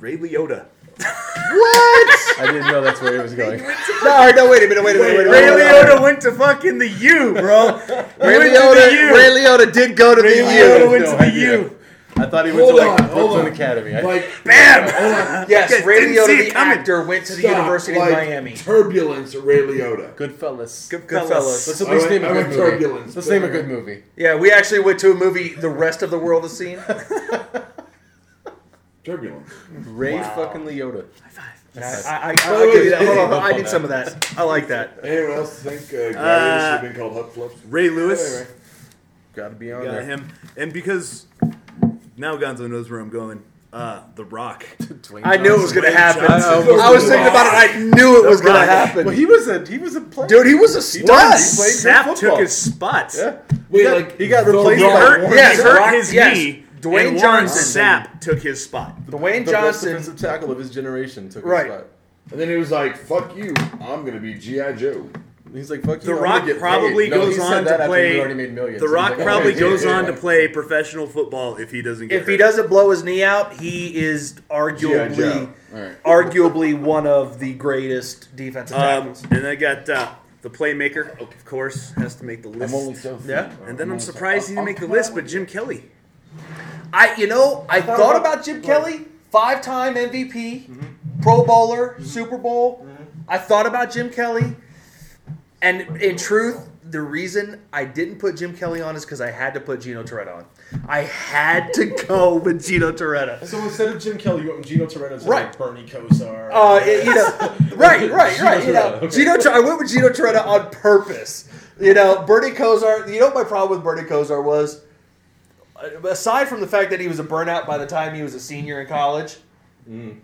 [SPEAKER 5] Ray Liotta.
[SPEAKER 2] I didn't know that's where he was going.
[SPEAKER 3] No, all right, no, wait a minute, wait a minute, wait a
[SPEAKER 5] Ray
[SPEAKER 3] minute. wait a minute.
[SPEAKER 5] Liotta went to fucking the U, bro.
[SPEAKER 3] Ray
[SPEAKER 5] went to
[SPEAKER 3] Liotta,
[SPEAKER 5] the U.
[SPEAKER 3] Ray Liotta did go to
[SPEAKER 5] Ray
[SPEAKER 3] the
[SPEAKER 5] Liotta
[SPEAKER 4] Oh.
[SPEAKER 3] U.
[SPEAKER 5] went
[SPEAKER 2] no
[SPEAKER 5] to the
[SPEAKER 2] idea.
[SPEAKER 5] U.
[SPEAKER 2] I thought he went
[SPEAKER 4] Hold
[SPEAKER 2] to like
[SPEAKER 4] on, hold
[SPEAKER 2] Brooklyn
[SPEAKER 4] on.
[SPEAKER 2] Academy. I-
[SPEAKER 4] Like,
[SPEAKER 5] Bam!
[SPEAKER 3] Yes,
[SPEAKER 5] Guys,
[SPEAKER 3] Ray
[SPEAKER 5] didn't see
[SPEAKER 3] Liotta,
[SPEAKER 5] it
[SPEAKER 3] the
[SPEAKER 5] coming.
[SPEAKER 3] actor, went to the
[SPEAKER 4] stop,
[SPEAKER 3] University
[SPEAKER 4] like,
[SPEAKER 3] of Miami.
[SPEAKER 4] Turbulence, Ray Liotta.
[SPEAKER 2] Goodfellas.
[SPEAKER 5] Goodfellas.
[SPEAKER 2] Let's
[SPEAKER 5] Let's
[SPEAKER 2] at
[SPEAKER 4] I
[SPEAKER 2] least
[SPEAKER 4] went-
[SPEAKER 2] name a
[SPEAKER 4] I
[SPEAKER 2] good
[SPEAKER 4] went
[SPEAKER 2] movie.
[SPEAKER 4] turbulence,
[SPEAKER 2] Let's
[SPEAKER 4] but- uh,
[SPEAKER 2] name a good movie.
[SPEAKER 3] Yeah, we actually went to a movie the rest of the world has seen.
[SPEAKER 4] Turbulence.
[SPEAKER 2] Ray fucking Liotta.
[SPEAKER 3] I, I, I,
[SPEAKER 4] the
[SPEAKER 3] I'll
[SPEAKER 4] way,
[SPEAKER 3] give you that.
[SPEAKER 4] did
[SPEAKER 3] Hold
[SPEAKER 4] anyone
[SPEAKER 3] on, hold on, I
[SPEAKER 2] on
[SPEAKER 3] need
[SPEAKER 2] that?
[SPEAKER 3] some of that. I like that.
[SPEAKER 4] Anyone else think uh, Gladiator should have been called Hut Flips?
[SPEAKER 5] Ray Lewis.
[SPEAKER 4] Anyway.
[SPEAKER 2] Got to be on
[SPEAKER 5] Got
[SPEAKER 2] there.
[SPEAKER 5] him. And because now Gonzo knows where I'm going, uh, The Rock.
[SPEAKER 3] I knew it was gonna
[SPEAKER 5] Dwayne
[SPEAKER 3] happen.
[SPEAKER 5] Johnson.
[SPEAKER 3] I was thinking about it. I knew it was gonna
[SPEAKER 5] Rock.
[SPEAKER 3] happen.
[SPEAKER 2] Well, he was a he was a player.
[SPEAKER 3] Dude, he was a stud.
[SPEAKER 2] He played good
[SPEAKER 5] Sapp
[SPEAKER 2] football.
[SPEAKER 5] took his spot.
[SPEAKER 2] Yeah.
[SPEAKER 4] Wait,
[SPEAKER 2] He got-
[SPEAKER 4] like
[SPEAKER 2] he got
[SPEAKER 4] the
[SPEAKER 2] replaced
[SPEAKER 5] He
[SPEAKER 2] by
[SPEAKER 4] Rock-
[SPEAKER 5] hurt,
[SPEAKER 2] Warren.
[SPEAKER 5] he
[SPEAKER 3] Yes,
[SPEAKER 5] hurt
[SPEAKER 3] Rock-
[SPEAKER 5] his
[SPEAKER 3] yes.
[SPEAKER 5] knee.
[SPEAKER 3] Dwayne
[SPEAKER 5] and Warren
[SPEAKER 3] Johnson.
[SPEAKER 5] Sapp took his spot.
[SPEAKER 3] Dwayne
[SPEAKER 2] The best
[SPEAKER 3] Johnson.
[SPEAKER 2] defensive tackle of his generation took
[SPEAKER 3] Right.
[SPEAKER 2] his spot.
[SPEAKER 4] And then he was like, "Fuck you, I'm gonna be GI Joe."
[SPEAKER 2] He's like, fuck you.
[SPEAKER 5] The
[SPEAKER 2] I'm
[SPEAKER 5] Rock
[SPEAKER 2] gonna get
[SPEAKER 5] probably
[SPEAKER 2] paid. No,
[SPEAKER 5] goes
[SPEAKER 2] he said that
[SPEAKER 5] on to
[SPEAKER 2] after
[SPEAKER 5] play.
[SPEAKER 2] He already made millions.
[SPEAKER 5] The
[SPEAKER 2] He's
[SPEAKER 5] Rock
[SPEAKER 2] like, oh,
[SPEAKER 5] probably
[SPEAKER 2] yeah,
[SPEAKER 5] goes
[SPEAKER 2] yeah,
[SPEAKER 5] on
[SPEAKER 2] yeah.
[SPEAKER 5] to play professional football if he doesn't get
[SPEAKER 3] If he
[SPEAKER 5] hurt.
[SPEAKER 3] doesn't blow his knee out, he is
[SPEAKER 4] GI
[SPEAKER 3] arguably
[SPEAKER 4] Joe. All right.
[SPEAKER 3] arguably one of the greatest defensive
[SPEAKER 5] Um,
[SPEAKER 3] tackles.
[SPEAKER 5] and I got uh, the playmaker, of course, has to make the list.
[SPEAKER 4] I'm only so. few.
[SPEAKER 3] Yeah.
[SPEAKER 5] and then I'm surprised he didn't make the list, but Jim Kelly.
[SPEAKER 3] I, you know, I thought,
[SPEAKER 4] about-
[SPEAKER 3] about, Jim Kelly, five-time MVP, Pro Bowler, Super Bowl. I thought about Jim Kelly, and in truth, the reason I didn't put Jim Kelly on is because I had to put Gino Toretta on. I had to go with Gino Toretta.
[SPEAKER 2] So instead of Jim Kelly, you went with Gino Toretto's
[SPEAKER 3] Right.
[SPEAKER 2] like Bernie Kosar.
[SPEAKER 3] Uh, it- you know, right, right,
[SPEAKER 2] Gino
[SPEAKER 3] right. You know,
[SPEAKER 2] Toretta, okay.
[SPEAKER 3] Gino, Tor- I went with Gino Toretta on purpose. You know, Bernie Kosar. You know what my problem with Bernie Kosar was, Uh, aside from the fact that he was a burnout by the time he was a senior in college,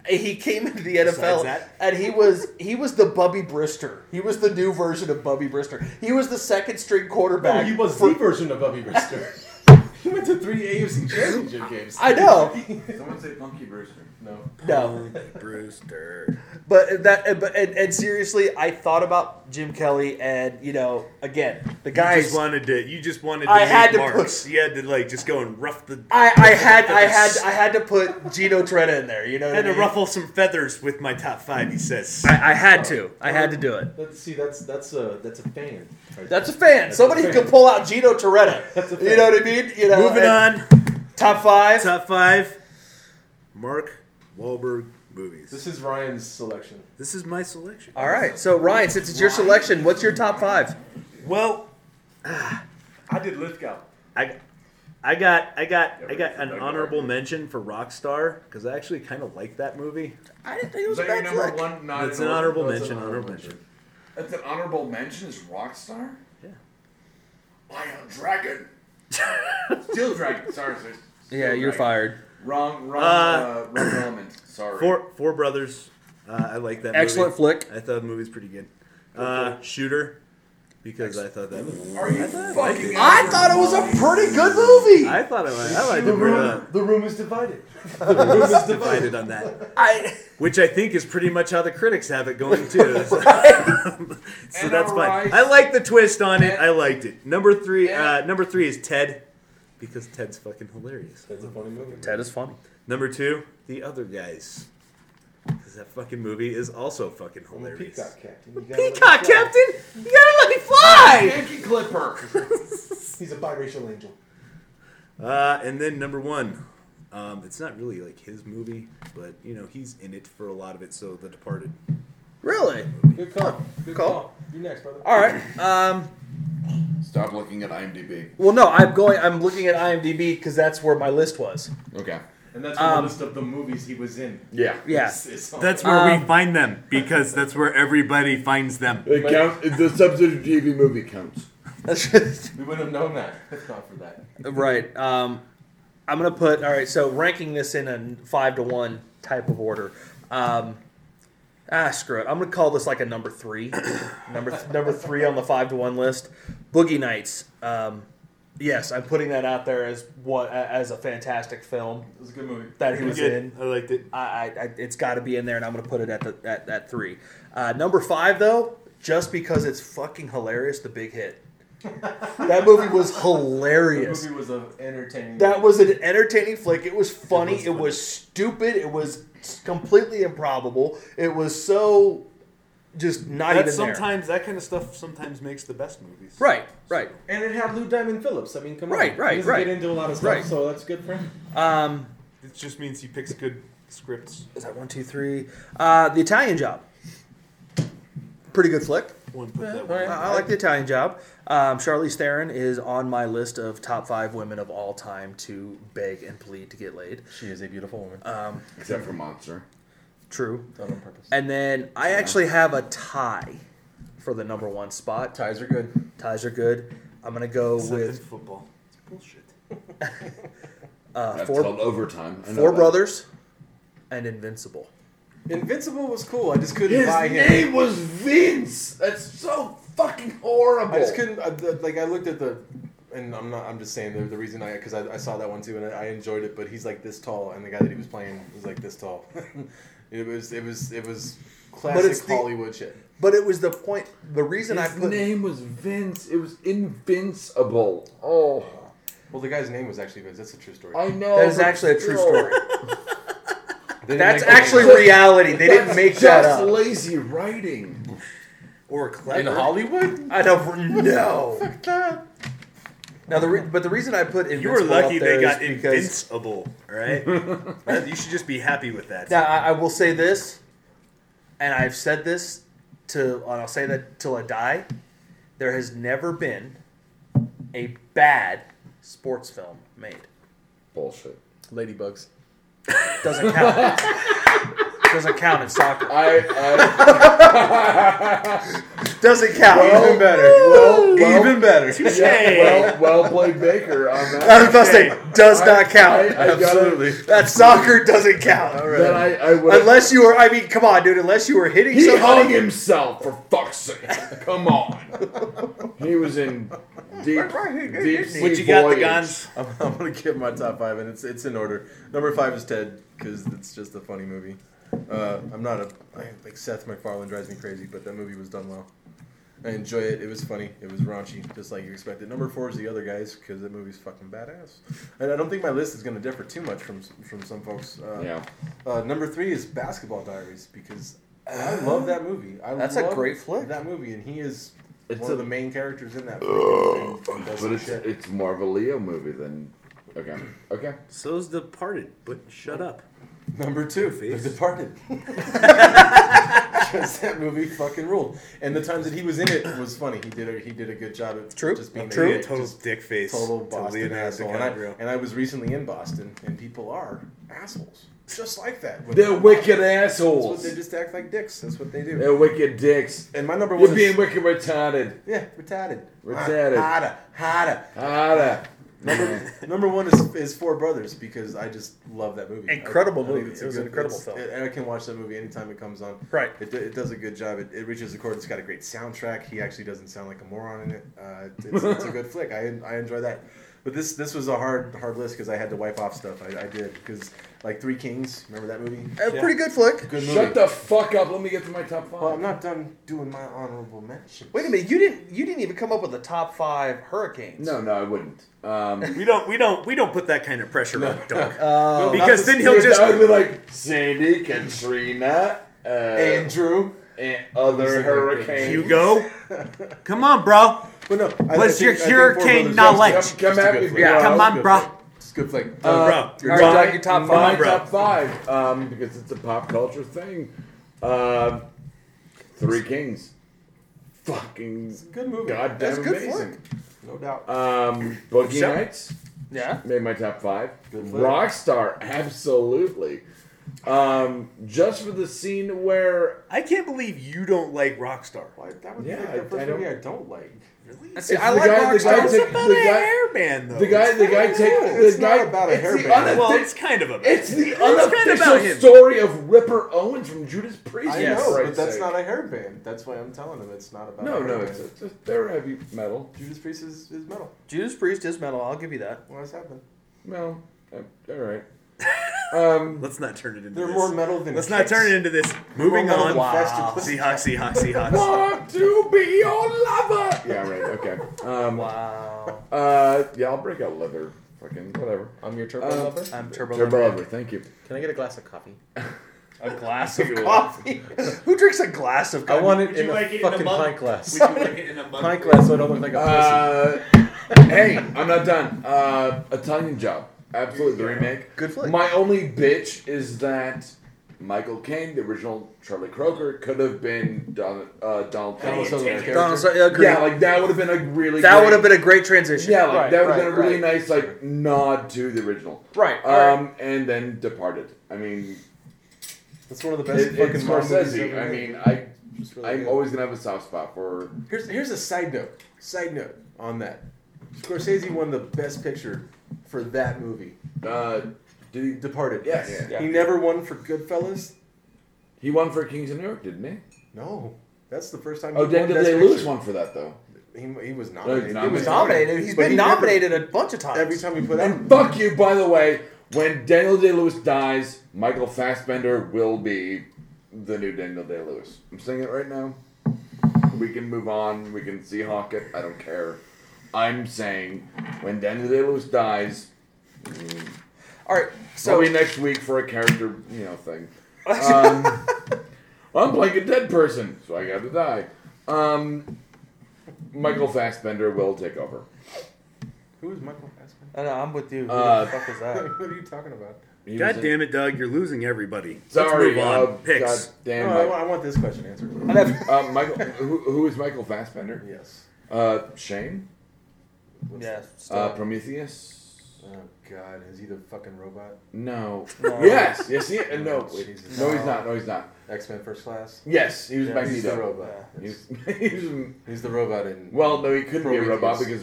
[SPEAKER 3] he came into the NFL
[SPEAKER 5] that.
[SPEAKER 3] and he was he was the Bubby Brister. He was the new version of Bubby Brister. He was the second string
[SPEAKER 2] No,
[SPEAKER 3] quarterback.
[SPEAKER 2] oh, he was
[SPEAKER 3] for-
[SPEAKER 2] the version of Bubby Brister. he went to three AFC championship games.
[SPEAKER 3] I know,
[SPEAKER 4] Someone say Funky Brewster.
[SPEAKER 2] no.
[SPEAKER 3] no.
[SPEAKER 5] Brewster.
[SPEAKER 3] But that, but and, and seriously, I thought about Jim Kelly, and you know, again, the
[SPEAKER 5] You
[SPEAKER 3] guys.
[SPEAKER 5] just wanted to. You just wanted. To
[SPEAKER 3] I
[SPEAKER 5] make
[SPEAKER 3] had to
[SPEAKER 5] marks.
[SPEAKER 3] put-
[SPEAKER 5] You had to like just go and rough the.
[SPEAKER 3] I, I had I had I had to put Gino Toretta in there. You know, what
[SPEAKER 5] had to
[SPEAKER 3] I mean?
[SPEAKER 5] ruffle some feathers with my top five. He says.
[SPEAKER 3] I, I had to. I had to do it.
[SPEAKER 2] Let's see. That's that's a that's a fan.
[SPEAKER 3] That's a fan. Somebody who
[SPEAKER 2] fan.
[SPEAKER 3] can pull out Gino Toretta. You know what I mean? You know.
[SPEAKER 5] Moving
[SPEAKER 3] and
[SPEAKER 5] on.
[SPEAKER 3] Top five.
[SPEAKER 5] Top five. Mark Wahlberg movies.
[SPEAKER 2] This is Ryan's selection.
[SPEAKER 5] This is my selection.
[SPEAKER 3] All right. So Ryan, since it's your selection, what's your top five?
[SPEAKER 5] Well,
[SPEAKER 2] I did Lithgow.
[SPEAKER 5] I, I got, I got, I got an honorable mention for Rockstar because I actually kind of like that movie.
[SPEAKER 3] I didn't think it was
[SPEAKER 4] Is that your number one? Not
[SPEAKER 5] It's
[SPEAKER 4] in
[SPEAKER 5] an
[SPEAKER 4] order?
[SPEAKER 5] honorable
[SPEAKER 2] That's an
[SPEAKER 5] mention.
[SPEAKER 2] honorable
[SPEAKER 5] Honorable mention.
[SPEAKER 4] That's an honorable mention. Is Rockstar?
[SPEAKER 5] Yeah.
[SPEAKER 4] Lion Dragon. Steel Dragon. Sorry, sir. Steel
[SPEAKER 3] Yeah, you're
[SPEAKER 4] Dragon.
[SPEAKER 3] fired.
[SPEAKER 4] Wrong, wrong,
[SPEAKER 5] Uh,
[SPEAKER 4] uh, wrong element. Sorry.
[SPEAKER 5] Four, Four Brothers. Uh, I like that.
[SPEAKER 3] Excellent
[SPEAKER 5] movie.
[SPEAKER 3] flick.
[SPEAKER 5] I thought the movie's pretty good. Uh, Shooter, because I thought that. Was,
[SPEAKER 4] Are you fucking?
[SPEAKER 3] I thought it was a pretty good movie.
[SPEAKER 5] I thought I liked. I liked
[SPEAKER 2] The
[SPEAKER 5] it. pretty
[SPEAKER 2] room,
[SPEAKER 5] well.
[SPEAKER 2] the room is divided.
[SPEAKER 5] I was divided on that,
[SPEAKER 3] I
[SPEAKER 5] which I think is pretty much how the critics have it going too. So, so
[SPEAKER 4] And
[SPEAKER 5] that's fine.
[SPEAKER 4] alright.
[SPEAKER 5] I like the twist on it. I liked it. Number three. Uh, number three is Ted, because Ted's fucking hilarious.
[SPEAKER 2] That's a funny movie.
[SPEAKER 3] Ted is funny.
[SPEAKER 5] Number two, The Other Guys. Because that fucking movie is also fucking
[SPEAKER 2] I'm a
[SPEAKER 5] hilarious.
[SPEAKER 2] peacock captain. You gotta let
[SPEAKER 5] Peacock
[SPEAKER 2] me fly.
[SPEAKER 5] Captain! You gotta let me fly!
[SPEAKER 4] Yankee Clipper.
[SPEAKER 2] He's a biracial angel.
[SPEAKER 5] Uh, and then number one. Um, it's not really like his movie, but you know, he's in it for a lot of it, so The Departed.
[SPEAKER 3] Really?
[SPEAKER 2] Good call. Good
[SPEAKER 3] Call.
[SPEAKER 2] call. You're Oh, next, brother.
[SPEAKER 3] All right. Um.
[SPEAKER 4] Stop looking at IMDb.
[SPEAKER 3] Well, no, I'm going. I'm looking at IMDb because that's where my list was.
[SPEAKER 4] Okay.
[SPEAKER 2] And that's
[SPEAKER 3] Um,
[SPEAKER 2] from the list of the movies he was in.
[SPEAKER 4] Yeah.
[SPEAKER 3] Yeah.
[SPEAKER 2] It's- it's-
[SPEAKER 5] That's where we find them because that's where everybody finds them.
[SPEAKER 4] It count, the substitute TV movie counts.
[SPEAKER 3] That's just,
[SPEAKER 2] we wouldn't have known that if not for that.
[SPEAKER 3] right. Um, I'm gonna put all right. So ranking this in a five to one type of order. Um, ah, screw it. I'm gonna call this like a number three, number th- number three on the five to one list. Boogie Nights. Um, yes, I'm putting that out there as what a- as a fantastic film
[SPEAKER 2] It was a good movie.
[SPEAKER 3] that he was in.
[SPEAKER 5] I liked it.
[SPEAKER 3] I, I, I it's got to be in there, and I'm going to put it at the at, at three. Uh, number five, though, just because it's fucking hilarious, the big hit. that movie was hilarious.
[SPEAKER 2] The movie was an entertaining.
[SPEAKER 3] That was an entertaining flick. It was funny. It was,
[SPEAKER 5] It was funny.
[SPEAKER 3] stupid. It was completely improbable. It was so just not
[SPEAKER 5] That
[SPEAKER 3] even there.
[SPEAKER 5] sometimes that kind of stuff sometimes makes the best movies.
[SPEAKER 3] Right, right.
[SPEAKER 2] and it had Lou Diamond Phillips. I mean, come
[SPEAKER 3] Right,
[SPEAKER 2] on,
[SPEAKER 3] right,
[SPEAKER 2] he doesn't
[SPEAKER 3] right.
[SPEAKER 2] Get into a lot of stuff,
[SPEAKER 3] Right.
[SPEAKER 2] so that's good for him.
[SPEAKER 3] Um,
[SPEAKER 5] It just means he picks good scripts.
[SPEAKER 3] is that one, two, three? Uh, the Italian Job. Pretty good flick.
[SPEAKER 5] One put that
[SPEAKER 2] all
[SPEAKER 5] one.
[SPEAKER 2] right.
[SPEAKER 3] I, I like the Italian job. Um, Charlize Theron is on my list of top five women of all time to beg and plead to get laid.
[SPEAKER 2] She is a beautiful woman.
[SPEAKER 3] Uh,
[SPEAKER 4] Except for Monster.
[SPEAKER 3] True.
[SPEAKER 2] Done on purpose.
[SPEAKER 3] And then I actually have a tie for the number one spot.
[SPEAKER 2] Ties are good.
[SPEAKER 3] Ties are good. I'm gonna go
[SPEAKER 5] Except in
[SPEAKER 3] with
[SPEAKER 5] football. It's bullshit.
[SPEAKER 3] uh,
[SPEAKER 4] That's
[SPEAKER 3] four
[SPEAKER 4] called overtime. I know
[SPEAKER 3] four
[SPEAKER 4] that.
[SPEAKER 3] brothers and Invincible.
[SPEAKER 2] Invincible was cool. I just couldn't
[SPEAKER 4] His
[SPEAKER 2] buy him.
[SPEAKER 4] name was Vince. That's so fucking horrible.
[SPEAKER 2] I just couldn't. I, the- like I looked at the, and I'm not. I'm just saying the, the reason I because I, I saw that one too and I, I enjoyed it. But he's like this tall, and the guy that he was playing was like this tall. it was it was it was
[SPEAKER 3] it's
[SPEAKER 2] classic
[SPEAKER 3] the-
[SPEAKER 2] Hollywood shit.
[SPEAKER 3] But it was the point. The reason I
[SPEAKER 4] His
[SPEAKER 3] put
[SPEAKER 4] name was Vince. It was invincible. Oh,
[SPEAKER 2] Well, the guy's name was actually Vince. That's a true story.
[SPEAKER 4] I know. Oh,
[SPEAKER 3] That is
[SPEAKER 4] but
[SPEAKER 3] actually a true
[SPEAKER 4] still.
[SPEAKER 3] story.
[SPEAKER 2] They didn't
[SPEAKER 3] that's
[SPEAKER 2] make that
[SPEAKER 3] actually
[SPEAKER 2] name up.
[SPEAKER 3] reality. They didn't
[SPEAKER 4] That's
[SPEAKER 3] make that
[SPEAKER 4] just
[SPEAKER 3] up.
[SPEAKER 4] lazy writing.
[SPEAKER 3] or
[SPEAKER 2] in Hollywood.
[SPEAKER 3] I don't know. Now the re- but the reason I put
[SPEAKER 5] You
[SPEAKER 3] invincible
[SPEAKER 5] were lucky
[SPEAKER 3] up there
[SPEAKER 5] they
[SPEAKER 3] is
[SPEAKER 5] got
[SPEAKER 3] because
[SPEAKER 5] invincible, all right? That- you should just be happy with that.
[SPEAKER 3] now I, I will say this, and I've said this to and I'll say that till I die. There has never been a bad sports film made.
[SPEAKER 4] Bullshit.
[SPEAKER 2] Ladybugs.
[SPEAKER 3] Doesn't count. Doesn't count in soccer.
[SPEAKER 4] I, I
[SPEAKER 3] Doesn't count.
[SPEAKER 4] well,
[SPEAKER 2] better.
[SPEAKER 4] Well, well,
[SPEAKER 2] Even better.
[SPEAKER 4] yeah, well, well played, Baker. On that.
[SPEAKER 3] I was about to say does not count.
[SPEAKER 4] I- I gotta-
[SPEAKER 3] that soccer doesn't count.
[SPEAKER 4] That I, I would.
[SPEAKER 3] Unless you were, I mean, come on, dude. Unless you were hitting
[SPEAKER 4] he
[SPEAKER 3] somebody.
[SPEAKER 4] hung himself for fuck's sake. Come on. he was in deep, deep sea
[SPEAKER 5] What you got the
[SPEAKER 4] voyage.
[SPEAKER 5] guns?
[SPEAKER 2] I'm, I'm gonna give my top five, and it's it's in order. Number five is Ted because it's just a funny movie. Uh, I'm not a I, like Seth MacFarlane drives me crazy, but that movie was done well. I enjoy it. It was funny. It was raunchy, just like you expected. Number four is The Other Guys because that movie's fucking badass. And I don't think my list is gonna differ too much from from some folks. Uh,
[SPEAKER 4] Yeah.
[SPEAKER 2] uh, number three is Basketball Diaries because I love that movie. I
[SPEAKER 3] That's a
[SPEAKER 2] love
[SPEAKER 3] great flick.
[SPEAKER 2] That movie, and he is
[SPEAKER 4] It's
[SPEAKER 2] one
[SPEAKER 4] a-
[SPEAKER 2] of the main characters in that. freaking thing. He does
[SPEAKER 4] But
[SPEAKER 2] some
[SPEAKER 4] it's,
[SPEAKER 2] shit.
[SPEAKER 4] it's more of a Leo movie than. Okay. Okay.
[SPEAKER 5] So's Departed, but shut up.
[SPEAKER 2] Number two, The
[SPEAKER 5] Face.
[SPEAKER 2] Departed. Because that movie fucking ruled, and the times that he was in it was funny. He did a, he did a good job at
[SPEAKER 3] True.
[SPEAKER 2] just being
[SPEAKER 3] True.
[SPEAKER 2] a
[SPEAKER 5] Yeah, total
[SPEAKER 2] just
[SPEAKER 5] dick face.
[SPEAKER 2] total
[SPEAKER 5] to
[SPEAKER 2] Boston
[SPEAKER 5] Leonardo
[SPEAKER 2] asshole. And I,
[SPEAKER 5] DiCaprio.
[SPEAKER 2] and I was recently in Boston, and people are assholes, just like that. When
[SPEAKER 4] They're wicked
[SPEAKER 2] That's what
[SPEAKER 4] assholes.
[SPEAKER 2] they just act like dicks. That's what they do.
[SPEAKER 4] They're wicked dicks.
[SPEAKER 2] And my number one
[SPEAKER 4] You're
[SPEAKER 2] is
[SPEAKER 4] being wicked retarded.
[SPEAKER 2] yeah, retarded.
[SPEAKER 4] Retarded.
[SPEAKER 2] Harder, harder.
[SPEAKER 4] Harder.
[SPEAKER 2] Number, number one is, is Four Brothers because I just love that movie.
[SPEAKER 3] Incredible
[SPEAKER 2] I- I think
[SPEAKER 3] movie.
[SPEAKER 2] it's a
[SPEAKER 3] It was an
[SPEAKER 2] good-
[SPEAKER 3] incredible
[SPEAKER 2] it's-
[SPEAKER 3] film.
[SPEAKER 2] it- and I can watch that movie anytime it comes on.
[SPEAKER 3] Right.
[SPEAKER 2] It, do- it does a good job. It, it reaches the chord. It's got a great soundtrack. He actually doesn't sound like a moron in it. Uh, it's, it's a good flick. I, I enjoy that. But this this was a hard hard list because I had to wipe off stuff. I, I did because like Three Kings. Remember that movie?
[SPEAKER 3] A pretty good flick.
[SPEAKER 2] Good movie.
[SPEAKER 4] Shut the fuck up. Let me get to my top five.
[SPEAKER 2] well, I'm not done doing my honorable mention.
[SPEAKER 3] Wait a minute, you didn't you didn't even come up with the top five hurricanes.
[SPEAKER 4] no, no, I wouldn't. Um,
[SPEAKER 5] we don't, we don't, we don't put that kind of pressure on Doug
[SPEAKER 2] not
[SPEAKER 5] because
[SPEAKER 2] the-
[SPEAKER 5] then he'll just
[SPEAKER 4] I would be like Sandy, Katrina, uh, and,
[SPEAKER 2] Andrew.
[SPEAKER 4] other
[SPEAKER 2] hurricanes.
[SPEAKER 4] hurricanes.
[SPEAKER 5] Hugo. Come on, bro.
[SPEAKER 2] But no, I- I
[SPEAKER 5] What's
[SPEAKER 2] think-
[SPEAKER 5] your
[SPEAKER 2] I think Four
[SPEAKER 5] hurricane
[SPEAKER 2] Brothers was-
[SPEAKER 5] knowledge?
[SPEAKER 4] Come, come
[SPEAKER 2] Just a
[SPEAKER 4] at
[SPEAKER 2] good
[SPEAKER 4] me, bro.
[SPEAKER 2] flick.
[SPEAKER 5] Yeah, come
[SPEAKER 2] It's a
[SPEAKER 5] on,
[SPEAKER 2] good
[SPEAKER 5] bro.
[SPEAKER 2] flick. It's a good flick.
[SPEAKER 4] Uh,
[SPEAKER 5] Bro,
[SPEAKER 3] all right,
[SPEAKER 4] my-
[SPEAKER 3] Doug, your top
[SPEAKER 4] My
[SPEAKER 3] five,
[SPEAKER 5] bro.
[SPEAKER 4] top five, um, because it's a pop culture thing. Uh, Three Kings. Fucking
[SPEAKER 2] Good movie.
[SPEAKER 4] goddamn
[SPEAKER 2] That's good
[SPEAKER 4] amazing.
[SPEAKER 2] flick. No doubt.
[SPEAKER 4] Um, Boogie
[SPEAKER 5] Sure.
[SPEAKER 4] Nights.
[SPEAKER 9] Yeah.
[SPEAKER 4] Made my top five.
[SPEAKER 2] Good player.
[SPEAKER 4] Rockstar, absolutely. Um, just for the scene where
[SPEAKER 5] I can't believe you don't like Rockstar.
[SPEAKER 2] Why, that would
[SPEAKER 4] Yeah,
[SPEAKER 2] be like
[SPEAKER 4] I-
[SPEAKER 2] the first
[SPEAKER 4] I
[SPEAKER 2] movie
[SPEAKER 4] don't-
[SPEAKER 2] I don't like.
[SPEAKER 5] Really?
[SPEAKER 3] See,
[SPEAKER 4] It's
[SPEAKER 3] I
[SPEAKER 4] the
[SPEAKER 3] like
[SPEAKER 4] guy- the
[SPEAKER 3] Rockstar.
[SPEAKER 4] guy
[SPEAKER 5] It's
[SPEAKER 4] take
[SPEAKER 5] about
[SPEAKER 4] the
[SPEAKER 5] a
[SPEAKER 4] guy-
[SPEAKER 5] hairband, though.
[SPEAKER 4] the guy, the guy take
[SPEAKER 2] It's
[SPEAKER 4] the guy.
[SPEAKER 2] not about a
[SPEAKER 4] it's the
[SPEAKER 2] hairband.
[SPEAKER 5] Well,
[SPEAKER 4] unoffic-
[SPEAKER 5] it's kind of a.
[SPEAKER 4] It's the
[SPEAKER 5] about
[SPEAKER 4] unofficial
[SPEAKER 5] him.
[SPEAKER 4] story of Ripper Owens from Judas Priest.
[SPEAKER 2] I
[SPEAKER 4] for
[SPEAKER 2] know, but
[SPEAKER 4] Christ's
[SPEAKER 2] that's
[SPEAKER 4] sake.
[SPEAKER 2] not a hairband. That's why I'm telling him it's not about.
[SPEAKER 4] No,
[SPEAKER 2] a
[SPEAKER 4] no,
[SPEAKER 2] hairband.
[SPEAKER 4] it's, it's, it's they're heavy metal.
[SPEAKER 2] Judas Priest is, is metal.
[SPEAKER 3] Judas Priest is metal. I'll give you that.
[SPEAKER 2] What has happened?
[SPEAKER 4] Well, uh, all right. Um,
[SPEAKER 5] Let's not turn it into.
[SPEAKER 2] They're
[SPEAKER 5] this.
[SPEAKER 2] more metal than.
[SPEAKER 5] Let's not
[SPEAKER 2] kicks.
[SPEAKER 5] turn it into this. Moving
[SPEAKER 2] More metal
[SPEAKER 5] on.
[SPEAKER 2] than
[SPEAKER 3] Wow.
[SPEAKER 5] Seahawks, Seahawks, Seahawks.
[SPEAKER 4] want to be your lover. Yeah, right. Okay. Um,
[SPEAKER 3] Wow.
[SPEAKER 4] uh, yeah, I'll break out leather. Fucking whatever.
[SPEAKER 2] I'm your turbo
[SPEAKER 4] Um,
[SPEAKER 2] lover.
[SPEAKER 3] I'm turbo.
[SPEAKER 4] Turbo
[SPEAKER 3] Limerick.
[SPEAKER 4] leather. Thank you.
[SPEAKER 2] Can I get a glass of coffee?
[SPEAKER 3] A glass of coffee. Who drinks a glass of
[SPEAKER 2] I
[SPEAKER 3] coffee?
[SPEAKER 2] want it
[SPEAKER 5] Would you
[SPEAKER 2] in a
[SPEAKER 5] like it in a
[SPEAKER 2] fucking
[SPEAKER 5] mug?
[SPEAKER 2] pint glass.
[SPEAKER 5] Would you like it in a mug?
[SPEAKER 2] pint glass, so I don't look like a pussy.
[SPEAKER 4] Uh, hey, I'm not done. Uh, Italian Job. Absolutely, the remake.
[SPEAKER 3] Good flick.
[SPEAKER 4] My only bitch is that Michael Caine, the original Charlie Croker, could have been Don, uh, Donald
[SPEAKER 5] Donald
[SPEAKER 4] Sutherland's
[SPEAKER 5] Sutherland.
[SPEAKER 4] character.
[SPEAKER 3] Donald, Sutherland- agreed.
[SPEAKER 4] Yeah, like that would have been a really
[SPEAKER 3] that
[SPEAKER 4] great-
[SPEAKER 3] would have been a great transition.
[SPEAKER 4] yeah, like
[SPEAKER 2] Right,
[SPEAKER 4] that would
[SPEAKER 2] right,
[SPEAKER 4] have been a really
[SPEAKER 2] right.
[SPEAKER 4] nice like nod to the original.
[SPEAKER 3] Right, right.
[SPEAKER 4] Um, and then Departed. I mean,
[SPEAKER 2] That's one of the best
[SPEAKER 4] it,
[SPEAKER 2] fucking
[SPEAKER 4] it's
[SPEAKER 2] Marvel movies
[SPEAKER 4] Scorsese.
[SPEAKER 2] ever
[SPEAKER 4] I
[SPEAKER 2] made.
[SPEAKER 4] mean, I
[SPEAKER 2] It's really
[SPEAKER 4] I'm
[SPEAKER 2] good.
[SPEAKER 4] always gonna have a soft spot for.
[SPEAKER 2] Here's here's a side note. Side note on that. Scorsese won the best picture for that movie.
[SPEAKER 4] Uh, did he,
[SPEAKER 2] Departed.
[SPEAKER 4] Yes.
[SPEAKER 2] He never won for Goodfellas.
[SPEAKER 4] he won for Kings of New York, didn't he?
[SPEAKER 2] No. That's the first time.
[SPEAKER 4] Oh,
[SPEAKER 2] he
[SPEAKER 4] did,
[SPEAKER 2] won
[SPEAKER 4] did
[SPEAKER 2] Best
[SPEAKER 4] they lose
[SPEAKER 2] Picture.
[SPEAKER 4] one for that though?
[SPEAKER 2] He, he was
[SPEAKER 4] No,
[SPEAKER 2] nominated.
[SPEAKER 4] he's
[SPEAKER 2] He
[SPEAKER 4] nominated.
[SPEAKER 2] was nominated.
[SPEAKER 3] He's
[SPEAKER 2] But
[SPEAKER 3] been
[SPEAKER 2] he never-
[SPEAKER 3] nominated a bunch of times.
[SPEAKER 2] every time he put
[SPEAKER 4] And
[SPEAKER 2] out.
[SPEAKER 4] fuck you, by the way. When Daniel Day Lewis dies, Michael Fassbender will be the new Daniel Day Lewis. I'm saying it right now. We can move on. We can Seahawk it. I don't care. I'm saying when Daniel Day Lewis dies,
[SPEAKER 3] All right.
[SPEAKER 4] so
[SPEAKER 3] So
[SPEAKER 4] probably next week for a character, you know, thing. Um, I'm playing a dead person, so I got to die. Um, Michael Fassbender will take over.
[SPEAKER 2] Who is Michael Fassbender?
[SPEAKER 3] I know, I'm with you. Who
[SPEAKER 4] Uh,
[SPEAKER 3] the fuck is that?
[SPEAKER 2] What are you talking about?
[SPEAKER 4] He was
[SPEAKER 5] God
[SPEAKER 4] in-
[SPEAKER 5] damn it, Doug! You're losing everybody.
[SPEAKER 4] Sorry,
[SPEAKER 5] Let's move on.
[SPEAKER 4] uh,
[SPEAKER 5] Picks.
[SPEAKER 4] God
[SPEAKER 2] No,
[SPEAKER 4] damn
[SPEAKER 2] I,
[SPEAKER 4] Michael.
[SPEAKER 2] want, I want this question answered.
[SPEAKER 3] I never-
[SPEAKER 4] Uh, Michael, who, who is Michael Fassbender?
[SPEAKER 2] Yes.
[SPEAKER 4] Uh, Shane,
[SPEAKER 2] What's
[SPEAKER 3] yeah.
[SPEAKER 4] uh,
[SPEAKER 3] still.
[SPEAKER 4] Prometheus.
[SPEAKER 2] that? Oh God! Is he the fucking robot?
[SPEAKER 4] No.
[SPEAKER 3] No.
[SPEAKER 4] Yes. Yes. He, uh, no. wait.
[SPEAKER 2] Jesus.
[SPEAKER 4] No, he's not. No, he's not.
[SPEAKER 2] X Men First Class.
[SPEAKER 4] Yes, he was
[SPEAKER 3] Yeah,
[SPEAKER 2] He's the
[SPEAKER 4] Magneto.
[SPEAKER 2] robot.
[SPEAKER 4] He
[SPEAKER 2] He's,
[SPEAKER 4] was, he was,
[SPEAKER 2] he's the robot in
[SPEAKER 4] well, no, he couldn't be a robot because
[SPEAKER 2] Prometheus.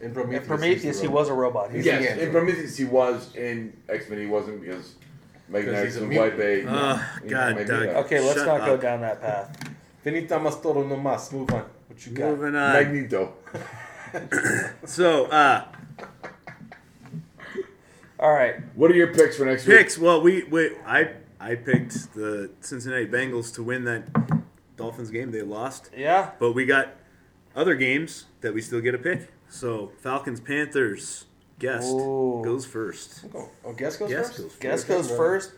[SPEAKER 2] in
[SPEAKER 3] In
[SPEAKER 2] Prometheus.
[SPEAKER 3] Prometheus,
[SPEAKER 2] he's the
[SPEAKER 3] he
[SPEAKER 2] robot.
[SPEAKER 3] was a robot. He's
[SPEAKER 4] yes,
[SPEAKER 2] android.
[SPEAKER 4] in Prometheus he was. In X Men he wasn't because Magnetic
[SPEAKER 2] he's a
[SPEAKER 4] and
[SPEAKER 2] mutant. Ah,
[SPEAKER 4] White Bay.
[SPEAKER 5] Uh,
[SPEAKER 4] he's
[SPEAKER 5] God,
[SPEAKER 4] Magneto.
[SPEAKER 5] Doug.
[SPEAKER 3] Okay, let's
[SPEAKER 5] Shut
[SPEAKER 3] not go
[SPEAKER 5] up.
[SPEAKER 3] down that path.
[SPEAKER 2] Finita mas todo no mas. Move on. What you got?
[SPEAKER 5] Moving on.
[SPEAKER 4] Magneto.
[SPEAKER 5] so, uh,
[SPEAKER 3] All right.
[SPEAKER 4] What are your picks for next week?
[SPEAKER 5] picks. Well, we, we I I picked the Cincinnati Bengals to win that Dolphins game. They lost,
[SPEAKER 3] Yeah.
[SPEAKER 5] but we got other games that we still get a pick. So Falcons Panthers guest
[SPEAKER 3] Ooh.
[SPEAKER 5] goes first.
[SPEAKER 2] Oh, oh guess goes
[SPEAKER 5] Guest
[SPEAKER 2] first.
[SPEAKER 5] goes first.
[SPEAKER 3] Guess goes first.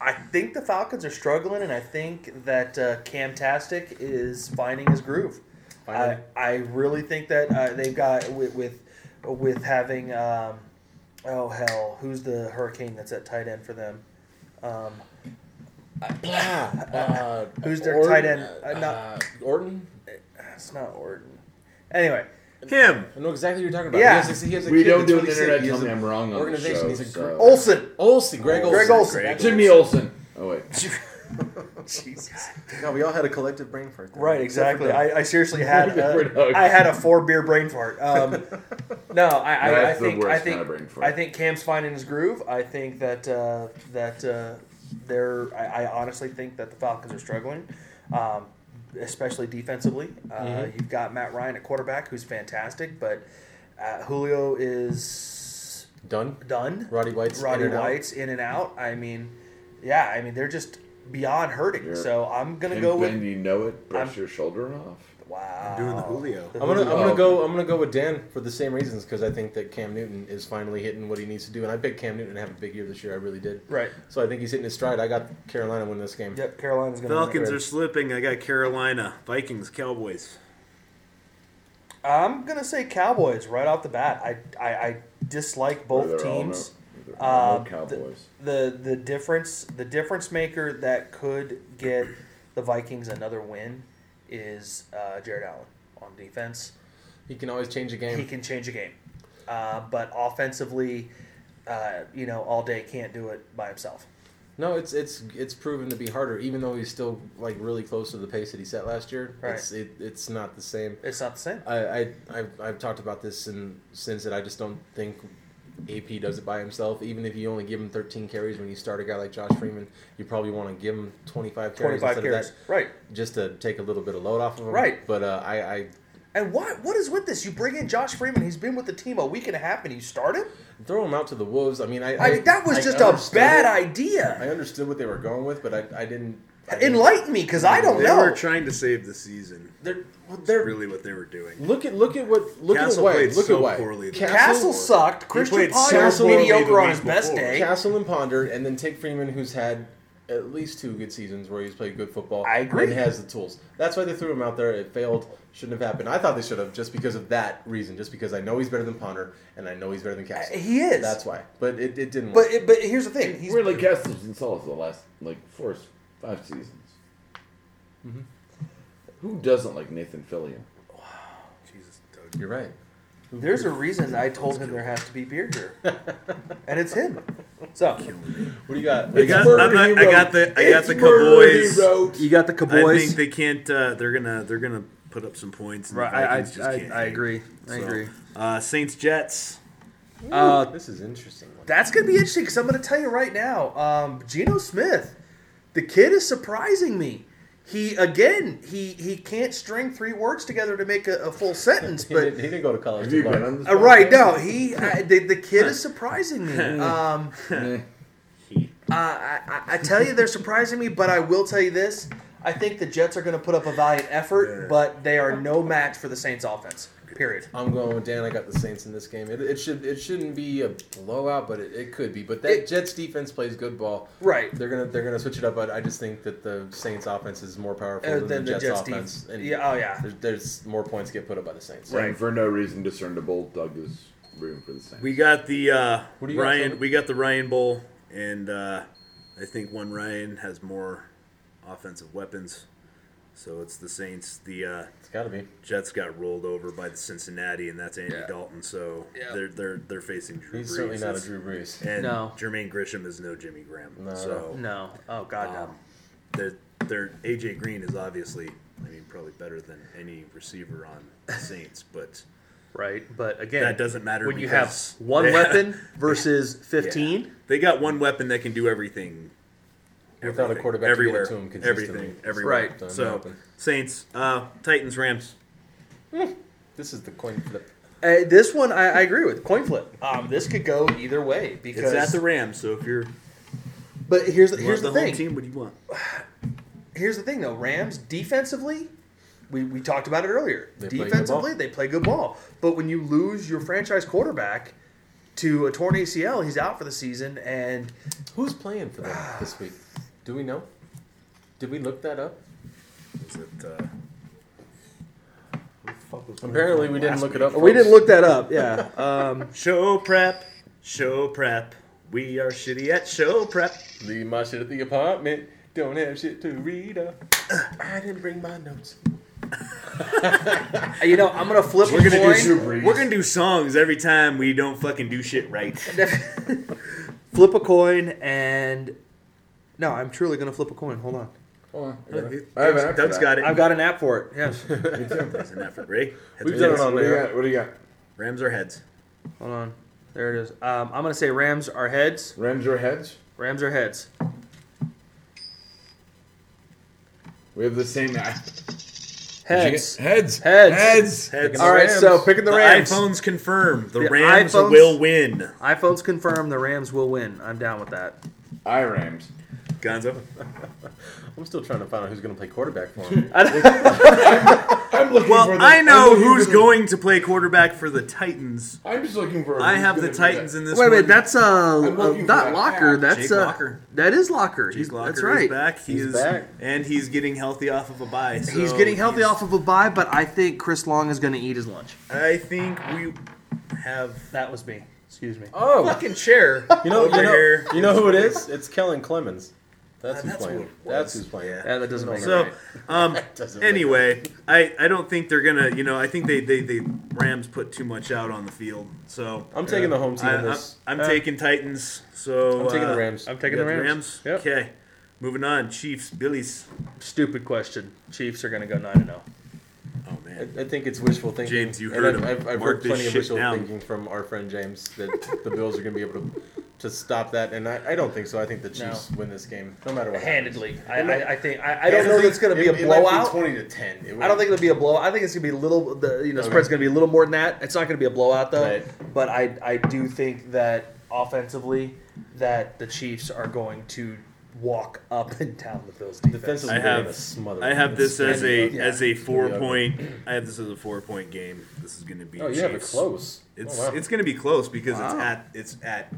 [SPEAKER 3] I think the Falcons are struggling, and I think that uh, Camtastic is finding his groove. I,
[SPEAKER 2] Finally.
[SPEAKER 3] I really think that uh, they've got with with, with having um, oh hell who's the hurricane that's at tight end for them um,
[SPEAKER 2] Uh,
[SPEAKER 3] who's their
[SPEAKER 2] Orton,
[SPEAKER 3] tight end uh, not
[SPEAKER 2] uh, Orton.
[SPEAKER 3] it's not Orton anyway
[SPEAKER 5] Him.
[SPEAKER 2] I know exactly what you're talking about.
[SPEAKER 3] Yeah.
[SPEAKER 2] He has a, he has a
[SPEAKER 4] We
[SPEAKER 2] kid
[SPEAKER 4] don't
[SPEAKER 2] that's
[SPEAKER 4] do an
[SPEAKER 2] 26.
[SPEAKER 4] internet.
[SPEAKER 2] He
[SPEAKER 4] Tell
[SPEAKER 2] has
[SPEAKER 4] me
[SPEAKER 2] a-
[SPEAKER 4] I'm wrong on
[SPEAKER 2] organization,
[SPEAKER 4] the
[SPEAKER 2] he's
[SPEAKER 4] show.
[SPEAKER 2] a gr- Oh,
[SPEAKER 4] so-
[SPEAKER 3] Olson
[SPEAKER 2] Olsen, Greg Olsen.
[SPEAKER 3] Greg Olsen.
[SPEAKER 4] Jimmy Olsen. Oh wait.
[SPEAKER 3] Jesus
[SPEAKER 2] God, we all had a collective brain fart. there.
[SPEAKER 3] Right,
[SPEAKER 2] Except for
[SPEAKER 3] exactly.
[SPEAKER 2] Doug.
[SPEAKER 3] I, I seriously had
[SPEAKER 4] Different
[SPEAKER 3] a,
[SPEAKER 4] hug.
[SPEAKER 3] I had a four beer brain fart. Um, no, I, I, I
[SPEAKER 4] That's the
[SPEAKER 3] think
[SPEAKER 4] worst
[SPEAKER 3] I think
[SPEAKER 4] kind of brain fart.
[SPEAKER 3] I think Cam's finding his groove. I think that uh, that uh, they're. I, I honestly think that the Falcons are struggling, um, especially defensively. Uh, You've got Matt Ryan at quarterback, who's fantastic, but uh, Julio is
[SPEAKER 2] done.
[SPEAKER 3] done.
[SPEAKER 2] Roddy White's
[SPEAKER 3] Roddy
[SPEAKER 2] in and out.
[SPEAKER 3] White's in and out. I mean, yeah, I mean they're just beyond hurting.
[SPEAKER 4] You're-
[SPEAKER 3] so I'm gonna
[SPEAKER 4] And
[SPEAKER 3] go with.
[SPEAKER 4] Ben, you know it. Brush
[SPEAKER 3] I'm-
[SPEAKER 4] your shoulder off.
[SPEAKER 3] Wow.
[SPEAKER 5] Doing the Julio.
[SPEAKER 2] I'm gonna, I'm gonna
[SPEAKER 4] Oh.
[SPEAKER 2] go. I'm gonna go with Dan for the same reasons because I think that Cam Newton is finally hitting what he needs to do, and I picked Cam Newton to have a big year this year. I really did.
[SPEAKER 3] Right.
[SPEAKER 2] So I think he's hitting his stride. I got Carolina win this game.
[SPEAKER 3] Yep, Carolina's going to
[SPEAKER 5] Falcons are slipping. I got Carolina, Vikings, Cowboys.
[SPEAKER 3] I'm going to say Cowboys right off the bat. I, I, I dislike
[SPEAKER 4] They're
[SPEAKER 3] both
[SPEAKER 4] all
[SPEAKER 3] teams.
[SPEAKER 4] no- they're
[SPEAKER 3] Uh,
[SPEAKER 4] all no Cowboys.
[SPEAKER 3] The the difference the difference maker that could get the Vikings another win is uh, Jared Allen on defense.
[SPEAKER 2] He can always change a game.
[SPEAKER 3] He can change a game. uh, but offensively, uh, you know, all day can't do it by himself.
[SPEAKER 2] No, it's it's it's proven to be harder, even though he's still like really close to the pace that he set last year.
[SPEAKER 3] Right.
[SPEAKER 2] It's it, it's not the same.
[SPEAKER 3] It's not the same.
[SPEAKER 2] I, I I've, I've talked about this in since that I just don't think AP does it by himself. Even if you only give him 13 carries when you start a guy like Josh Freeman, you probably want to give him 25 carries
[SPEAKER 3] 25
[SPEAKER 2] instead
[SPEAKER 3] carries.
[SPEAKER 2] of that,
[SPEAKER 3] Right.
[SPEAKER 2] Just to take a little bit of load off of him,
[SPEAKER 3] Right.
[SPEAKER 2] But uh, I, I
[SPEAKER 3] And what what is with this? You bring in Josh Freeman. He's been with the team a week and a half, and you start him.
[SPEAKER 2] throw him out to the wolves. I mean, I,
[SPEAKER 3] I mean, that was
[SPEAKER 2] I
[SPEAKER 3] just a
[SPEAKER 2] understood
[SPEAKER 3] bad
[SPEAKER 2] it. I
[SPEAKER 3] idea.
[SPEAKER 2] understood what they were going with, but I, I didn't. I didn't-
[SPEAKER 3] Enlighten me, because I don't
[SPEAKER 5] They
[SPEAKER 3] know.
[SPEAKER 5] were trying to save the season.
[SPEAKER 2] They're, well, they're
[SPEAKER 5] Really, what they were doing.
[SPEAKER 2] look at look at what look
[SPEAKER 5] Castle
[SPEAKER 2] at
[SPEAKER 5] played
[SPEAKER 2] White. Look
[SPEAKER 5] so
[SPEAKER 2] at White.
[SPEAKER 5] poorly though.
[SPEAKER 3] Castle sucked. Christian
[SPEAKER 5] played so
[SPEAKER 3] Ponder was
[SPEAKER 5] poorly the
[SPEAKER 3] mediocre on his
[SPEAKER 5] week
[SPEAKER 3] best
[SPEAKER 5] before.
[SPEAKER 3] day.
[SPEAKER 2] Castle and Ponder, and then take Freeman, who's had at least two good seasons where he's played good football.
[SPEAKER 3] I agree.
[SPEAKER 2] And has the tools. That's why they threw him out there. It failed. Shouldn't have happened. I thought they should have just because of that reason. Just because I know he's better than Ponder, and I know he's better than Castle.
[SPEAKER 3] Uh, he is.
[SPEAKER 2] That's why. But it, it didn't
[SPEAKER 3] But
[SPEAKER 2] work.
[SPEAKER 3] it, but here's the thing. He's,
[SPEAKER 4] Really, Castles and Solis the last like four, five seasons. Who doesn't like Nathan Fillion?
[SPEAKER 5] Jesus, Doug.
[SPEAKER 2] You're right.
[SPEAKER 3] there's a reason I told him there has to be beer here, and it's him. So
[SPEAKER 2] What do you got?
[SPEAKER 5] I got, I'm not, I got the I got the Cowboys.
[SPEAKER 3] you got the
[SPEAKER 5] I think they can't. Uh, they're gonna they're gonna put up some points. And
[SPEAKER 9] Right,
[SPEAKER 5] the
[SPEAKER 9] I- I-
[SPEAKER 5] Vikings just
[SPEAKER 9] I-
[SPEAKER 5] can't
[SPEAKER 9] I
[SPEAKER 5] hang.
[SPEAKER 9] agree. I
[SPEAKER 5] So,
[SPEAKER 9] agree.
[SPEAKER 5] Uh, Saints Jets.
[SPEAKER 9] Uh,
[SPEAKER 2] This is interesting. One.
[SPEAKER 3] That's gonna be interesting because I'm gonna tell you right now, um, Geno Smith, the kid is surprising me. He again, he he can't string three words together to make a, a full sentence.
[SPEAKER 2] He,
[SPEAKER 3] But
[SPEAKER 2] did, he didn't go to college.
[SPEAKER 4] Have you
[SPEAKER 2] to
[SPEAKER 4] been
[SPEAKER 2] learn.
[SPEAKER 4] on this?
[SPEAKER 3] uh, right now, he I, the, the kid is surprising me. Um,
[SPEAKER 4] podcast?
[SPEAKER 3] uh, I, I- I tell you, they're surprising me. But I will tell you this: I think the Jets are gonna put up a valiant effort,
[SPEAKER 5] Yeah.
[SPEAKER 3] but they are no match for the Saints' offense. Period.
[SPEAKER 2] I'm going with Dan. I got the Saints in this game. It, it should it shouldn't be a blowout, but it, it could be. But that
[SPEAKER 3] It-
[SPEAKER 2] Jets defense plays good ball.
[SPEAKER 3] Right.
[SPEAKER 2] They're gonna they're gonna switch it up. But I just think that the Saints offense is more powerful
[SPEAKER 3] Uh,
[SPEAKER 2] than,
[SPEAKER 3] than
[SPEAKER 2] the,
[SPEAKER 3] the
[SPEAKER 2] Jets,
[SPEAKER 3] Jets def-
[SPEAKER 2] offense. And
[SPEAKER 3] Yeah, oh, yeah.
[SPEAKER 2] There's, there's more points get put up by the Saints.
[SPEAKER 4] Right. And for no reason discernible, Doug is rooting for the Saints.
[SPEAKER 5] We got the uh,
[SPEAKER 2] What do you got,
[SPEAKER 5] Ryan.
[SPEAKER 2] Tony?
[SPEAKER 5] we got the Ryan Bowl, and uh, I think one Ryan has more offensive weapons. So it's the Saints. The uh,
[SPEAKER 2] It's gotta be.
[SPEAKER 5] Jets got rolled over by the Cincinnati, and that's Andy Dalton. So
[SPEAKER 3] Yeah.
[SPEAKER 5] they're they're they're facing Drew
[SPEAKER 2] He's
[SPEAKER 5] Brees.
[SPEAKER 2] certainly not a
[SPEAKER 5] It's-
[SPEAKER 2] Drew Brees.
[SPEAKER 5] And
[SPEAKER 3] No.
[SPEAKER 5] Jermaine Grisham is no Jimmy Graham.
[SPEAKER 2] No.
[SPEAKER 5] so
[SPEAKER 3] No. Oh God, no.
[SPEAKER 5] Um, they're, they're- AJ Green is obviously, I mean, probably better than any receiver on the Saints, but
[SPEAKER 3] Right, but again,
[SPEAKER 5] That doesn't matter
[SPEAKER 3] when you have
[SPEAKER 5] because-
[SPEAKER 3] one
[SPEAKER 5] Yeah.
[SPEAKER 3] weapon versus
[SPEAKER 5] yeah.
[SPEAKER 3] fifteen.
[SPEAKER 5] they got one weapon that can do everything.
[SPEAKER 2] Without a
[SPEAKER 5] everything,
[SPEAKER 2] quarterback to get it
[SPEAKER 5] everywhere,
[SPEAKER 2] to him consistently.
[SPEAKER 5] everything, everywhere.
[SPEAKER 3] Right.
[SPEAKER 2] Doesn't
[SPEAKER 5] So
[SPEAKER 2] happen.
[SPEAKER 5] Saints, uh, Titans, Rams.
[SPEAKER 2] This is the coin flip.
[SPEAKER 3] Uh, this one, I, I agree with coin flip. Um, this could go either way
[SPEAKER 5] It's
[SPEAKER 3] because.
[SPEAKER 5] at the Rams, so if you're
[SPEAKER 3] but here's the,
[SPEAKER 5] you
[SPEAKER 3] here's
[SPEAKER 5] want
[SPEAKER 3] the,
[SPEAKER 5] the, whole
[SPEAKER 3] thing.
[SPEAKER 5] team, what do you want?
[SPEAKER 3] Here's the thing though. Rams defensively, we, we talked about it earlier.
[SPEAKER 2] They play good
[SPEAKER 3] defensively,
[SPEAKER 2] ball.
[SPEAKER 3] they play good ball, but when you lose your franchise quarterback to a torn ACL, he's out for the season, and
[SPEAKER 2] Who's playing for them this week? Do we know? Did we look that up?
[SPEAKER 5] Is it, uh,
[SPEAKER 2] Apparently we didn't look it up.
[SPEAKER 3] we didn't look that up. Yeah. Um,
[SPEAKER 5] show prep, show prep. We are shitty at show prep.
[SPEAKER 2] Leave my shit at the apartment. Don't have shit to read up. I didn't bring my notes.
[SPEAKER 3] you know, I'm gonna flip.
[SPEAKER 5] We're
[SPEAKER 3] a
[SPEAKER 5] gonna
[SPEAKER 3] coin.
[SPEAKER 5] do we're gonna do songs every time we don't fucking do shit right.
[SPEAKER 3] flip a coin and no, I'm truly gonna flip a coin. Hold on.
[SPEAKER 4] Hold on. I have an app for
[SPEAKER 5] Doug's
[SPEAKER 4] that.
[SPEAKER 5] got it.
[SPEAKER 3] I've got an app for it. Yes.
[SPEAKER 5] There's an effort, right? Heads
[SPEAKER 2] We've
[SPEAKER 5] or
[SPEAKER 2] done it
[SPEAKER 5] tails?
[SPEAKER 2] on
[SPEAKER 4] What do you
[SPEAKER 2] there.
[SPEAKER 4] got? What do you got?
[SPEAKER 5] Rams or heads?
[SPEAKER 3] Hold on. There it is. Um, I'm gonna say Rams are heads.
[SPEAKER 4] Rams or heads?
[SPEAKER 3] Rams are heads.
[SPEAKER 4] We have the same app.
[SPEAKER 3] Heads.
[SPEAKER 4] Heads.
[SPEAKER 3] Heads.
[SPEAKER 5] Heads.
[SPEAKER 3] All right.
[SPEAKER 2] Rams.
[SPEAKER 3] So picking the
[SPEAKER 5] The
[SPEAKER 3] Rams.
[SPEAKER 5] iPhones confirm the,
[SPEAKER 3] The
[SPEAKER 5] Rams
[SPEAKER 3] iPhones-
[SPEAKER 5] will win.
[SPEAKER 3] iPhones confirm the Rams will win. I'm down with that.
[SPEAKER 4] I Rams.
[SPEAKER 5] Gonzo,
[SPEAKER 2] I'm still trying to find out who's going to play quarterback for him.
[SPEAKER 4] I'm looking for
[SPEAKER 5] Well,
[SPEAKER 4] the,
[SPEAKER 5] I
[SPEAKER 4] I'm
[SPEAKER 5] know
[SPEAKER 4] looking
[SPEAKER 5] who's
[SPEAKER 4] for the-
[SPEAKER 5] going to play quarterback for the Titans.
[SPEAKER 4] I'm just looking for.
[SPEAKER 5] I
[SPEAKER 4] who's
[SPEAKER 5] have the
[SPEAKER 4] gonna do
[SPEAKER 5] Titans
[SPEAKER 4] that.
[SPEAKER 5] in this.
[SPEAKER 3] Wait a minute.
[SPEAKER 5] one.
[SPEAKER 3] That's uh,
[SPEAKER 4] looking
[SPEAKER 3] uh
[SPEAKER 4] for
[SPEAKER 3] that
[SPEAKER 4] that
[SPEAKER 3] locker.
[SPEAKER 4] app.
[SPEAKER 3] That's
[SPEAKER 5] Jake
[SPEAKER 3] uh,
[SPEAKER 5] Locker.
[SPEAKER 3] that is locker.
[SPEAKER 5] Jake
[SPEAKER 3] He's-
[SPEAKER 5] Locker
[SPEAKER 3] that's
[SPEAKER 5] is
[SPEAKER 3] right.
[SPEAKER 5] back. He
[SPEAKER 2] He's
[SPEAKER 5] is
[SPEAKER 2] back.
[SPEAKER 5] and he's getting healthy off of a bye. So
[SPEAKER 3] He's getting healthy off of a bye, but I think Chris Long is going to eat his lunch.
[SPEAKER 5] I think we have
[SPEAKER 3] That was me. Excuse me.
[SPEAKER 2] Oh,
[SPEAKER 5] fucking chair.
[SPEAKER 2] you know,
[SPEAKER 5] over
[SPEAKER 2] you know,
[SPEAKER 5] here.
[SPEAKER 2] you know who it is? It's Kellen Clemens. Uh, That's who's
[SPEAKER 5] That's
[SPEAKER 2] playing.
[SPEAKER 5] what it
[SPEAKER 2] That's
[SPEAKER 5] was.
[SPEAKER 2] who's playing.
[SPEAKER 5] Yeah.
[SPEAKER 3] Yeah, that doesn't make
[SPEAKER 5] So,
[SPEAKER 3] sense.
[SPEAKER 5] um,
[SPEAKER 2] Doesn't
[SPEAKER 5] anyway, I, I don't think they're gonna. You know, I think they, they, they Rams put too much out on the field. So
[SPEAKER 2] I'm taking the home team
[SPEAKER 5] I,
[SPEAKER 2] in this.
[SPEAKER 5] am
[SPEAKER 3] Uh,
[SPEAKER 5] taking Titans. So
[SPEAKER 2] I'm taking the
[SPEAKER 5] uh,
[SPEAKER 2] Rams.
[SPEAKER 3] I'm
[SPEAKER 5] you
[SPEAKER 3] taking
[SPEAKER 5] got
[SPEAKER 3] the Rams. Yep.
[SPEAKER 5] Okay, moving on. Chiefs, Billies.
[SPEAKER 3] Stupid question. Chiefs are going to go 9 0.
[SPEAKER 5] Oh
[SPEAKER 2] I,
[SPEAKER 5] man,
[SPEAKER 2] I think it's wishful thinking.
[SPEAKER 5] James, you
[SPEAKER 2] And
[SPEAKER 5] heard
[SPEAKER 2] I've,
[SPEAKER 5] him.
[SPEAKER 2] I've, I've
[SPEAKER 5] Mark
[SPEAKER 2] heard
[SPEAKER 5] this
[SPEAKER 2] plenty of
[SPEAKER 5] shit
[SPEAKER 2] wishful
[SPEAKER 5] down.
[SPEAKER 2] thinking from our friend James that the Bills are going to be able to to stop that, and I, I don't think so. I think the Chiefs win this game, no matter what.
[SPEAKER 3] Handedly. I,
[SPEAKER 2] It might-
[SPEAKER 3] I, I think. I, I don't know that it's going to be
[SPEAKER 2] it-
[SPEAKER 3] a
[SPEAKER 2] it might
[SPEAKER 3] blowout.
[SPEAKER 2] Twenty to ten. It
[SPEAKER 3] I don't think it'll be a blowout. I think it's gonna be a little. The you know spread's gonna be a little more than that. It's not gonna be a blowout though.
[SPEAKER 2] Right.
[SPEAKER 3] But I I do think that offensively, that the Chiefs are going to walk up and down the Bills
[SPEAKER 2] the
[SPEAKER 3] defense.
[SPEAKER 2] defense is
[SPEAKER 5] I
[SPEAKER 2] really
[SPEAKER 5] have-
[SPEAKER 2] gonna smother.
[SPEAKER 5] I have
[SPEAKER 2] them.
[SPEAKER 5] this as a
[SPEAKER 2] Yeah.
[SPEAKER 5] as a four
[SPEAKER 2] Yeah.
[SPEAKER 5] point. I have this as a four point game. This is gonna be.
[SPEAKER 2] Oh, you have it
[SPEAKER 5] Chiefs.
[SPEAKER 2] close.
[SPEAKER 5] It's
[SPEAKER 2] oh, wow.
[SPEAKER 5] it's gonna be close because it's at it's at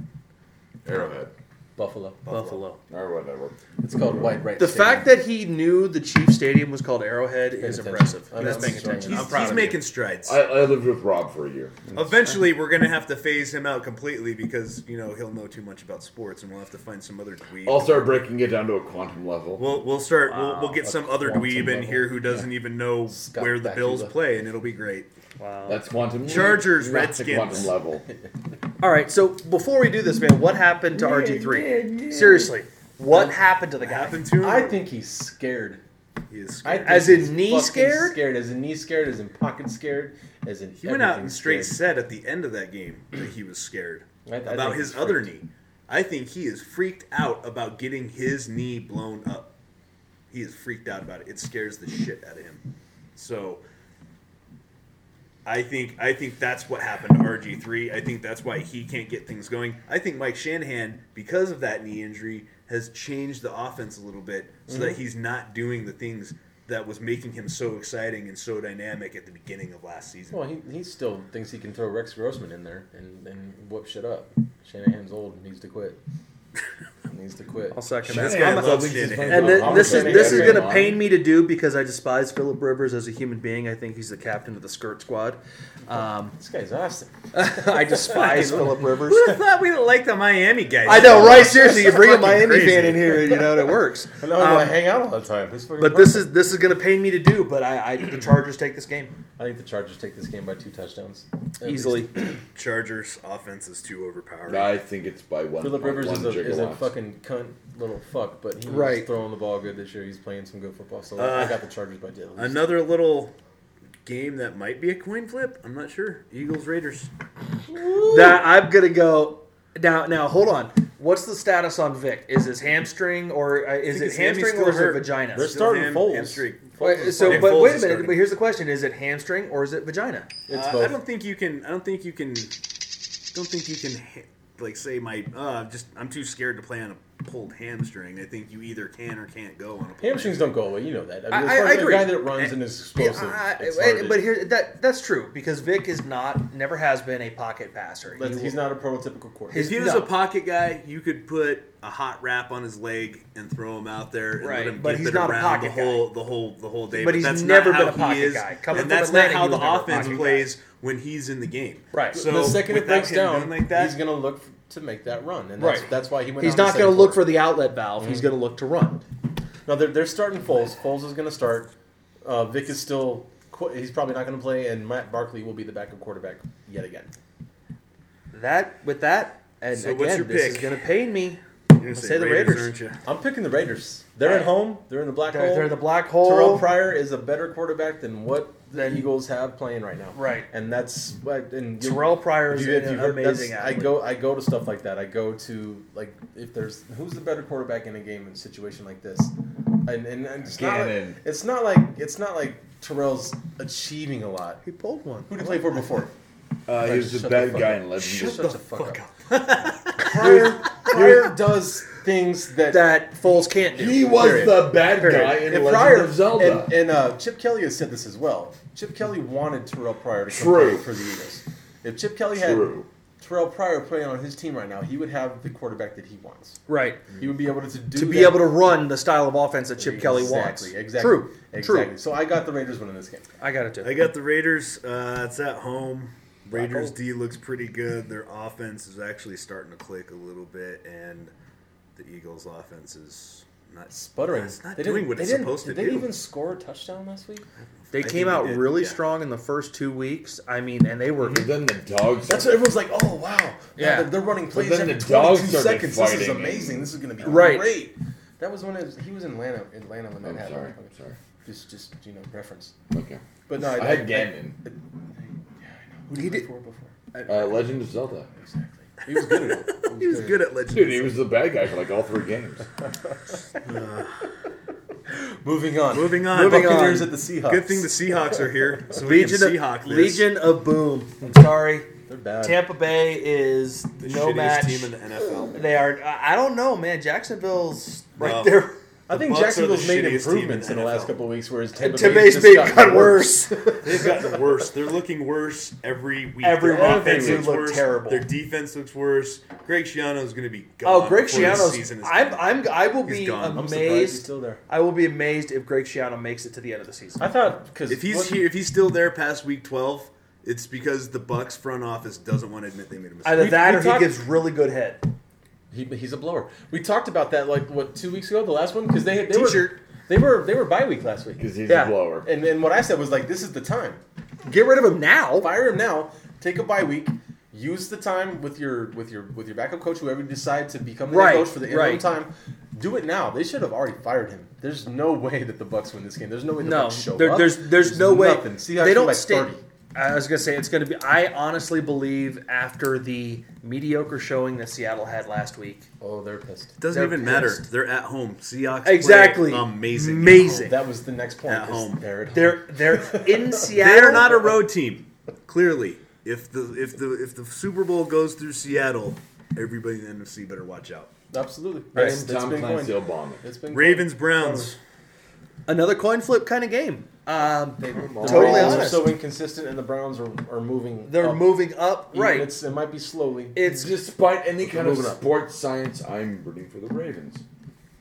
[SPEAKER 4] Arrowhead.
[SPEAKER 2] Buffalo.
[SPEAKER 3] Buffalo.
[SPEAKER 4] Or whatever.
[SPEAKER 2] It's called White Right.
[SPEAKER 3] The fact that he knew the Chiefs Stadium was called Arrowhead is
[SPEAKER 2] attention.
[SPEAKER 3] impressive.
[SPEAKER 2] I'm
[SPEAKER 3] That's
[SPEAKER 2] not
[SPEAKER 3] paying
[SPEAKER 2] strong
[SPEAKER 3] attention.
[SPEAKER 2] enough.
[SPEAKER 3] I'm
[SPEAKER 5] he's,
[SPEAKER 3] proud
[SPEAKER 5] he's
[SPEAKER 3] of
[SPEAKER 5] making
[SPEAKER 3] you.
[SPEAKER 5] strides.
[SPEAKER 4] I, I lived with Rob for a year.
[SPEAKER 5] Eventually, we're gonna have to phase him out completely because you know he'll know too much about sports, and we'll have to find some other dweeb.
[SPEAKER 4] I'll start breaking it down to a quantum level.
[SPEAKER 5] we'll we'll start. we'll, we'll get
[SPEAKER 2] a
[SPEAKER 5] some other
[SPEAKER 2] quantum
[SPEAKER 5] dweeb in
[SPEAKER 2] level.
[SPEAKER 5] here who doesn't even know
[SPEAKER 2] Scott
[SPEAKER 5] where the Bills
[SPEAKER 2] Bakula.
[SPEAKER 5] play, and it'll be great.
[SPEAKER 3] Wow.
[SPEAKER 4] That's quantum.
[SPEAKER 5] Chargers,
[SPEAKER 4] not the
[SPEAKER 5] Redskins.
[SPEAKER 4] Quantum level.
[SPEAKER 3] All right. So before we do this, man, what happened to RG three? Seriously, what happened to the guy?
[SPEAKER 5] Happened to him.
[SPEAKER 2] I think he's scared.
[SPEAKER 5] he is.
[SPEAKER 2] I
[SPEAKER 5] Scared.
[SPEAKER 2] think
[SPEAKER 3] As in
[SPEAKER 2] he's
[SPEAKER 3] knee
[SPEAKER 2] fucking
[SPEAKER 3] scared?
[SPEAKER 2] Scared as in knee scared, as in pocket scared, as in
[SPEAKER 5] he went out
[SPEAKER 2] everything
[SPEAKER 5] and straight
[SPEAKER 2] scared.
[SPEAKER 5] said at the end of that game that he was scared
[SPEAKER 2] I- I
[SPEAKER 5] about
[SPEAKER 2] think
[SPEAKER 5] his
[SPEAKER 2] he's
[SPEAKER 5] other
[SPEAKER 2] freaked.
[SPEAKER 5] knee. I think he is freaked out about getting his knee blown up. He is freaked out about it. It scares the shit out of him. So I think I think that's what happened to RG three. I think that's why he can't get things going. I think Mike Shanahan, because of that knee injury, has changed the offense a little bit so
[SPEAKER 2] Mm-hmm.
[SPEAKER 5] that he's not doing the things that was making him so exciting and so dynamic at the beginning of last season.
[SPEAKER 2] Well, he, he still thinks he can throw Rex Grossman in there and, and whoop shit up. Shanahan's old and needs to quit. needs to quit.
[SPEAKER 3] I'll second
[SPEAKER 5] This
[SPEAKER 3] that.
[SPEAKER 5] guy
[SPEAKER 3] I'm a-
[SPEAKER 5] loves
[SPEAKER 4] he's
[SPEAKER 5] Shanahan.
[SPEAKER 3] And thi-
[SPEAKER 4] I'm
[SPEAKER 3] this is
[SPEAKER 4] gonna
[SPEAKER 3] this is
[SPEAKER 4] get
[SPEAKER 3] going to
[SPEAKER 4] him.
[SPEAKER 3] pain me to do because I despise Philip Rivers as a human being. I think he's the captain of the skirt squad. Um,
[SPEAKER 2] This guy's awesome.
[SPEAKER 3] I despise Philip Rivers.
[SPEAKER 5] Who thought we like the Miami guys?
[SPEAKER 3] I know, right? Seriously, you bring a
[SPEAKER 5] Fucking
[SPEAKER 3] Miami
[SPEAKER 5] crazy.
[SPEAKER 3] fan in here, you know, and it works.
[SPEAKER 2] I know
[SPEAKER 3] Um,
[SPEAKER 2] I hang out all the time. This fucking
[SPEAKER 3] but this is this is going to pain me to do. But I, I the Chargers take this game
[SPEAKER 2] I think the Chargers take this game by two touchdowns At
[SPEAKER 3] easily.
[SPEAKER 2] least.
[SPEAKER 5] Chargers offense is too overpowered.
[SPEAKER 4] I think it's by one.
[SPEAKER 2] Philip Rivers
[SPEAKER 4] one
[SPEAKER 2] is a, is a
[SPEAKER 4] gigawatts.
[SPEAKER 2] fucking cunt little fuck, but he's
[SPEAKER 3] Right.
[SPEAKER 2] throwing the ball good this year. He's playing some good football, so
[SPEAKER 5] Uh,
[SPEAKER 2] I got the Chargers by two.
[SPEAKER 5] Another little game that might be a coin flip. I'm not sure. Eagles Raiders.
[SPEAKER 3] That I'm going to go now. Now hold on. What's the status on Vic? Is his hamstring or uh, is
[SPEAKER 5] think
[SPEAKER 3] it
[SPEAKER 5] his hammy
[SPEAKER 3] hamstring
[SPEAKER 5] still
[SPEAKER 3] or is it
[SPEAKER 5] hurt.
[SPEAKER 3] vagina?
[SPEAKER 2] They're
[SPEAKER 5] Still
[SPEAKER 2] starting
[SPEAKER 5] ham-
[SPEAKER 2] Foles.
[SPEAKER 5] hamstring.
[SPEAKER 2] Foles
[SPEAKER 3] Wait,
[SPEAKER 2] is
[SPEAKER 3] so,
[SPEAKER 2] starting.
[SPEAKER 5] Nick
[SPEAKER 3] but
[SPEAKER 5] Foles
[SPEAKER 3] wait a
[SPEAKER 5] is
[SPEAKER 3] minute.
[SPEAKER 5] starting.
[SPEAKER 3] But here's the question: Is it hamstring or is it vagina?
[SPEAKER 2] it's
[SPEAKER 5] Uh,
[SPEAKER 2] both.
[SPEAKER 5] I don't think you can. I don't think you can. Don't think you can. ha- Like say my. Uh, just I'm too scared to play on a pulled hamstring. I think you either can or can't go on a. Pulled
[SPEAKER 2] Hamstrings don't go away. You know that. I, mean,
[SPEAKER 3] I-
[SPEAKER 2] as far
[SPEAKER 3] I
[SPEAKER 2] as
[SPEAKER 3] agree.
[SPEAKER 2] A guy that runs and is explosive.
[SPEAKER 3] Yeah, I-
[SPEAKER 2] it's
[SPEAKER 3] I-
[SPEAKER 2] hard to-
[SPEAKER 3] but here that that's true because Vic is not never has been a pocket passer.
[SPEAKER 2] That's-
[SPEAKER 3] He
[SPEAKER 2] he's
[SPEAKER 3] will-
[SPEAKER 2] not a prototypical quarterback.
[SPEAKER 5] If he was
[SPEAKER 3] No.
[SPEAKER 5] a pocket guy, you could put a hot wrap on his leg and throw him out there and
[SPEAKER 3] Right,
[SPEAKER 5] let him
[SPEAKER 3] but
[SPEAKER 5] get
[SPEAKER 3] he's
[SPEAKER 5] it
[SPEAKER 3] not a
[SPEAKER 5] around
[SPEAKER 3] pocket
[SPEAKER 5] the whole the whole the whole day.
[SPEAKER 3] But he's
[SPEAKER 5] that's
[SPEAKER 3] never
[SPEAKER 5] not
[SPEAKER 3] been a
[SPEAKER 5] how
[SPEAKER 3] pocket
[SPEAKER 5] he is,
[SPEAKER 3] guy. Coming
[SPEAKER 5] and
[SPEAKER 3] from
[SPEAKER 5] that's
[SPEAKER 3] Atlanta,
[SPEAKER 5] not
[SPEAKER 3] he
[SPEAKER 5] how
[SPEAKER 3] was
[SPEAKER 5] the
[SPEAKER 3] never a
[SPEAKER 5] offense
[SPEAKER 3] pocket guy.
[SPEAKER 5] plays when he's in the game.
[SPEAKER 3] Right.
[SPEAKER 5] So
[SPEAKER 2] the second it
[SPEAKER 5] without
[SPEAKER 2] breaks
[SPEAKER 5] him
[SPEAKER 2] down,
[SPEAKER 5] doing like that,
[SPEAKER 2] he's going to look to make that run, and that's,
[SPEAKER 3] Right.
[SPEAKER 2] that's why he went.
[SPEAKER 3] He's
[SPEAKER 2] out in
[SPEAKER 3] not
[SPEAKER 2] the
[SPEAKER 3] going to
[SPEAKER 2] second
[SPEAKER 3] look for
[SPEAKER 2] quarter.
[SPEAKER 3] the Mm-hmm. outlet valve. He's going to look to run.
[SPEAKER 2] No, they're, they're starting Foles. Foles is going to start. Uh, Vic is still. qu- He's probably not going to play, and Matt Barkley will be the backup quarterback yet again.
[SPEAKER 3] That with that, and
[SPEAKER 5] So
[SPEAKER 3] again,
[SPEAKER 5] what's your
[SPEAKER 3] this
[SPEAKER 5] pick?
[SPEAKER 3] is going to pain me.
[SPEAKER 5] You're gonna
[SPEAKER 3] say the Raiders.
[SPEAKER 5] aren't you?
[SPEAKER 2] I'm picking the Raiders. They're at home. They're in the black
[SPEAKER 3] They're,
[SPEAKER 2] hole.
[SPEAKER 3] they're the black hole.
[SPEAKER 2] Terrell Pryor is a better quarterback than what the
[SPEAKER 3] Than-
[SPEAKER 2] Eagles have playing right now.
[SPEAKER 3] Right.
[SPEAKER 2] and that's like and you-
[SPEAKER 3] Terrell Pryor is
[SPEAKER 2] Dude, if
[SPEAKER 3] an
[SPEAKER 2] you heard, that's-
[SPEAKER 3] amazing.
[SPEAKER 2] I
[SPEAKER 3] athlete.
[SPEAKER 2] go, I go to stuff like that. I go to like if there's who's the better quarterback in a game in a situation like this, and and, and it's, not like,
[SPEAKER 4] Gannon.
[SPEAKER 2] it's not like it's not like Terrell's achieving a lot.
[SPEAKER 3] He pulled one.
[SPEAKER 2] Who did he play for before?
[SPEAKER 4] Uh, he was the
[SPEAKER 2] Shut
[SPEAKER 4] bad
[SPEAKER 2] the fuck
[SPEAKER 4] guy
[SPEAKER 2] up.
[SPEAKER 4] in Legend.
[SPEAKER 2] Shut the fuck up. Pryor, Pryor does things that,
[SPEAKER 3] That Foles can't do.
[SPEAKER 4] He was
[SPEAKER 2] Period.
[SPEAKER 4] the bad guy in
[SPEAKER 2] and
[SPEAKER 4] Legend
[SPEAKER 2] Pryor
[SPEAKER 4] of Zelda.
[SPEAKER 2] and, and uh, Chip Kelly has said this as well. Chip Kelly wanted Terrell Pryor to come
[SPEAKER 4] True.
[SPEAKER 2] play for the Eagles. If Chip Kelly
[SPEAKER 4] True.
[SPEAKER 2] had Terrell Pryor playing on his team right now, he would have the quarterback that he wants.
[SPEAKER 3] right.
[SPEAKER 2] He would be able to do
[SPEAKER 3] To be
[SPEAKER 2] that.
[SPEAKER 3] able to run the style of offense that Chip Kelly wants.
[SPEAKER 2] Exactly. Exactly.
[SPEAKER 3] True.
[SPEAKER 2] Exactly.
[SPEAKER 3] True.
[SPEAKER 2] So I got the Raiders winning this game.
[SPEAKER 3] I got it too.
[SPEAKER 5] I got the Raiders. Uh, it's at home. Raiders
[SPEAKER 2] hole.
[SPEAKER 5] D looks pretty good. Their offense is actually starting to click a little bit, and the Eagles' offense is Not
[SPEAKER 2] Sputtering.
[SPEAKER 5] It's not
[SPEAKER 2] They
[SPEAKER 5] doing
[SPEAKER 2] didn't-
[SPEAKER 5] what
[SPEAKER 2] they
[SPEAKER 5] it's
[SPEAKER 2] didn't-
[SPEAKER 5] supposed to
[SPEAKER 2] Did
[SPEAKER 5] do.
[SPEAKER 2] they even score a touchdown last week?
[SPEAKER 3] They
[SPEAKER 5] think
[SPEAKER 3] came
[SPEAKER 5] they
[SPEAKER 3] out
[SPEAKER 5] did,
[SPEAKER 3] really
[SPEAKER 5] yeah.
[SPEAKER 3] strong in the first two weeks. I mean, and they were
[SPEAKER 4] But then the dogs.
[SPEAKER 2] That's what everyone's like. Oh wow! God,
[SPEAKER 3] Yeah.
[SPEAKER 2] they're, they're running plays
[SPEAKER 4] then
[SPEAKER 2] every
[SPEAKER 4] the dogs
[SPEAKER 2] 22
[SPEAKER 4] started
[SPEAKER 2] seconds. This is
[SPEAKER 4] fighting and-
[SPEAKER 2] amazing. This is going to be
[SPEAKER 3] Right.
[SPEAKER 2] great. That was when it was, he was in Atlanta. Atlanta when that
[SPEAKER 4] I'm
[SPEAKER 2] happened.
[SPEAKER 4] Oh, sorry.
[SPEAKER 2] Okay.
[SPEAKER 4] I'm sorry.
[SPEAKER 2] Just, just you know, reference.
[SPEAKER 4] Okay.
[SPEAKER 2] But no,
[SPEAKER 4] I had Ganon.
[SPEAKER 2] Who did he play for before?
[SPEAKER 4] Uh, Legend of Zelda.
[SPEAKER 2] Exactly. He was good at it.
[SPEAKER 5] He was good at Legend.
[SPEAKER 4] Dude, he was the bad guy for like all three games.
[SPEAKER 2] Moving on.
[SPEAKER 5] Moving on.
[SPEAKER 2] Moving Buccaneers
[SPEAKER 5] Buccaneers
[SPEAKER 2] at the Seahawks.
[SPEAKER 5] Good thing the Seahawks are here, so we
[SPEAKER 3] Legion
[SPEAKER 5] can Seahawk
[SPEAKER 3] of,
[SPEAKER 5] this.
[SPEAKER 3] Legion of Boom. I'm sorry,
[SPEAKER 2] They're bad.
[SPEAKER 3] Tampa Bay is
[SPEAKER 5] the
[SPEAKER 3] no
[SPEAKER 5] shittiest
[SPEAKER 3] match.
[SPEAKER 5] team in the NFL.
[SPEAKER 3] They are. I I don't know, man. Jacksonville's right
[SPEAKER 5] No.
[SPEAKER 3] there.
[SPEAKER 2] I think
[SPEAKER 5] Bucs are the
[SPEAKER 2] Jacksonville's made
[SPEAKER 5] shittiest team
[SPEAKER 2] improvements in
[SPEAKER 5] in
[SPEAKER 2] the
[SPEAKER 5] the
[SPEAKER 2] last
[SPEAKER 5] NFL.
[SPEAKER 2] couple of weeks, whereas Tampa,
[SPEAKER 3] Tampa
[SPEAKER 2] Bay's
[SPEAKER 3] Bay's
[SPEAKER 2] just
[SPEAKER 3] been
[SPEAKER 2] gotten
[SPEAKER 3] got worse.
[SPEAKER 5] They've gotten worse. They're looking worse every week.
[SPEAKER 3] Every
[SPEAKER 5] Their
[SPEAKER 3] week they
[SPEAKER 5] offense
[SPEAKER 3] do
[SPEAKER 5] looks
[SPEAKER 3] look
[SPEAKER 5] worse.
[SPEAKER 3] terrible.
[SPEAKER 5] Their defense looks worse. Greg Schiano's going to be gone.
[SPEAKER 3] oh, Greg
[SPEAKER 5] before this
[SPEAKER 3] Schiano's.
[SPEAKER 5] season is
[SPEAKER 3] I'm.
[SPEAKER 5] done.
[SPEAKER 3] I'm. I will
[SPEAKER 5] He's
[SPEAKER 3] be
[SPEAKER 5] gone. I'm
[SPEAKER 2] surprised he's
[SPEAKER 3] amazed.
[SPEAKER 2] still there.
[SPEAKER 3] I will be amazed if Greg Schiano makes it to the end of the season.
[SPEAKER 2] I thought because
[SPEAKER 5] If he's here, if he's still there past week twelve, it's because the Bucks front office doesn't want to admit they made a mistake.
[SPEAKER 3] Either
[SPEAKER 2] We-
[SPEAKER 3] that
[SPEAKER 2] we
[SPEAKER 3] or
[SPEAKER 2] talked-
[SPEAKER 3] he gives really good head.
[SPEAKER 2] He, he's a blower. We talked about that like what two weeks ago, the last one, because they they
[SPEAKER 3] T-shirt.
[SPEAKER 2] were they were they were bye week last week.
[SPEAKER 4] 'Cause he's a
[SPEAKER 2] yeah.
[SPEAKER 4] blower.
[SPEAKER 2] And and what I said was like, this is the time.
[SPEAKER 3] Get rid of him now.
[SPEAKER 2] Fire him now. Take a bye week. Use the time with your with your with your backup coach, whoever you decide to become the head
[SPEAKER 3] Right,
[SPEAKER 2] coach for the interim
[SPEAKER 3] right.
[SPEAKER 2] time. Do it now. They should have already fired him. There's no way that the Bucks win this game. There's no way the
[SPEAKER 3] No,
[SPEAKER 2] Bucks show
[SPEAKER 3] there,
[SPEAKER 2] up.
[SPEAKER 3] there's there's no way
[SPEAKER 2] nothing. Seahawks
[SPEAKER 3] they
[SPEAKER 2] win by
[SPEAKER 3] don't stay.
[SPEAKER 2] 30.
[SPEAKER 3] I was gonna say it's gonna be. I honestly believe after the mediocre showing that Seattle had last week,
[SPEAKER 2] Oh, they're pissed.
[SPEAKER 5] It doesn't
[SPEAKER 3] They're
[SPEAKER 5] even matter.
[SPEAKER 3] pissed.
[SPEAKER 5] They're at home. Seahawks play
[SPEAKER 3] Exactly.
[SPEAKER 5] amazing, at
[SPEAKER 3] Amazing.
[SPEAKER 5] home.
[SPEAKER 2] That was the next point. is
[SPEAKER 5] At home.
[SPEAKER 2] They're at home.
[SPEAKER 3] they're they're in Seattle.
[SPEAKER 5] They're not a road team. Clearly, if the if the if the Super Bowl goes through Seattle, everybody in the NFC better watch out.
[SPEAKER 2] absolutely. That's-
[SPEAKER 4] That's
[SPEAKER 2] that's
[SPEAKER 4] Tom
[SPEAKER 2] been
[SPEAKER 4] Clancy
[SPEAKER 2] coined.
[SPEAKER 4] Obama.
[SPEAKER 2] It's been
[SPEAKER 5] Ravens Browns.
[SPEAKER 3] another coin flip kind of game. Um,
[SPEAKER 2] They, the
[SPEAKER 3] Totally
[SPEAKER 2] Ravens are
[SPEAKER 3] honest.
[SPEAKER 2] so inconsistent, and the Browns are, are moving.
[SPEAKER 3] they're
[SPEAKER 2] up.
[SPEAKER 3] moving up,
[SPEAKER 2] Even
[SPEAKER 3] right?
[SPEAKER 2] It's, it might be slowly.
[SPEAKER 3] It's
[SPEAKER 4] Despite any kind of
[SPEAKER 2] moving up.
[SPEAKER 4] sports science, I'm rooting for the Ravens.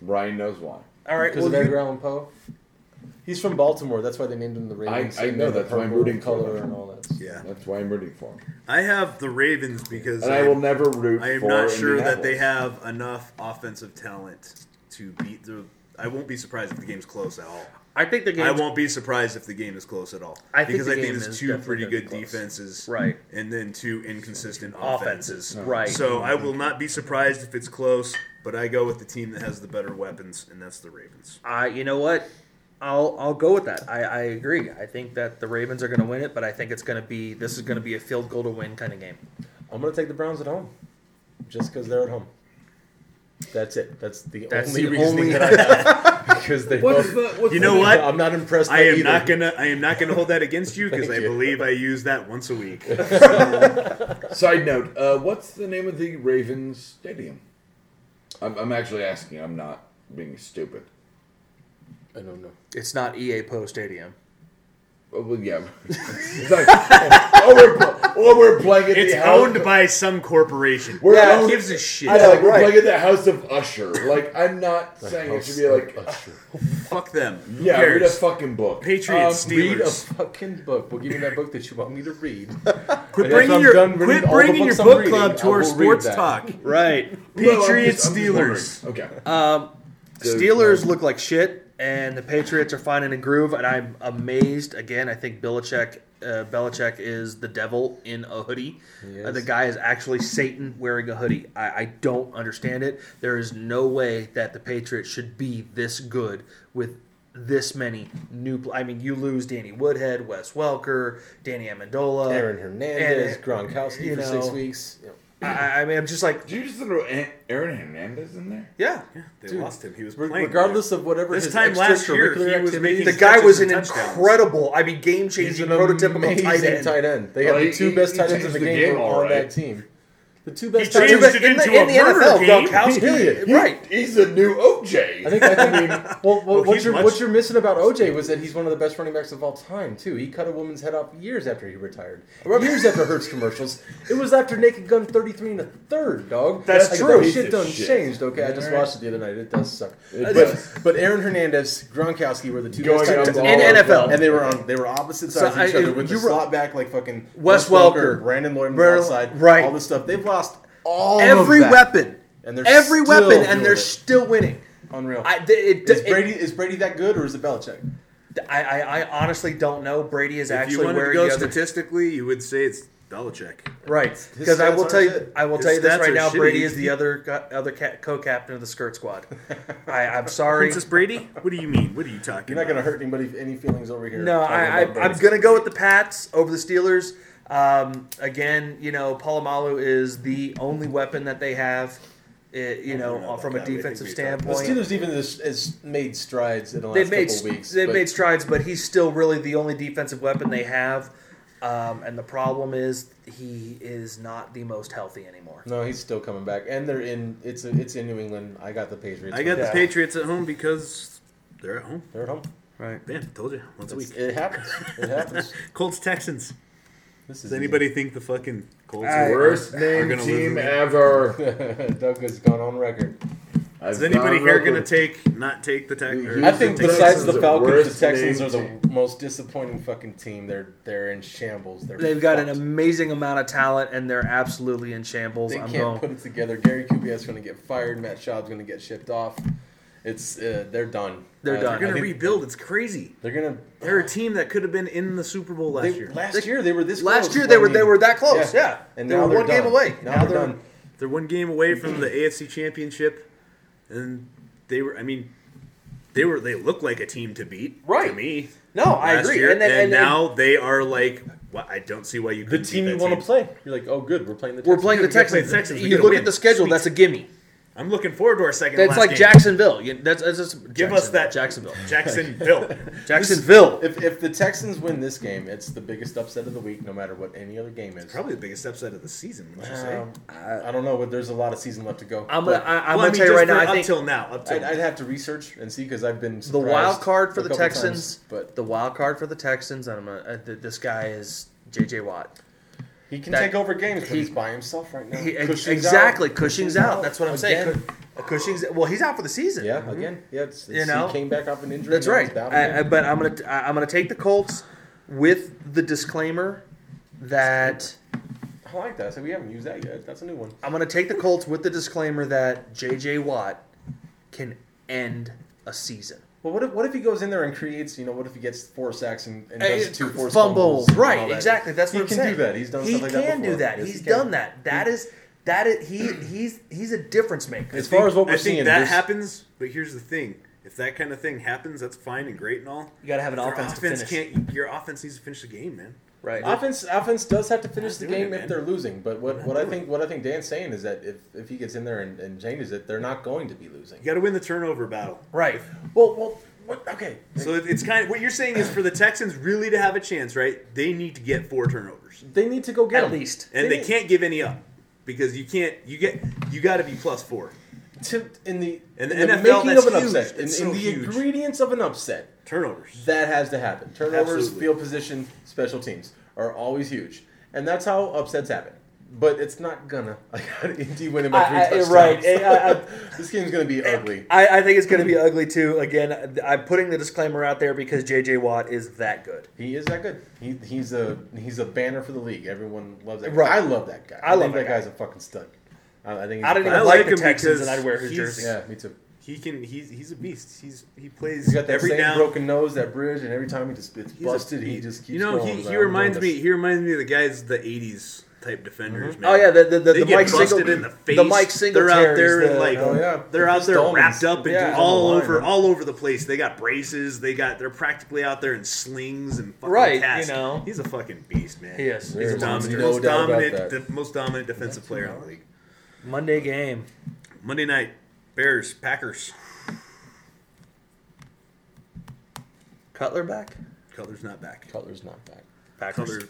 [SPEAKER 4] Ryan knows why.
[SPEAKER 3] all right.
[SPEAKER 2] because
[SPEAKER 3] Well,
[SPEAKER 2] of
[SPEAKER 3] you,
[SPEAKER 2] Edgar Allan Poe. He's from Baltimore. That's why they named him the Ravens.
[SPEAKER 4] I
[SPEAKER 2] and
[SPEAKER 4] know,
[SPEAKER 2] the
[SPEAKER 4] that's why I'm
[SPEAKER 2] purple
[SPEAKER 4] rooting for
[SPEAKER 2] color
[SPEAKER 4] them.
[SPEAKER 2] and all that.
[SPEAKER 5] Yeah,
[SPEAKER 4] That's why I'm rooting for him.
[SPEAKER 5] I have the Ravens because
[SPEAKER 4] And I will never root for
[SPEAKER 5] I am not sure that
[SPEAKER 4] Indianapolis.
[SPEAKER 5] they have enough offensive talent to beat the. I won't be surprised if the game's close at all.
[SPEAKER 3] I think the game.
[SPEAKER 5] I won't be surprised if the game is close at all.
[SPEAKER 3] I think
[SPEAKER 5] because
[SPEAKER 3] the
[SPEAKER 5] I
[SPEAKER 3] game
[SPEAKER 5] think there's
[SPEAKER 3] is
[SPEAKER 5] two
[SPEAKER 3] definitely
[SPEAKER 5] pretty
[SPEAKER 3] gonna be
[SPEAKER 5] good
[SPEAKER 3] close.
[SPEAKER 5] defenses,
[SPEAKER 3] Right.
[SPEAKER 5] And then two inconsistent
[SPEAKER 3] Offenses,
[SPEAKER 5] offenses,
[SPEAKER 3] right.
[SPEAKER 5] So I will not be surprised if it's close, but I go with the team that has the better weapons, and that's the Ravens.
[SPEAKER 3] I you know what? I'll I'll go with that. I, I agree. I think that the Ravens are going to win it, but I think it's going to be this is going to be a field goal to win kind of game.
[SPEAKER 2] I'm gonna take the Browns at home, just because they're at home. That's it. That's the
[SPEAKER 3] That's
[SPEAKER 2] only
[SPEAKER 3] the
[SPEAKER 2] reasoning
[SPEAKER 3] only-
[SPEAKER 2] that I have because they
[SPEAKER 4] What's
[SPEAKER 2] both.
[SPEAKER 4] the, what's
[SPEAKER 5] You
[SPEAKER 4] the-
[SPEAKER 5] know what?
[SPEAKER 2] I'm not impressed.
[SPEAKER 5] I
[SPEAKER 2] by
[SPEAKER 5] am
[SPEAKER 2] either.
[SPEAKER 5] not gonna. I am not gonna hold that against you because
[SPEAKER 2] Thank
[SPEAKER 5] I
[SPEAKER 2] you.
[SPEAKER 5] believe I use that once a week.
[SPEAKER 4] Side note: uh, What's the name of the Ravens stadium? I'm, I'm actually asking. I'm not being stupid.
[SPEAKER 2] I don't know.
[SPEAKER 3] It's not EA Poe Stadium.
[SPEAKER 4] Oh, well, yeah. It's like, oh, we're, pl- oh, we're playing at
[SPEAKER 5] It's
[SPEAKER 4] the house.
[SPEAKER 5] owned by some corporation.
[SPEAKER 4] We're
[SPEAKER 5] Who
[SPEAKER 4] owned-
[SPEAKER 5] gives a shit?
[SPEAKER 4] I know, like, we're
[SPEAKER 3] Right.
[SPEAKER 4] playing at the house of Usher. Like, I'm not saying it should be like,
[SPEAKER 5] Fuck them. Who
[SPEAKER 4] yeah, read a
[SPEAKER 5] cares?
[SPEAKER 4] fucking book.
[SPEAKER 5] Patriots,
[SPEAKER 2] Uh, Um, Read a
[SPEAKER 5] Steelers.
[SPEAKER 2] fucking book. We'll give you that book that you want me to read.
[SPEAKER 5] Quit
[SPEAKER 2] And if
[SPEAKER 5] bringing
[SPEAKER 2] I'm
[SPEAKER 5] your
[SPEAKER 2] done reading
[SPEAKER 5] quit
[SPEAKER 2] all the
[SPEAKER 5] bringing your
[SPEAKER 2] books I'm
[SPEAKER 5] book
[SPEAKER 2] reading,
[SPEAKER 5] club to
[SPEAKER 2] I
[SPEAKER 5] our
[SPEAKER 2] will read
[SPEAKER 5] sports
[SPEAKER 2] that.
[SPEAKER 5] talk.
[SPEAKER 3] Right.
[SPEAKER 4] No, I'm just-
[SPEAKER 5] Patriots,
[SPEAKER 4] I'm just
[SPEAKER 5] Steelers.
[SPEAKER 4] wondering. okay. So,
[SPEAKER 3] Steelers
[SPEAKER 4] um,
[SPEAKER 3] look like shit, and the Patriots are finding a groove, and I'm amazed again. I think Belichick, uh, Belichick is the devil in a hoodie. Uh, the
[SPEAKER 2] is.
[SPEAKER 3] guy is actually Satan wearing a hoodie. I, I don't understand it. There is no way that the Patriots should be this good with this many new. Pl- I mean, you lose Danny Woodhead, Wes Welker, Danny Amendola,
[SPEAKER 2] Aaron Hernandez,
[SPEAKER 3] and-
[SPEAKER 2] Gronkowski
[SPEAKER 3] you
[SPEAKER 2] for six
[SPEAKER 3] know,
[SPEAKER 2] weeks. Yeah.
[SPEAKER 3] I, I mean, I'm just like,
[SPEAKER 4] Did you just throw An- Aaron Hernandez in there?
[SPEAKER 3] yeah,
[SPEAKER 5] They lost him. He was
[SPEAKER 2] Re-
[SPEAKER 5] playing.
[SPEAKER 2] regardless of whatever
[SPEAKER 5] This
[SPEAKER 2] his
[SPEAKER 5] time last year,
[SPEAKER 2] extracurricular
[SPEAKER 5] he was
[SPEAKER 2] activities-
[SPEAKER 5] making-
[SPEAKER 3] the guy was an
[SPEAKER 5] and touchdowns.
[SPEAKER 3] incredible. I mean, game
[SPEAKER 2] He's
[SPEAKER 3] changing
[SPEAKER 2] an
[SPEAKER 3] prototypical
[SPEAKER 2] amazing
[SPEAKER 3] tight end.
[SPEAKER 2] tight end. They
[SPEAKER 4] Well,
[SPEAKER 2] have the
[SPEAKER 4] he-
[SPEAKER 2] two
[SPEAKER 4] he-
[SPEAKER 2] best
[SPEAKER 4] he
[SPEAKER 2] tight ends in
[SPEAKER 4] changed
[SPEAKER 2] the
[SPEAKER 4] the
[SPEAKER 2] game,
[SPEAKER 4] game
[SPEAKER 2] were
[SPEAKER 4] all
[SPEAKER 2] on
[SPEAKER 4] right.
[SPEAKER 2] that team. The two best
[SPEAKER 5] He
[SPEAKER 2] tight
[SPEAKER 5] changed
[SPEAKER 2] ends.
[SPEAKER 5] it into a murder game.
[SPEAKER 3] Gronkowski,
[SPEAKER 4] He-
[SPEAKER 3] right?
[SPEAKER 4] He's the new OJ.
[SPEAKER 2] I think. I think well, well,
[SPEAKER 5] Well,
[SPEAKER 2] what
[SPEAKER 5] he's
[SPEAKER 2] you're
[SPEAKER 5] much-
[SPEAKER 2] what you're missing about OJ was that he's one of the best running backs of all time too. He cut a woman's head off years after he retired. Years after Hertz commercials. It was after Naked Gun 33 and a third, dog.
[SPEAKER 3] That's
[SPEAKER 2] Like,
[SPEAKER 3] true.
[SPEAKER 2] that Shit
[SPEAKER 4] Piece of
[SPEAKER 2] done
[SPEAKER 4] shit.
[SPEAKER 2] changed. Okay, I just
[SPEAKER 4] Alright.
[SPEAKER 2] watched it the other night. It does suck.
[SPEAKER 4] It
[SPEAKER 2] but
[SPEAKER 4] does.
[SPEAKER 2] but Aaron Hernandez, Gronkowski were the two
[SPEAKER 4] Going
[SPEAKER 2] best tight
[SPEAKER 4] up
[SPEAKER 2] ends
[SPEAKER 4] the
[SPEAKER 3] In
[SPEAKER 2] all-
[SPEAKER 3] NFL.
[SPEAKER 2] and they were on they were opposite
[SPEAKER 3] So
[SPEAKER 2] sides of each
[SPEAKER 3] I-
[SPEAKER 2] other with
[SPEAKER 3] you
[SPEAKER 2] the
[SPEAKER 3] were-
[SPEAKER 2] slot back like fucking
[SPEAKER 3] Wes Welker,
[SPEAKER 2] Brandon Lloyd on the
[SPEAKER 3] Brandon-
[SPEAKER 2] outside,
[SPEAKER 3] right.
[SPEAKER 2] All this stuff. They've lost all of
[SPEAKER 3] Every
[SPEAKER 2] that.
[SPEAKER 3] weapon,
[SPEAKER 2] And they're
[SPEAKER 3] every
[SPEAKER 2] still
[SPEAKER 3] weapon,
[SPEAKER 2] doing
[SPEAKER 3] and they're
[SPEAKER 2] it.
[SPEAKER 3] still winning.
[SPEAKER 2] Unreal.
[SPEAKER 3] I, th- it,
[SPEAKER 2] is
[SPEAKER 3] it-
[SPEAKER 2] Brady is Brady that good or is it Belichick?
[SPEAKER 3] I, I, I honestly don't know. Brady is
[SPEAKER 5] If you
[SPEAKER 3] actually
[SPEAKER 5] wanted
[SPEAKER 3] where
[SPEAKER 5] to go
[SPEAKER 3] the other
[SPEAKER 5] statistically, you would say it's Belichick.
[SPEAKER 3] right because I
[SPEAKER 2] stats
[SPEAKER 3] will
[SPEAKER 2] are
[SPEAKER 3] tell you
[SPEAKER 2] shit.
[SPEAKER 3] I will
[SPEAKER 5] His
[SPEAKER 3] tell you this
[SPEAKER 5] stats
[SPEAKER 3] right
[SPEAKER 5] are
[SPEAKER 3] now. Brady
[SPEAKER 5] shitty.
[SPEAKER 3] is the other co- other ca- co-captain of the skirt squad. I, I'm sorry.
[SPEAKER 5] Princess Brady? What do you mean? What are you
[SPEAKER 2] You're
[SPEAKER 5] talking
[SPEAKER 2] not
[SPEAKER 5] about?
[SPEAKER 2] going to hurt anybody any feelings over here.
[SPEAKER 3] No,
[SPEAKER 2] talking
[SPEAKER 3] I, I,
[SPEAKER 2] about Brady.
[SPEAKER 3] I'm going to go with the Pats over the Steelers. Um, again, you know, Palomalu is the only weapon that they have. eh, you know,
[SPEAKER 5] know about
[SPEAKER 3] from
[SPEAKER 5] that.
[SPEAKER 3] a
[SPEAKER 5] We think
[SPEAKER 3] defensive
[SPEAKER 5] we
[SPEAKER 2] The
[SPEAKER 3] standpoint,
[SPEAKER 2] Steelers even has, has made strides in the last
[SPEAKER 3] they've made
[SPEAKER 2] couple weeks.
[SPEAKER 3] they've
[SPEAKER 2] but
[SPEAKER 3] made strides, but he's still really the only defensive weapon they have. Um, and the problem is he is not the most healthy anymore.
[SPEAKER 2] no, he's still coming back, and they're in. It's it's in New England. I got the Patriots.
[SPEAKER 5] I got
[SPEAKER 3] Yeah.
[SPEAKER 5] the Patriots at home because they're at home.
[SPEAKER 2] They're at home.
[SPEAKER 3] Right.
[SPEAKER 5] Bam, told you once a
[SPEAKER 2] It's-
[SPEAKER 5] week.
[SPEAKER 2] it happens. It happens.
[SPEAKER 5] Colts Texans.
[SPEAKER 2] This is
[SPEAKER 5] Does anybody think the fucking Colts
[SPEAKER 3] I-
[SPEAKER 5] are
[SPEAKER 4] Worst
[SPEAKER 5] are
[SPEAKER 4] named
[SPEAKER 5] gonna
[SPEAKER 4] team
[SPEAKER 5] lose?
[SPEAKER 4] ever.
[SPEAKER 2] easy. Doug has gone on record.
[SPEAKER 4] I've
[SPEAKER 5] Is anybody
[SPEAKER 4] gone
[SPEAKER 5] here
[SPEAKER 4] record.
[SPEAKER 5] going to take not take the Texans?
[SPEAKER 4] Who's
[SPEAKER 2] I think
[SPEAKER 4] the
[SPEAKER 2] besides
[SPEAKER 4] Texans
[SPEAKER 2] the
[SPEAKER 4] the
[SPEAKER 2] Falcons,
[SPEAKER 4] worst
[SPEAKER 2] the Texans are
[SPEAKER 4] named
[SPEAKER 2] the most disappointing fucking team. They're they're in shambles. They're
[SPEAKER 3] They've got an
[SPEAKER 2] fucked.
[SPEAKER 3] amazing amount of talent, and they're absolutely in shambles.
[SPEAKER 2] They
[SPEAKER 3] I'm
[SPEAKER 2] can't
[SPEAKER 3] going.
[SPEAKER 2] put it together. Gary Kubiak's going to get fired. Matt Schaub's going to get shipped off. It's uh, they're done.
[SPEAKER 3] They're done.
[SPEAKER 2] Uh, I
[SPEAKER 5] They're going to
[SPEAKER 2] think
[SPEAKER 5] rebuild. It's crazy.
[SPEAKER 2] They're gonna.
[SPEAKER 5] They're a team that could have been in the Super Bowl last
[SPEAKER 2] They,
[SPEAKER 5] year.
[SPEAKER 2] last year they were this.
[SPEAKER 3] Last
[SPEAKER 2] close.
[SPEAKER 3] year they
[SPEAKER 2] I
[SPEAKER 3] were
[SPEAKER 2] mean,
[SPEAKER 3] they were that close. Yeah,
[SPEAKER 2] And
[SPEAKER 3] they
[SPEAKER 2] now
[SPEAKER 3] were
[SPEAKER 2] they're
[SPEAKER 3] one game
[SPEAKER 2] done.
[SPEAKER 3] away.
[SPEAKER 2] Now, they're, done.
[SPEAKER 5] They're one game away from the AFC Championship, and they were. I mean, they were. They look like a team to beat.
[SPEAKER 3] Right.
[SPEAKER 5] To me.
[SPEAKER 3] No, I
[SPEAKER 5] last
[SPEAKER 3] agree.
[SPEAKER 5] year,
[SPEAKER 3] and, then, and, then
[SPEAKER 5] now they are like. Well, I don't see why you.
[SPEAKER 2] The
[SPEAKER 5] couldn't
[SPEAKER 2] team
[SPEAKER 5] beat
[SPEAKER 2] you
[SPEAKER 5] that
[SPEAKER 2] want to
[SPEAKER 5] team.
[SPEAKER 2] play. You're like, oh, good, we're playing the.
[SPEAKER 3] we're
[SPEAKER 2] Texans.
[SPEAKER 3] playing the
[SPEAKER 5] We're gonna play
[SPEAKER 3] Texans.
[SPEAKER 5] the Texans. We're
[SPEAKER 3] You
[SPEAKER 5] gonna
[SPEAKER 3] look
[SPEAKER 5] win.
[SPEAKER 3] at the schedule;
[SPEAKER 5] Sweet.
[SPEAKER 3] that's a gimme.
[SPEAKER 5] I'm looking forward to our second.
[SPEAKER 3] That's
[SPEAKER 5] last
[SPEAKER 3] like
[SPEAKER 5] game.
[SPEAKER 3] Jacksonville. You, that's, that's just
[SPEAKER 5] Give us
[SPEAKER 3] Jacksonville,
[SPEAKER 5] that
[SPEAKER 3] Jacksonville.
[SPEAKER 5] Jacksonville.
[SPEAKER 3] Jacksonville.
[SPEAKER 2] If, if the Texans win this game, it's the biggest upset of the week, no matter what any other game is.
[SPEAKER 5] Probably the biggest upset of the season. Would you say?
[SPEAKER 2] Um, I don't know, but there's a lot of season left to go.
[SPEAKER 3] I'm gonna,
[SPEAKER 2] But
[SPEAKER 3] I, I'm
[SPEAKER 5] Well, I
[SPEAKER 3] gonna
[SPEAKER 5] mean,
[SPEAKER 3] tell you
[SPEAKER 5] just
[SPEAKER 3] right
[SPEAKER 5] for
[SPEAKER 3] now. I
[SPEAKER 5] up
[SPEAKER 3] think
[SPEAKER 5] till now, up till
[SPEAKER 2] I'd, I'd have to research and see because I've been
[SPEAKER 3] the
[SPEAKER 2] surprised
[SPEAKER 3] wild card for
[SPEAKER 2] a
[SPEAKER 3] the
[SPEAKER 2] couple
[SPEAKER 3] Texans.
[SPEAKER 2] times, but
[SPEAKER 3] the wild card for the Texans. And I'm gonna, uh, th- this guy is JJ Watt.
[SPEAKER 2] he can
[SPEAKER 3] that-
[SPEAKER 2] take over games, but
[SPEAKER 3] he-
[SPEAKER 2] he's by himself right now.
[SPEAKER 3] He,
[SPEAKER 2] Cushing's
[SPEAKER 3] exactly,
[SPEAKER 2] out.
[SPEAKER 3] Cushing's out. That's what I'm saying.
[SPEAKER 2] Again.
[SPEAKER 3] Cush- Cushing's well, he's out for the season.
[SPEAKER 2] Yeah, again, yeah. It's, it's,
[SPEAKER 3] You know?
[SPEAKER 2] he came back off an injury.
[SPEAKER 3] That's
[SPEAKER 2] now he's
[SPEAKER 3] right.
[SPEAKER 2] back
[SPEAKER 3] I, I,
[SPEAKER 2] again.
[SPEAKER 3] but I'm gonna t- I- I'm gonna take the Colts with the disclaimer that
[SPEAKER 2] I like that. So we haven't used that yet. That's a new one.
[SPEAKER 3] I'm gonna take the Colts with the disclaimer that JJ Watt can end a season.
[SPEAKER 2] Well, what if what if he goes in there and creates? You know, what if he gets four sacks and, and
[SPEAKER 3] Hey,
[SPEAKER 2] does two forced
[SPEAKER 3] fumbles,
[SPEAKER 2] and all
[SPEAKER 3] right?
[SPEAKER 2] that?
[SPEAKER 3] Exactly. That's
[SPEAKER 2] he
[SPEAKER 3] what I'm
[SPEAKER 2] can
[SPEAKER 3] saying.
[SPEAKER 2] do that. He's done
[SPEAKER 3] He
[SPEAKER 2] stuff like that.
[SPEAKER 3] can do
[SPEAKER 2] before.
[SPEAKER 3] that.
[SPEAKER 2] Yes, he
[SPEAKER 3] he's
[SPEAKER 2] can.
[SPEAKER 3] done that. That is that is he he's he's a difference maker.
[SPEAKER 2] As far as what we're
[SPEAKER 5] I
[SPEAKER 2] seeing,
[SPEAKER 5] think that
[SPEAKER 2] this-
[SPEAKER 5] happens. But here's the thing: if that kind of thing happens, that's fine and great and all.
[SPEAKER 3] You gotta have an
[SPEAKER 5] Your
[SPEAKER 3] offense to finish.
[SPEAKER 5] Can't, your offense needs to finish the game, man.
[SPEAKER 3] right.
[SPEAKER 2] Offense, offense does have to finish the
[SPEAKER 5] doing
[SPEAKER 2] game
[SPEAKER 5] it,
[SPEAKER 2] if
[SPEAKER 5] man.
[SPEAKER 2] they're losing. But what, what I
[SPEAKER 5] doing
[SPEAKER 2] think what I think Dan's saying is that if, if he gets in there and, and changes it, they're not going to be losing.
[SPEAKER 5] You got to win the turnover battle.
[SPEAKER 3] Right.
[SPEAKER 2] Well, well, what, okay.
[SPEAKER 5] So it- it's kind of what you're saying is for the Texans really to have a chance, right? They need to get four turnovers,
[SPEAKER 2] They need to go get
[SPEAKER 3] At
[SPEAKER 2] 'em.
[SPEAKER 3] least.
[SPEAKER 5] and they
[SPEAKER 2] need-
[SPEAKER 5] can't give any up because you can't. You get you got to be plus four.
[SPEAKER 2] to, in the
[SPEAKER 5] In
[SPEAKER 2] in
[SPEAKER 5] the
[SPEAKER 2] the,
[SPEAKER 5] NFL,
[SPEAKER 2] making
[SPEAKER 5] that's
[SPEAKER 2] of an
[SPEAKER 5] huge.
[SPEAKER 2] upset, in,
[SPEAKER 5] That's
[SPEAKER 2] in
[SPEAKER 5] so
[SPEAKER 2] the
[SPEAKER 5] huge.
[SPEAKER 2] ingredients of an upset,
[SPEAKER 5] Turnovers.
[SPEAKER 2] that has to happen. Turnovers,
[SPEAKER 5] Absolutely.
[SPEAKER 2] field position, special teams are always huge, and that's how upsets happen. But it's not gonna. I got Indy winning by three
[SPEAKER 3] I- I-
[SPEAKER 2] touchdowns.
[SPEAKER 3] right. I- I-
[SPEAKER 2] this game's gonna be ugly.
[SPEAKER 3] I, I think it's going to be ugly too. Again, I'm putting the disclaimer out there because JJ Watt is that good.
[SPEAKER 2] He is that good. He, he's a he's a banner for the league. Everyone loves that. Guy.
[SPEAKER 3] Right.
[SPEAKER 2] I love that guy.
[SPEAKER 3] I love
[SPEAKER 2] think
[SPEAKER 3] that
[SPEAKER 2] that
[SPEAKER 3] guy.
[SPEAKER 2] guy's a fucking stud. I, I think he's
[SPEAKER 3] I
[SPEAKER 2] a
[SPEAKER 3] don't even
[SPEAKER 5] I
[SPEAKER 2] class-
[SPEAKER 3] like,
[SPEAKER 5] like
[SPEAKER 3] the
[SPEAKER 5] him
[SPEAKER 3] Texans, and
[SPEAKER 5] because
[SPEAKER 3] I'd wear his
[SPEAKER 5] he's-
[SPEAKER 3] jersey.
[SPEAKER 2] Yeah, me too.
[SPEAKER 5] He can. He's he's a beast. He's he plays
[SPEAKER 2] He's got that
[SPEAKER 5] every
[SPEAKER 2] same
[SPEAKER 5] now.
[SPEAKER 2] broken nose, that bridge, and every time he just it's
[SPEAKER 5] He's a
[SPEAKER 2] busted, he
[SPEAKER 5] beast.
[SPEAKER 2] just keeps.
[SPEAKER 5] You know,
[SPEAKER 2] going,
[SPEAKER 5] he,
[SPEAKER 2] like,
[SPEAKER 5] he
[SPEAKER 2] I'm
[SPEAKER 5] reminds
[SPEAKER 2] doing
[SPEAKER 5] me.
[SPEAKER 2] this.
[SPEAKER 5] He reminds me of the guys the '80s type defenders. Man.
[SPEAKER 3] Oh yeah, the the, the,
[SPEAKER 5] They
[SPEAKER 3] the
[SPEAKER 5] get
[SPEAKER 3] Mike
[SPEAKER 5] busted
[SPEAKER 3] Single,
[SPEAKER 5] in the face.
[SPEAKER 3] the Mike Single,
[SPEAKER 5] They're out there and like
[SPEAKER 2] oh, yeah.
[SPEAKER 5] they're out
[SPEAKER 2] Just
[SPEAKER 5] there
[SPEAKER 2] dominance.
[SPEAKER 5] wrapped up and
[SPEAKER 3] Yeah.
[SPEAKER 5] just all
[SPEAKER 2] On the line,
[SPEAKER 5] over
[SPEAKER 2] man.
[SPEAKER 5] all over the place. They got braces. They got they're practically out there in slings and fucking
[SPEAKER 3] Right, you
[SPEAKER 5] cast.
[SPEAKER 3] know.
[SPEAKER 5] He's a fucking beast, man.
[SPEAKER 3] He is.
[SPEAKER 5] He's
[SPEAKER 2] Very
[SPEAKER 5] a dominant,
[SPEAKER 2] monster.
[SPEAKER 5] most
[SPEAKER 2] No doubt about
[SPEAKER 5] dominant,
[SPEAKER 2] that.
[SPEAKER 5] the most dominant defensive player in the league.
[SPEAKER 3] Monday game.
[SPEAKER 5] Monday night, Bears, Packers.
[SPEAKER 3] Cutler back.
[SPEAKER 5] Cutler's not back.
[SPEAKER 2] Cutler's not back.
[SPEAKER 3] Packers.
[SPEAKER 5] Cutler,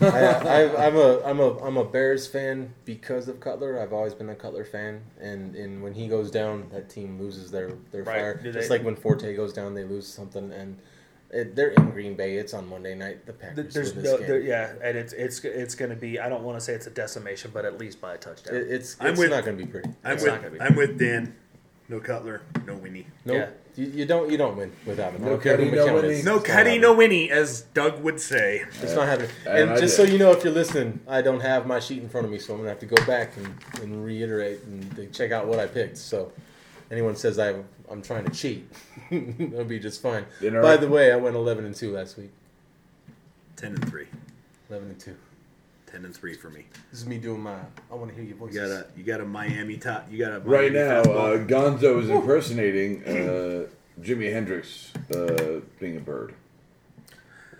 [SPEAKER 2] I, I, I'm a I'm a I'm a Bears fan because of Cutler. I've always been a Cutler fan, and, and when he goes down, that team loses their their
[SPEAKER 3] Right.
[SPEAKER 2] fire.
[SPEAKER 3] Do
[SPEAKER 2] Just
[SPEAKER 3] they-
[SPEAKER 2] like when Forte goes down, they lose something, and it, they're in Green Bay. It's on Monday night. The
[SPEAKER 3] Th-
[SPEAKER 2] Packers
[SPEAKER 3] There's
[SPEAKER 2] win this
[SPEAKER 3] no,
[SPEAKER 2] game.
[SPEAKER 3] there, yeah, and it's it's it's going to be. I don't want to say it's a decimation, but at least by a touchdown.
[SPEAKER 2] It- it's
[SPEAKER 5] I'm
[SPEAKER 2] it's
[SPEAKER 5] with-
[SPEAKER 2] not going to be pretty.
[SPEAKER 5] I'm
[SPEAKER 3] It's not gonna
[SPEAKER 5] with
[SPEAKER 3] be.
[SPEAKER 5] I'm with Dan. No Cutler, no Winnie.
[SPEAKER 2] No,
[SPEAKER 3] Yeah.
[SPEAKER 2] you, you don't you don't win without him. I
[SPEAKER 4] No
[SPEAKER 2] don't care who
[SPEAKER 4] Cuddy, no
[SPEAKER 2] McKinnon
[SPEAKER 4] Winnie.
[SPEAKER 2] is.
[SPEAKER 5] No
[SPEAKER 2] It's not
[SPEAKER 5] Cuddy,
[SPEAKER 2] happening.
[SPEAKER 5] no Winnie, as Doug would say.
[SPEAKER 2] It's not happening.
[SPEAKER 4] And
[SPEAKER 2] And
[SPEAKER 4] I
[SPEAKER 2] just
[SPEAKER 4] did.
[SPEAKER 2] so you know, if you're listening, I don't have my sheet in front of me, so I'm gonna have to go back and, and reiterate and to check out what I picked. So, anyone says I I'm trying to cheat. That'll be just fine.
[SPEAKER 4] Dinner.
[SPEAKER 2] By the way, I went 11 and 2 last week.
[SPEAKER 5] Ten and three.
[SPEAKER 2] 11 and 2.
[SPEAKER 5] Ten and three for me.
[SPEAKER 2] This is me doing my. I want to hear your voices.
[SPEAKER 5] You got a you got a Miami top. You got a
[SPEAKER 4] Right
[SPEAKER 5] Miami
[SPEAKER 4] now, uh,
[SPEAKER 5] fastball.
[SPEAKER 4] Gonzo is impersonating uh, Jimi Hendrix uh, being a bird.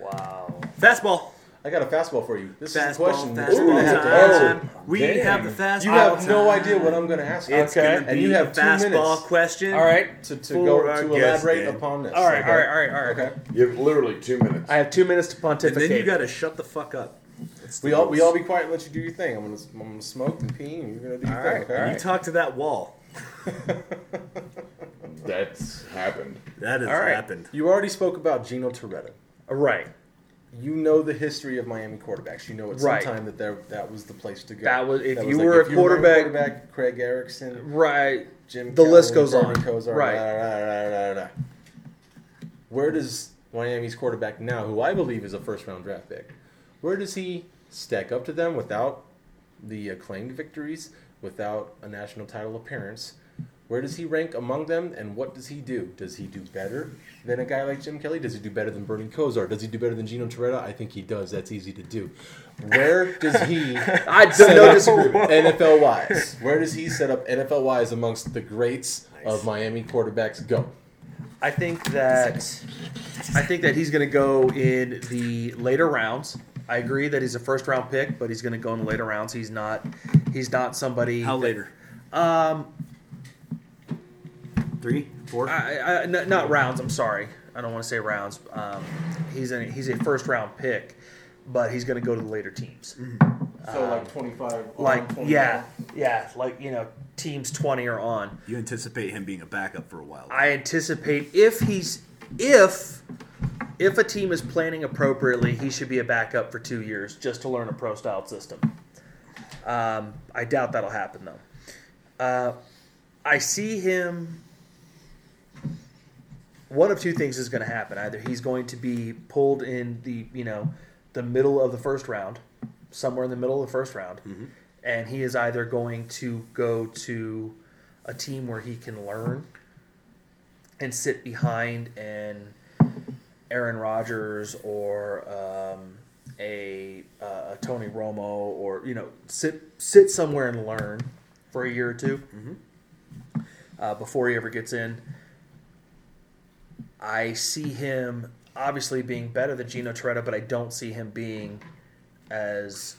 [SPEAKER 3] Wow.
[SPEAKER 5] fastball.
[SPEAKER 2] I got a fastball for you. This is the
[SPEAKER 5] Fastball,
[SPEAKER 2] question. that you're
[SPEAKER 5] fastball
[SPEAKER 2] gonna have to
[SPEAKER 4] time.
[SPEAKER 2] answer.
[SPEAKER 5] we
[SPEAKER 4] Damn.
[SPEAKER 5] have the fastball.
[SPEAKER 2] You have no
[SPEAKER 5] time.
[SPEAKER 2] idea what I'm going to ask. you.
[SPEAKER 5] It's
[SPEAKER 3] Okay.
[SPEAKER 5] gonna be
[SPEAKER 2] And you have
[SPEAKER 5] the
[SPEAKER 2] two
[SPEAKER 5] fastball
[SPEAKER 2] minutes.
[SPEAKER 5] question.
[SPEAKER 3] All right.
[SPEAKER 2] To, to
[SPEAKER 5] For
[SPEAKER 2] go
[SPEAKER 5] our
[SPEAKER 2] to
[SPEAKER 5] guest,
[SPEAKER 2] elaborate
[SPEAKER 5] Dan.
[SPEAKER 2] upon this.
[SPEAKER 3] All right.
[SPEAKER 2] okay?
[SPEAKER 3] All right. All right. All right.
[SPEAKER 2] Okay.
[SPEAKER 4] You have literally two minutes.
[SPEAKER 3] I have two minutes to
[SPEAKER 5] And
[SPEAKER 3] pontificate.
[SPEAKER 5] then you got to shut the fuck up. That's the
[SPEAKER 2] We all we
[SPEAKER 5] rules.
[SPEAKER 2] all be quiet and let you do your thing. I'm gonna I'm gonna smoke and pee and you're gonna do your
[SPEAKER 3] All
[SPEAKER 2] thing.
[SPEAKER 3] right,
[SPEAKER 2] okay?
[SPEAKER 3] all
[SPEAKER 5] You talk to that wall.
[SPEAKER 4] That's happened.
[SPEAKER 5] That has
[SPEAKER 3] All right.
[SPEAKER 5] happened.
[SPEAKER 2] You already spoke about Gino Toretta.
[SPEAKER 3] right.
[SPEAKER 2] You know the history of Miami quarterbacks. You know at
[SPEAKER 3] Right.
[SPEAKER 2] some time that there, that was the place to go.
[SPEAKER 3] That was- if you
[SPEAKER 2] like,
[SPEAKER 3] were a quarterback-
[SPEAKER 2] quarterback, Craig Erickson,
[SPEAKER 3] Right.
[SPEAKER 2] Jim.
[SPEAKER 3] The list
[SPEAKER 2] Kelly,
[SPEAKER 3] goes on.
[SPEAKER 2] Bernie Kosar,
[SPEAKER 3] Right.
[SPEAKER 2] da, da, da, da, da, da. Where does Miami's quarterback now, who I believe is a first round draft pick, where does he stack up to them without the acclaimed victories, without a national title appearance? Where does he rank among them, and what does he do? Does he do better than a guy like Jim Kelly? Does he do better than Bernie Kosar? Does he do better than Gino Toretta? I think he does. That's easy to do. Where does he
[SPEAKER 3] I
[SPEAKER 2] set
[SPEAKER 3] no
[SPEAKER 2] up
[SPEAKER 3] disagreement.
[SPEAKER 2] NFL wise? Where does he set up NFL wise amongst the greats of Miami quarterbacks go?
[SPEAKER 3] I think that I think that he's going to go in the later rounds. I agree that he's a first round pick, but he's going to go in the later rounds. He's not he's not somebody
[SPEAKER 5] How later?
[SPEAKER 3] um Uh,
[SPEAKER 5] Three, four.
[SPEAKER 3] I, I, n- not rounds. I'm sorry. I don't want to say rounds. Um, he's a he's a first round pick, but he's going to go to the later teams.
[SPEAKER 2] So like twenty five,
[SPEAKER 3] Um, Like yeah, yeah, like you know teams 20 or on.
[SPEAKER 5] you anticipate him being a backup for a while.
[SPEAKER 3] I anticipate if he's if if a team is planning appropriately, he should be a backup for two years just to learn a pro style system. Um, I doubt that'll happen though. Uh, I see him. One of two things is going to happen: either he's going to be pulled in the you know the middle of the first round, somewhere in the middle of the first round, and he is either going to go to a team where he can learn and sit behind an Aaron Rodgers or um, a, uh, a Tony Romo or you know sit sit somewhere and learn for a year or 2
[SPEAKER 5] Mm-hmm.
[SPEAKER 3] uh, before he ever gets in. I see him obviously being better than Gino Toretta, but I don't see him being as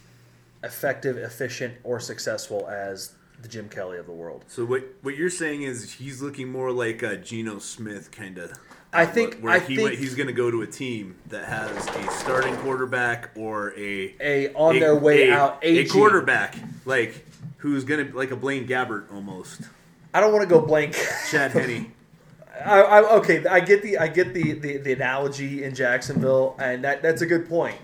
[SPEAKER 3] effective, efficient, or successful as the Jim Kelly of the world.
[SPEAKER 5] so what what you're saying is he's looking more like a Geno Smith kind of.
[SPEAKER 3] I think-
[SPEAKER 5] where
[SPEAKER 3] I
[SPEAKER 5] he
[SPEAKER 3] think-
[SPEAKER 5] he's going to go to a team that has a starting quarterback or a
[SPEAKER 3] A on their way
[SPEAKER 5] a-
[SPEAKER 3] out,
[SPEAKER 5] a
[SPEAKER 3] AG.
[SPEAKER 5] quarterback like who's going to like a Blaine Gabbert almost
[SPEAKER 3] I don't want to go blank.
[SPEAKER 5] Chad Henney.
[SPEAKER 3] I, I, okay, I get the I get the, the, the analogy in Jacksonville, and that, that's a good point.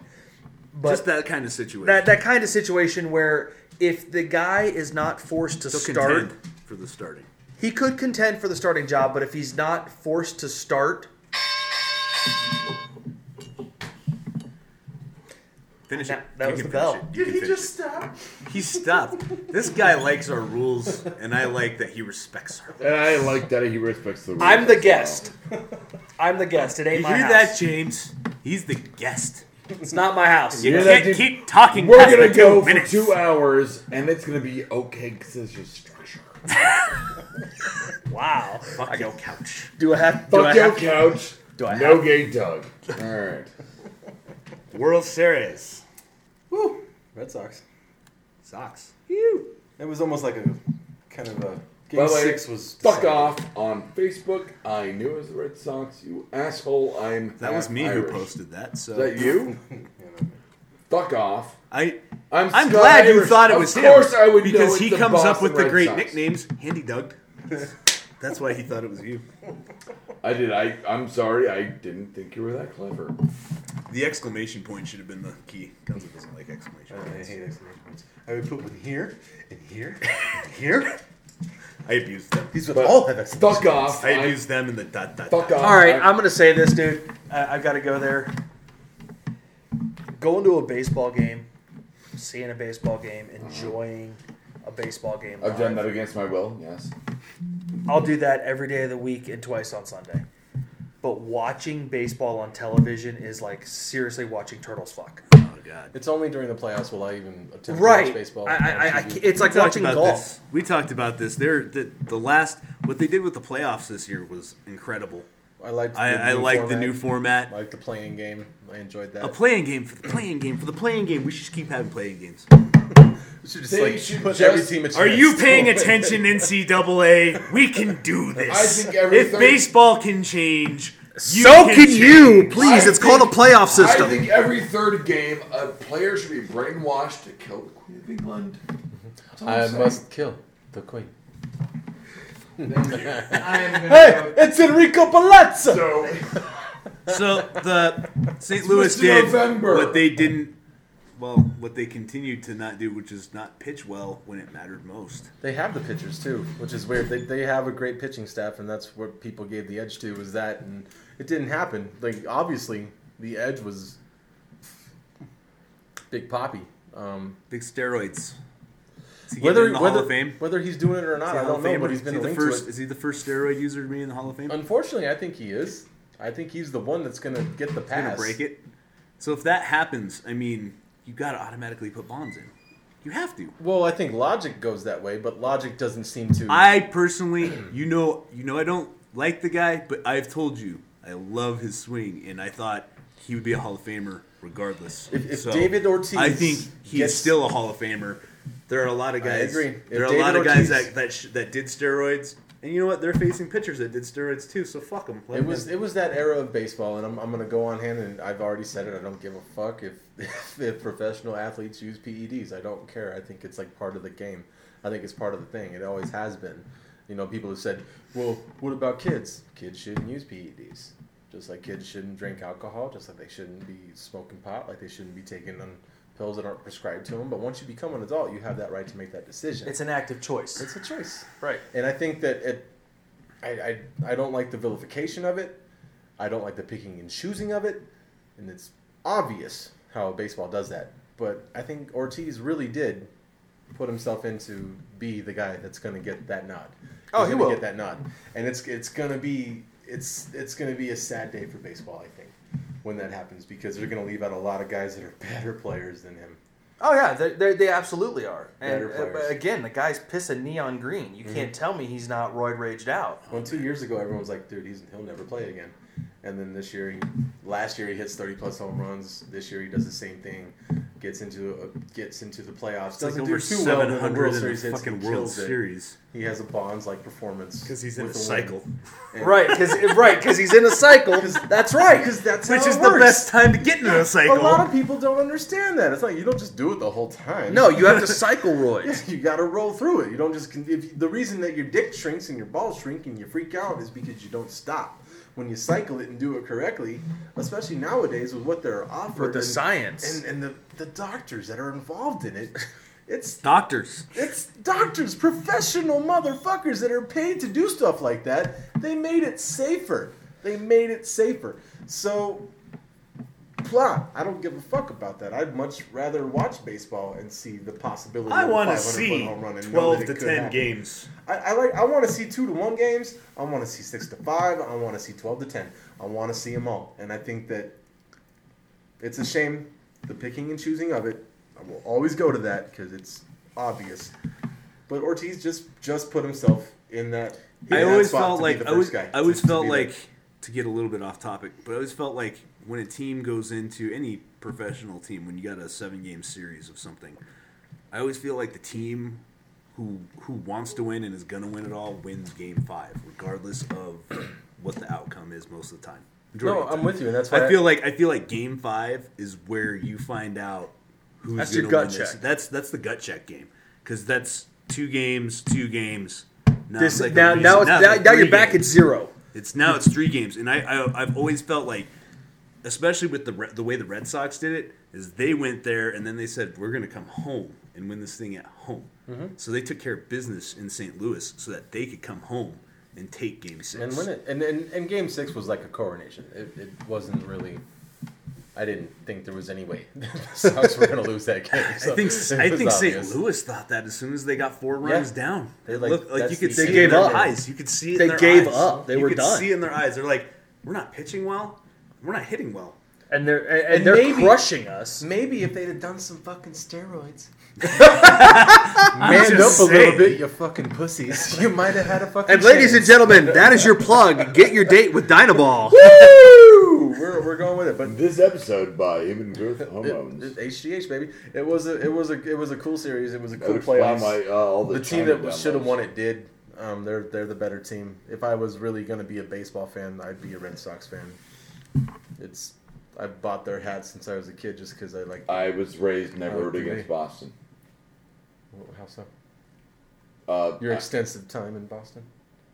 [SPEAKER 3] But
[SPEAKER 5] Just that kind of situation.
[SPEAKER 3] that that kind of situation where if the guy is not forced to
[SPEAKER 5] He'll
[SPEAKER 3] start,
[SPEAKER 5] contend for the starting.
[SPEAKER 3] he could contend for the starting job. But if he's not forced to start,
[SPEAKER 5] Finish
[SPEAKER 3] That-
[SPEAKER 5] it.
[SPEAKER 3] that
[SPEAKER 5] You
[SPEAKER 3] was
[SPEAKER 5] can
[SPEAKER 3] the
[SPEAKER 5] finish
[SPEAKER 3] bell.
[SPEAKER 5] it. You can finish it.
[SPEAKER 2] stop?
[SPEAKER 5] He stopped. This guy likes our rules, and I like that he respects our.
[SPEAKER 4] And I like that he respects the rules.
[SPEAKER 3] I'm the guest. I'm the guest. It ain't
[SPEAKER 5] You
[SPEAKER 3] my
[SPEAKER 5] hear
[SPEAKER 3] house.
[SPEAKER 5] that, James? He's the guest.
[SPEAKER 3] It's not my house.
[SPEAKER 5] You
[SPEAKER 4] Yeah, that
[SPEAKER 5] can't
[SPEAKER 4] dude-
[SPEAKER 5] keep talking.
[SPEAKER 4] We're
[SPEAKER 5] past
[SPEAKER 4] gonna
[SPEAKER 5] the
[SPEAKER 4] go
[SPEAKER 5] two
[SPEAKER 4] for
[SPEAKER 5] minutes.
[SPEAKER 4] two hours, and it's gonna be okay because there's just structure.
[SPEAKER 3] Wow.
[SPEAKER 5] Fuck your couch.
[SPEAKER 3] Do I have? Do I
[SPEAKER 4] Fuck your
[SPEAKER 3] have?
[SPEAKER 4] couch.
[SPEAKER 3] Do I
[SPEAKER 4] no
[SPEAKER 3] have-
[SPEAKER 4] gay Doug. All right.
[SPEAKER 5] World Series.
[SPEAKER 2] Woo! Red Sox.
[SPEAKER 5] Socks.
[SPEAKER 2] It was almost like a kind of a game
[SPEAKER 4] By the way,
[SPEAKER 2] six was
[SPEAKER 4] fuck off on Facebook. I knew it was the Red Sox. You asshole. I'm
[SPEAKER 5] That
[SPEAKER 4] half
[SPEAKER 5] was me who
[SPEAKER 4] Irish.
[SPEAKER 5] posted that. So
[SPEAKER 4] Is that you? Fuck off.
[SPEAKER 5] I.
[SPEAKER 4] I'm.
[SPEAKER 5] I'm
[SPEAKER 4] Scott
[SPEAKER 5] glad you
[SPEAKER 4] Irish.
[SPEAKER 5] thought it
[SPEAKER 4] Of
[SPEAKER 5] was
[SPEAKER 4] course
[SPEAKER 5] him.
[SPEAKER 4] I would know
[SPEAKER 5] because
[SPEAKER 4] it's
[SPEAKER 5] he
[SPEAKER 4] the
[SPEAKER 5] comes up
[SPEAKER 4] Boston
[SPEAKER 5] with the
[SPEAKER 4] Red
[SPEAKER 5] great
[SPEAKER 4] Sox.
[SPEAKER 5] nicknames. Handy Doug. That's why he thought it was you.
[SPEAKER 4] I did. I. I'm sorry. I didn't think you were that clever.
[SPEAKER 5] The exclamation point should have been the key. Gonzo doesn't like exclamation
[SPEAKER 2] I
[SPEAKER 5] points.
[SPEAKER 2] hate exclamation points. I would put one here and here and here.
[SPEAKER 5] I abused them.
[SPEAKER 2] These would
[SPEAKER 4] But
[SPEAKER 2] all have exclamation
[SPEAKER 4] Fuck off.
[SPEAKER 5] I
[SPEAKER 4] I-
[SPEAKER 5] abused them in the dot dot.
[SPEAKER 4] Fuck
[SPEAKER 5] dot.
[SPEAKER 4] off.
[SPEAKER 3] All right,
[SPEAKER 4] I-
[SPEAKER 3] I'm gonna say this, dude. I, I've got to go there. Going to a baseball game, seeing a baseball game, enjoying a baseball game.
[SPEAKER 4] I've done
[SPEAKER 3] live.
[SPEAKER 4] that against my will. Yes.
[SPEAKER 3] I'll do that every day of the week and twice on Sunday. But watching baseball on television is like seriously watching turtles fuck.
[SPEAKER 5] Oh God.
[SPEAKER 2] It's only during the playoffs will I even attempt to watch
[SPEAKER 3] Right.
[SPEAKER 2] baseball.
[SPEAKER 3] I,
[SPEAKER 2] on
[SPEAKER 3] I, I, I,
[SPEAKER 2] TV.
[SPEAKER 3] ca- it's like
[SPEAKER 5] talked
[SPEAKER 3] watching
[SPEAKER 5] about
[SPEAKER 3] golf.
[SPEAKER 5] This. We talked about this. There, the, the last what they did with the playoffs this year was incredible.
[SPEAKER 2] I liked.
[SPEAKER 5] I, I like the new format.
[SPEAKER 2] I like the playing game. I enjoyed that.
[SPEAKER 5] A playing game for the playing game for the playing game. We should just keep having playing games.
[SPEAKER 2] We should just
[SPEAKER 10] They
[SPEAKER 2] like
[SPEAKER 10] should
[SPEAKER 2] put
[SPEAKER 10] just-
[SPEAKER 2] every team. A
[SPEAKER 5] Are you
[SPEAKER 2] chance.
[SPEAKER 5] paying attention, NCAA? We can do this.
[SPEAKER 10] I think every
[SPEAKER 5] if
[SPEAKER 10] third-
[SPEAKER 5] baseball can change, you
[SPEAKER 9] so can, you,
[SPEAKER 5] change.
[SPEAKER 9] please?
[SPEAKER 10] I
[SPEAKER 9] it's called a
[SPEAKER 10] think-
[SPEAKER 9] playoff system.
[SPEAKER 10] I think every third game, a player should be brainwashed to kill the Queen of England. That's all I'm
[SPEAKER 2] I
[SPEAKER 10] saying.
[SPEAKER 2] must kill the queen.
[SPEAKER 10] I am gonna
[SPEAKER 2] Hey,
[SPEAKER 10] go-
[SPEAKER 2] it's Enrico Palazzo.
[SPEAKER 10] So
[SPEAKER 5] So the St. Louis
[SPEAKER 10] Mr.
[SPEAKER 5] did
[SPEAKER 10] November.
[SPEAKER 5] what they didn't. Well, what they continued to not do, which is not pitch well when it mattered most.
[SPEAKER 2] They have the pitchers too, which is weird. They, they have a great pitching staff, and that's what people gave the edge to was that, and it didn't happen. Like obviously, the edge was Big Poppy. Um,
[SPEAKER 5] Big steroids. Is he
[SPEAKER 2] whether
[SPEAKER 5] getting in the
[SPEAKER 2] whether
[SPEAKER 5] Hall of Fame?
[SPEAKER 2] whether he's doing it or
[SPEAKER 5] Is
[SPEAKER 2] not,
[SPEAKER 5] he a
[SPEAKER 2] I don't
[SPEAKER 5] Hall of
[SPEAKER 2] know.
[SPEAKER 5] Famer?
[SPEAKER 2] But he's been
[SPEAKER 5] is he the
[SPEAKER 2] linked
[SPEAKER 5] first.
[SPEAKER 2] to it.
[SPEAKER 5] Is he the first steroid user to be in the Hall of Fame?
[SPEAKER 2] Unfortunately, I think he is. I think he's the one that's going to get the
[SPEAKER 5] Gonna
[SPEAKER 2] pass.
[SPEAKER 5] break it. So if that happens, I mean, you got to automatically put bombs in. You have to.
[SPEAKER 2] Well, I think logic goes that way, but logic doesn't seem to.
[SPEAKER 5] I personally, you know, you know, I don't like the guy, but I've told you I love his swing, and I thought he would be a Hall of Famer regardless.
[SPEAKER 2] If- if David Ortiz
[SPEAKER 5] I think he's
[SPEAKER 2] gets-
[SPEAKER 5] still a Hall of Famer. There are a lot of guys.
[SPEAKER 2] agree. If
[SPEAKER 5] There are a
[SPEAKER 2] David
[SPEAKER 5] lot of
[SPEAKER 2] Ortiz-
[SPEAKER 5] guys that that, sh- that did steroids, and you know what? They're facing pitchers that did steroids too. So fuck them.
[SPEAKER 2] It was it was that era of baseball, and I'm, I'm gonna go on hand, and I've already said it. I don't give a fuck if, if professional athletes use PEDs. I don't care. I think it's like part of the game. I think it's part of the thing. It always has been. You know, people have said, "Well, what about kids? Kids shouldn't use PEDs. Just like kids shouldn't drink alcohol. Just like they shouldn't be smoking pot. Like they shouldn't be taking on pills that aren't prescribed to them. But once you become an adult, you have that right to make that decision.
[SPEAKER 3] It's an active choice.
[SPEAKER 2] it's a choice.
[SPEAKER 3] right.
[SPEAKER 2] And I think that it, I, I, I don't like the vilification of it. I don't like the picking and choosing of it. And it's obvious how baseball does that. But I think Ortiz really did put himself into be the guy that's going to get that nod.
[SPEAKER 3] Oh,
[SPEAKER 2] He's
[SPEAKER 3] he
[SPEAKER 2] gonna
[SPEAKER 3] will.
[SPEAKER 2] get that nod. And it's it's going to be it's it's going to be a sad day for baseball, I think, when that happens because they're going to leave out a lot of guys that are better players than him.
[SPEAKER 3] Oh yeah, they they they absolutely are. And
[SPEAKER 2] Better players.
[SPEAKER 3] uh, again, the guy's pissing neon green. You can't tell me he's not roid raged out.
[SPEAKER 2] When two years ago, everyone was like, "Dude, he's, he'll never play again," and then this year, he, last year he hits thirty plus home runs. This year he does the same thing, gets into a, gets into the playoffs.
[SPEAKER 5] like
[SPEAKER 2] doesn't
[SPEAKER 5] over
[SPEAKER 2] do too well in
[SPEAKER 5] seven
[SPEAKER 2] the World
[SPEAKER 5] hundred in
[SPEAKER 2] Series
[SPEAKER 5] the
[SPEAKER 2] hits,
[SPEAKER 5] fucking
[SPEAKER 2] he
[SPEAKER 5] World
[SPEAKER 2] kills it.
[SPEAKER 5] Series
[SPEAKER 2] He has a Bonds like performance
[SPEAKER 5] because he's in
[SPEAKER 2] with
[SPEAKER 5] a
[SPEAKER 2] the win.
[SPEAKER 5] cycle,
[SPEAKER 2] And-
[SPEAKER 3] Right, because right, because he's in a cycle. That's right.
[SPEAKER 2] Because that's
[SPEAKER 5] which
[SPEAKER 2] how
[SPEAKER 5] is
[SPEAKER 2] it
[SPEAKER 5] the
[SPEAKER 2] works.
[SPEAKER 5] best time to get into a
[SPEAKER 2] A
[SPEAKER 5] cycle.
[SPEAKER 2] lot of people don't understand that. It's like you don't just do it the whole time.
[SPEAKER 3] No, you have to cycle roids.
[SPEAKER 2] you got to roll through it. You don't just. con- If you- the reason that your dick shrinks and your balls shrink and you freak out is because you don't stop when you cycle it and do it correctly. Especially nowadays with what they're offered,
[SPEAKER 3] With the
[SPEAKER 2] and-
[SPEAKER 3] science.
[SPEAKER 2] and, and the the doctors that are involved in it. It's
[SPEAKER 5] doctors.
[SPEAKER 2] it's doctors, professional motherfuckers that are paid to do stuff like that. They made it safer. They made it safer. So, blah. I don't give a fuck about that. I'd much rather watch baseball and see the possibility.
[SPEAKER 5] I
[SPEAKER 2] of a
[SPEAKER 5] want to
[SPEAKER 2] 500 foot
[SPEAKER 5] see
[SPEAKER 2] home run and know
[SPEAKER 5] twelve
[SPEAKER 2] that
[SPEAKER 5] to
[SPEAKER 2] it could
[SPEAKER 5] ten
[SPEAKER 2] happen.
[SPEAKER 5] games.
[SPEAKER 2] I, I like. I want to see two to one games. I want to see six to five. I want to see twelve to ten. I want to see them all. And I think that it's a shame the picking and choosing of it. I will always go to that because it's obvious. But Ortiz just just put himself in that. in
[SPEAKER 5] I
[SPEAKER 2] that
[SPEAKER 5] always
[SPEAKER 2] spot
[SPEAKER 5] felt
[SPEAKER 2] to be
[SPEAKER 5] like
[SPEAKER 2] the
[SPEAKER 5] I always,
[SPEAKER 2] first guy
[SPEAKER 5] I always
[SPEAKER 2] to- to
[SPEAKER 5] felt
[SPEAKER 2] be the-
[SPEAKER 5] like to get a little bit off topic, but I always felt like when a team goes into any professional team, when you got a seven game series of something, I always feel like the team who who wants to win and is gonna win it all wins game five, regardless of what the outcome is most of the time. Majority
[SPEAKER 2] No,
[SPEAKER 5] of the
[SPEAKER 2] I'm
[SPEAKER 5] time.
[SPEAKER 2] with you, and that's why
[SPEAKER 5] I feel like I feel like game five is where you find out who's
[SPEAKER 3] That's
[SPEAKER 5] gonna
[SPEAKER 3] your gut
[SPEAKER 5] win this.
[SPEAKER 3] check.
[SPEAKER 5] That's that's the gut check game because that's two games, two games. Now
[SPEAKER 3] This,
[SPEAKER 5] it's like a
[SPEAKER 3] now,
[SPEAKER 5] reason-
[SPEAKER 3] now, it's, now,
[SPEAKER 5] like
[SPEAKER 3] now you're
[SPEAKER 5] three
[SPEAKER 3] back at
[SPEAKER 5] games.
[SPEAKER 3] zero.
[SPEAKER 5] It's now it's three games, and I, I I've always felt like, especially with the Re- the way the Red Sox did it, is they went there and then they said we're going to come home and win this thing at home.
[SPEAKER 3] Mm-hmm.
[SPEAKER 5] So they took care of business in St. Louis so that they could come home and take Game Six.
[SPEAKER 2] and win it. And, and and game six was like a coronation. It, it wasn't really. I I didn't think there was any way the Sox were going to lose that game. So
[SPEAKER 5] I think
[SPEAKER 2] it
[SPEAKER 5] I
[SPEAKER 2] was
[SPEAKER 5] think St.
[SPEAKER 2] obvious.
[SPEAKER 5] Louis thought that as soon as they got four runs down.
[SPEAKER 2] They're
[SPEAKER 5] They
[SPEAKER 2] like,
[SPEAKER 5] looked like
[SPEAKER 2] that's
[SPEAKER 5] you could
[SPEAKER 2] the
[SPEAKER 5] see
[SPEAKER 2] end.
[SPEAKER 5] it in their
[SPEAKER 2] They gave up.
[SPEAKER 5] eyes. You could see it.
[SPEAKER 3] They
[SPEAKER 5] in their
[SPEAKER 3] gave
[SPEAKER 5] eyes.
[SPEAKER 3] up. They
[SPEAKER 5] you
[SPEAKER 3] were
[SPEAKER 5] could
[SPEAKER 3] done.
[SPEAKER 5] See in their eyes, they're like, "We're not pitching well. We're not hitting well."
[SPEAKER 3] and they're and, and
[SPEAKER 2] And
[SPEAKER 3] they're
[SPEAKER 2] maybe-
[SPEAKER 3] crushing us.
[SPEAKER 2] Maybe if they'd have done some fucking steroids.
[SPEAKER 5] just
[SPEAKER 2] Manned up a
[SPEAKER 5] saying.
[SPEAKER 2] little bit, you fucking pussies. You might have had a fucking.
[SPEAKER 3] And ladies and
[SPEAKER 2] chance.
[SPEAKER 3] gentlemen, that is your plug. Get your date with Dynaball.
[SPEAKER 2] Woo! We're, we're going with it, but
[SPEAKER 4] This episode by Human Growth
[SPEAKER 2] it,
[SPEAKER 4] Hormones.
[SPEAKER 2] it, HGH baby, it was a it was a it was a cool series. It was a
[SPEAKER 4] That
[SPEAKER 2] cool
[SPEAKER 4] would explain
[SPEAKER 2] playoffs.
[SPEAKER 4] why, uh, all the
[SPEAKER 2] the team
[SPEAKER 4] China
[SPEAKER 2] that should
[SPEAKER 4] downloads.
[SPEAKER 2] have won it did. Um, they're they're the better team. If I was really gonna be a baseball fan, I'd be a Red Sox fan. It's I bought their hat since I was a kid just because I like.
[SPEAKER 4] I was raised never
[SPEAKER 2] Oh,
[SPEAKER 4] root
[SPEAKER 2] do
[SPEAKER 4] against
[SPEAKER 2] they?
[SPEAKER 4] Boston.
[SPEAKER 2] How so?
[SPEAKER 4] Uh,
[SPEAKER 2] Your extensive time in Boston.